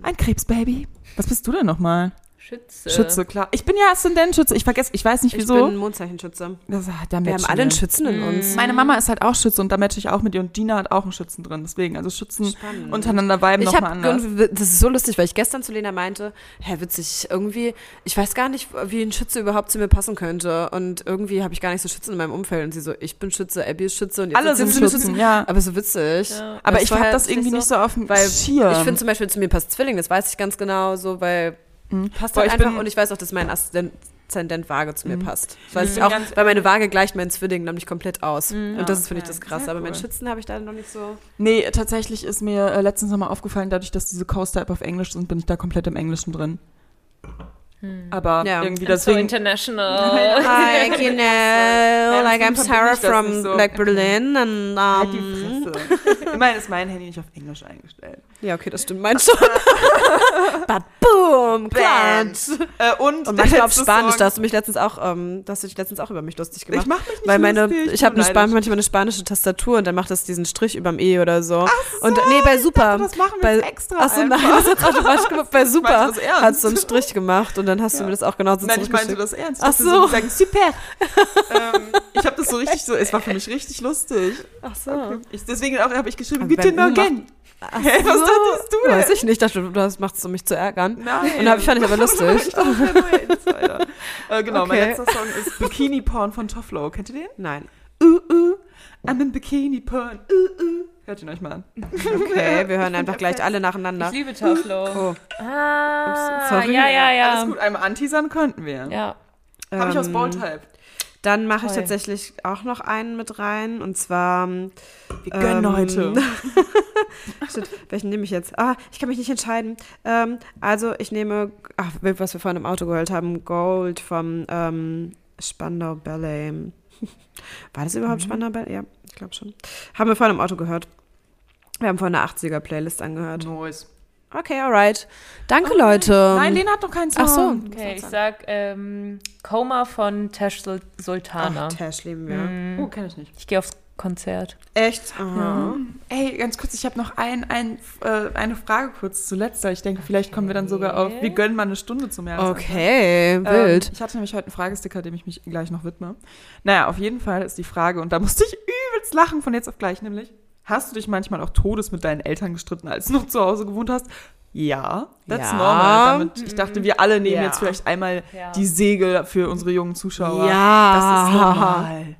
[SPEAKER 1] ein Krebsbaby. Was bist du denn nochmal?
[SPEAKER 3] Schütze.
[SPEAKER 1] Schütze, klar. Ich bin ja Aszendentschütze. Ich vergesse, ich weiß nicht
[SPEAKER 2] Äh, Ich
[SPEAKER 1] wieso.
[SPEAKER 2] bin Mondzeichenschütze.
[SPEAKER 1] das, ah, da
[SPEAKER 2] Wir
[SPEAKER 1] matchen
[SPEAKER 2] haben alle einen
[SPEAKER 1] wir.
[SPEAKER 2] Schützen in uns.
[SPEAKER 1] Meine Mama ist halt auch Schütze und da matche ich auch mit ihr. Und Dina hat auch einen Schützen drin. Deswegen, also Schützen
[SPEAKER 2] Spannend.
[SPEAKER 1] untereinander viben
[SPEAKER 2] Ich
[SPEAKER 1] nochmal
[SPEAKER 2] habe
[SPEAKER 1] anders.
[SPEAKER 2] irgendwie, das ist so lustig, weil ich gestern zu Lena meinte, hä, witzig, irgendwie, ich weiß gar nicht, wie ein Schütze überhaupt zu mir passen könnte. Und irgendwie habe ich gar nicht so Schützen in meinem Umfeld. Und sie so, ich bin Schütze, Abby ist Schütze und jetzt
[SPEAKER 1] Alle sind
[SPEAKER 2] sie eine
[SPEAKER 1] Schützen, ja.
[SPEAKER 2] Aber so witzig.
[SPEAKER 3] Ja.
[SPEAKER 1] Aber
[SPEAKER 2] Das
[SPEAKER 1] ich
[SPEAKER 2] war
[SPEAKER 1] habe
[SPEAKER 2] halt
[SPEAKER 1] das irgendwie nicht so, auf dem
[SPEAKER 2] weil
[SPEAKER 1] Schirm.
[SPEAKER 2] Ich finde zum Beispiel, zu mir passt Zwilling, das weiß ich ganz genau so, weil passt
[SPEAKER 1] Hm. Boah,
[SPEAKER 2] halt
[SPEAKER 1] ich
[SPEAKER 2] einfach
[SPEAKER 1] bin-
[SPEAKER 2] und ich Mhm. weiß auch, dass mein Aszendent Aszendent Waage zu mir passt. Das weiß ich
[SPEAKER 1] bin
[SPEAKER 2] auch,
[SPEAKER 1] ganz-
[SPEAKER 2] weil meine Waage gleicht meinen Zwilling nämlich komplett aus. Und das ist, finde ich,
[SPEAKER 1] okay.
[SPEAKER 2] das krass.
[SPEAKER 1] Sehr
[SPEAKER 2] Aber meinen
[SPEAKER 1] cool.
[SPEAKER 2] Schützen habe ich da noch nicht so.
[SPEAKER 1] Nee, tatsächlich ist mir äh, letztens nochmal aufgefallen, dadurch, dass diese Coast-Type auf Englisch sind, bin ich da komplett im Englischen drin. Aber
[SPEAKER 2] Ja.
[SPEAKER 1] irgendwie
[SPEAKER 3] I'm Hm. so
[SPEAKER 1] deswegen.
[SPEAKER 3] international.
[SPEAKER 2] Like, you know,
[SPEAKER 1] like, I'm Sarah from, like,
[SPEAKER 2] Berlin and, um,
[SPEAKER 1] Halt die
[SPEAKER 2] Ähm.
[SPEAKER 1] Fresse. Immerhin ist mein Handy nicht auf Englisch eingestellt.
[SPEAKER 2] Ja, okay, das stimmt, mein schon. But boom, klatsch.
[SPEAKER 1] Äh, und
[SPEAKER 2] Und
[SPEAKER 1] der
[SPEAKER 2] manchmal auf
[SPEAKER 1] letzte
[SPEAKER 2] Spanisch,
[SPEAKER 1] Song-
[SPEAKER 2] da hast du mich letztens auch, ähm, da hast du dich letztens auch über mich lustig gemacht.
[SPEAKER 1] Ich mach mich nicht
[SPEAKER 2] Weil meine,
[SPEAKER 1] lustig, Oh
[SPEAKER 2] ich
[SPEAKER 1] bin
[SPEAKER 2] habe eine Span
[SPEAKER 1] neidisch.
[SPEAKER 2] manchmal eine spanische Tastatur und dann macht das diesen Strich überm E oder so. und nee, bei Super.
[SPEAKER 1] dachte, das machen wir
[SPEAKER 2] bei,
[SPEAKER 1] jetzt extra
[SPEAKER 2] Achso, nein,
[SPEAKER 1] einfach.
[SPEAKER 2] das hat automatisch gemacht. Bei
[SPEAKER 1] Meinst
[SPEAKER 2] Super
[SPEAKER 1] du das ernst?
[SPEAKER 2] hat so einen Strich gemacht und dann hast du
[SPEAKER 1] Ja.
[SPEAKER 2] mir das auch genauso
[SPEAKER 1] Nein, ich meinte
[SPEAKER 2] zurückgeschickt.
[SPEAKER 1] das ernst.
[SPEAKER 2] Ach
[SPEAKER 1] Ich dachte,
[SPEAKER 2] so.
[SPEAKER 1] Sie sagen, super. ähm, ich habe das so richtig so, es war für mich richtig lustig.
[SPEAKER 2] Ach so.
[SPEAKER 1] Ich, deswegen auch habe ich geschrieben,
[SPEAKER 2] Aber
[SPEAKER 1] bitte
[SPEAKER 2] Benten
[SPEAKER 1] morgen.
[SPEAKER 2] Ach
[SPEAKER 1] Hä, was dachtest du denn?
[SPEAKER 2] Weiß ich nicht, ich dachte, das machst du um mich zu ärgern.
[SPEAKER 1] Nein.
[SPEAKER 2] Und hab ich fand ich aber lustig.
[SPEAKER 1] äh, genau, mein
[SPEAKER 2] Okay.
[SPEAKER 1] letzter Song ist Bikini Porn von Toflo. Kennt ihr den?
[SPEAKER 2] Nein.
[SPEAKER 1] Uh, uh, I'm in Bikini Porn. Uh, uh. Hört ihn euch mal an.
[SPEAKER 2] Okay, wir hören einfach gleich alle nacheinander.
[SPEAKER 3] Ich liebe Taflo.
[SPEAKER 2] Oh,
[SPEAKER 3] Ah,
[SPEAKER 2] Ups, sorry.
[SPEAKER 3] ja, ja, ja.
[SPEAKER 1] Alles gut, einmal anteasern konnten wir.
[SPEAKER 3] Ja.
[SPEAKER 1] Habe ich aus
[SPEAKER 2] ähm,
[SPEAKER 1] Balltype.
[SPEAKER 2] Dann mache ich
[SPEAKER 3] Toll.
[SPEAKER 2] tatsächlich auch noch einen mit rein. Und zwar, ähm,
[SPEAKER 1] Wir gönnen
[SPEAKER 2] ähm,
[SPEAKER 1] heute.
[SPEAKER 2] shit, welchen nehme ich jetzt? Ah, ich kann mich nicht entscheiden. Ähm, also ich nehme, ach, was wir vorhin im Auto geholt haben, Gold vom ähm, Spandau Ballet. War das überhaupt Spandau Ballet? Ja, ich glaube schon. Haben wir vorhin im Auto gehört. Wir haben vorhin eine 80er-Playlist angehört.
[SPEAKER 1] Noise.
[SPEAKER 2] Okay, alright. Danke, Leute. Hm.
[SPEAKER 1] Nein, Lena hat noch keinen Song.
[SPEAKER 2] Ähm, Ach so.
[SPEAKER 3] Okay, ich sag ähm, Coma von Tash Sul- Sultana.
[SPEAKER 2] Ach, Tash lieben wir.
[SPEAKER 1] Oh, kenne ich nicht.
[SPEAKER 3] ich gehe aufs Konzert.
[SPEAKER 2] Echt? Aha.
[SPEAKER 1] Ey, ganz kurz, ich habe noch ein, ein, äh, eine Frage kurz zuletzt. weil Ich denke, vielleicht kommen wir dann sogar auf, wir gönnen mal eine Stunde zum Jahresanfang.
[SPEAKER 2] Okay,
[SPEAKER 1] Ähm,
[SPEAKER 2] wild.
[SPEAKER 1] ich hatte nämlich heute einen Fragesticker, dem ich mich gleich noch widme. Naja, auf jeden Fall ist die Frage, und da musste ich übelst lachen von jetzt auf gleich, nämlich, hast du dich manchmal auch todes mit deinen Eltern gestritten, als du noch zu Hause gewohnt hast? Ja, that's
[SPEAKER 2] Ja.
[SPEAKER 1] normal. Damit, ich dachte, wir alle nehmen
[SPEAKER 2] Ja.
[SPEAKER 1] jetzt vielleicht einmal
[SPEAKER 3] Ja.
[SPEAKER 1] die Segel für unsere jungen Zuschauer.
[SPEAKER 2] Ja.
[SPEAKER 1] Das ist normal.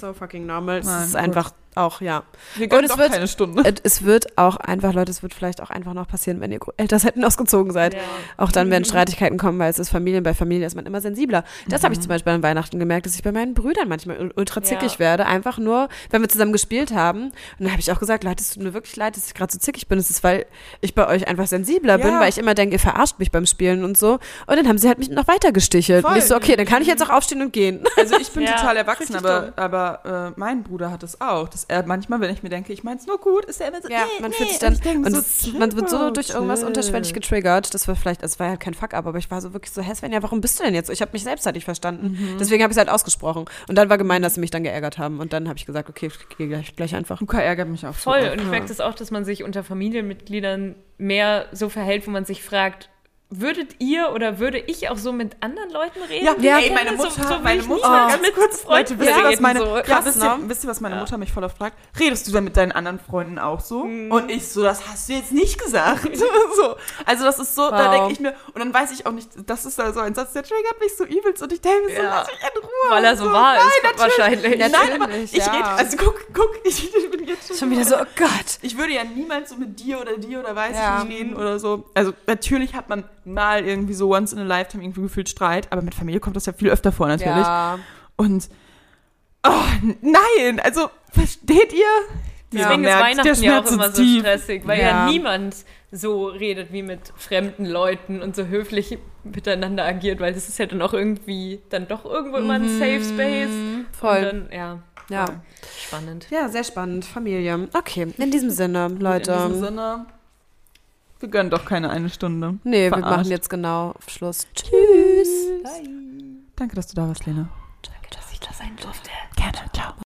[SPEAKER 2] so fucking normal. Es
[SPEAKER 1] Nein,
[SPEAKER 2] ist
[SPEAKER 1] gut.
[SPEAKER 2] einfach auch, ja.
[SPEAKER 1] Wir gönnen
[SPEAKER 2] es
[SPEAKER 1] doch
[SPEAKER 2] wird-
[SPEAKER 1] keine Stunde.
[SPEAKER 2] Et- Es wird auch einfach, Leute, es wird vielleicht auch einfach noch passieren, wenn ihr Gro- Elternseiten ausgezogen seid.
[SPEAKER 3] Ja.
[SPEAKER 2] Auch dann werden Streitigkeiten kommen, weil es ist Familien, bei Familien ist man immer sensibler. Das habe ich zum Beispiel an Weihnachten gemerkt, dass ich bei meinen Brüdern manchmal ul- ultra zickig
[SPEAKER 3] Ja.
[SPEAKER 2] werde. Einfach nur, wenn wir zusammen gespielt haben. Und dann habe ich auch gesagt, Leute, es tut mir wirklich leid, dass ich gerade so zickig bin. Es ist, weil ich bei euch einfach sensibler bin,
[SPEAKER 1] Ja.
[SPEAKER 2] weil ich immer denke, ihr verarscht mich beim Spielen und so. Und dann haben sie halt mich noch weiter gestichelt. Und
[SPEAKER 1] Voll.
[SPEAKER 2] ich so, okay, dann kann ich jetzt auch aufstehen und gehen.
[SPEAKER 1] Also ich bin
[SPEAKER 3] Ja,
[SPEAKER 1] total erwachsen,
[SPEAKER 3] richtig
[SPEAKER 1] aber, aber äh, mein Bruder hat es auch. Dass er manchmal, wenn ich mir denke, ich mein's nur gut, ist er immer so,
[SPEAKER 2] Ja,
[SPEAKER 1] nee,
[SPEAKER 2] man
[SPEAKER 1] nee.
[SPEAKER 2] fühlt sich dann,
[SPEAKER 1] ich denk
[SPEAKER 2] und
[SPEAKER 1] so,
[SPEAKER 2] es, man wird so
[SPEAKER 1] chill,
[SPEAKER 2] durch irgendwas
[SPEAKER 1] chill.
[SPEAKER 2] unterschwellig getriggert, das war vielleicht, es war halt kein Fuck-up, aber ich war so wirklich so, hä, Sven, ja, warum bist du denn jetzt? so?" Ich habe mich selbst halt nicht verstanden, deswegen habe ich es halt ausgesprochen. Und dann war gemein, dass sie mich dann geärgert haben und dann habe ich gesagt, okay, ich gehe gleich, gleich einfach.
[SPEAKER 1] Luca ärgert mich auch so
[SPEAKER 3] Voll.
[SPEAKER 1] oft.
[SPEAKER 3] Und ich merke das auch, dass man sich unter Familienmitgliedern mehr so verhält, wo man sich fragt, würdet ihr oder würde ich auch so mit anderen Leuten reden?
[SPEAKER 1] Ja,
[SPEAKER 2] Ja,
[SPEAKER 1] ey, meine
[SPEAKER 3] so-
[SPEAKER 1] Mutter,
[SPEAKER 3] so will
[SPEAKER 1] meine
[SPEAKER 3] ich
[SPEAKER 1] Mutter,
[SPEAKER 3] niemals
[SPEAKER 1] ganz
[SPEAKER 3] mit
[SPEAKER 1] kurz,
[SPEAKER 3] Freunden
[SPEAKER 1] Leute, wisst ihr,
[SPEAKER 3] reden,
[SPEAKER 1] was meine,
[SPEAKER 3] so.
[SPEAKER 1] ja,
[SPEAKER 3] Krass,
[SPEAKER 1] wisst,
[SPEAKER 2] ne?
[SPEAKER 1] ihr, wisst ihr, was meine Mutter mich voll oft fragt? Redest du denn mit deinen anderen Freunden auch so?
[SPEAKER 3] Mhm.
[SPEAKER 1] Und ich so, das hast du jetzt nicht gesagt. so. Also das ist so, da
[SPEAKER 2] Wow.
[SPEAKER 1] denke ich mir, und dann weiß ich auch nicht, das ist da so ein Satz, der triggert mich so übelst und ich denke mir so,
[SPEAKER 3] Ja.
[SPEAKER 1] lass mich in Ruhe.
[SPEAKER 3] Weil er so wahr
[SPEAKER 1] nein,
[SPEAKER 3] ist,
[SPEAKER 1] natürlich.
[SPEAKER 3] wahrscheinlich.
[SPEAKER 1] Nein, aber
[SPEAKER 2] Natürlich,
[SPEAKER 1] ich
[SPEAKER 2] ja.
[SPEAKER 1] rede, also guck, guck, ich, ich bin jetzt schon,
[SPEAKER 2] Schon wieder so, oh Gott.
[SPEAKER 1] Ich würde ja niemals so mit dir oder dir oder weiß
[SPEAKER 2] Ja.
[SPEAKER 1] ich nicht reden oder so. Also natürlich hat man mal irgendwie so once in a lifetime irgendwie gefühlt Streit, aber mit Familie kommt das ja viel öfter vor natürlich.
[SPEAKER 2] Ja.
[SPEAKER 1] Und oh, n- nein, also versteht ihr?
[SPEAKER 3] Deswegen ist Weihnachten ja auch immer so stressig, weil ja.
[SPEAKER 2] Ja.
[SPEAKER 3] niemand so redet wie mit fremden Leuten und so höflich miteinander agiert, weil das ist ja dann auch irgendwie dann doch irgendwo immer ein Safe Space.
[SPEAKER 2] Mhm. Voll.
[SPEAKER 3] Und dann, ja,
[SPEAKER 2] ja.
[SPEAKER 3] spannend.
[SPEAKER 2] Ja, sehr spannend, Familie. Okay, in diesem Sinne, Leute.
[SPEAKER 1] In diesem Sinne, wir gönnen doch keine eine Stunde.
[SPEAKER 2] nee, wir
[SPEAKER 1] Verarscht.
[SPEAKER 2] machen jetzt genau Schluss. Tschüss.
[SPEAKER 5] Danke, dass du da warst, Lena.
[SPEAKER 1] Danke, dass ich da sein durfte.
[SPEAKER 5] Gerne, ciao.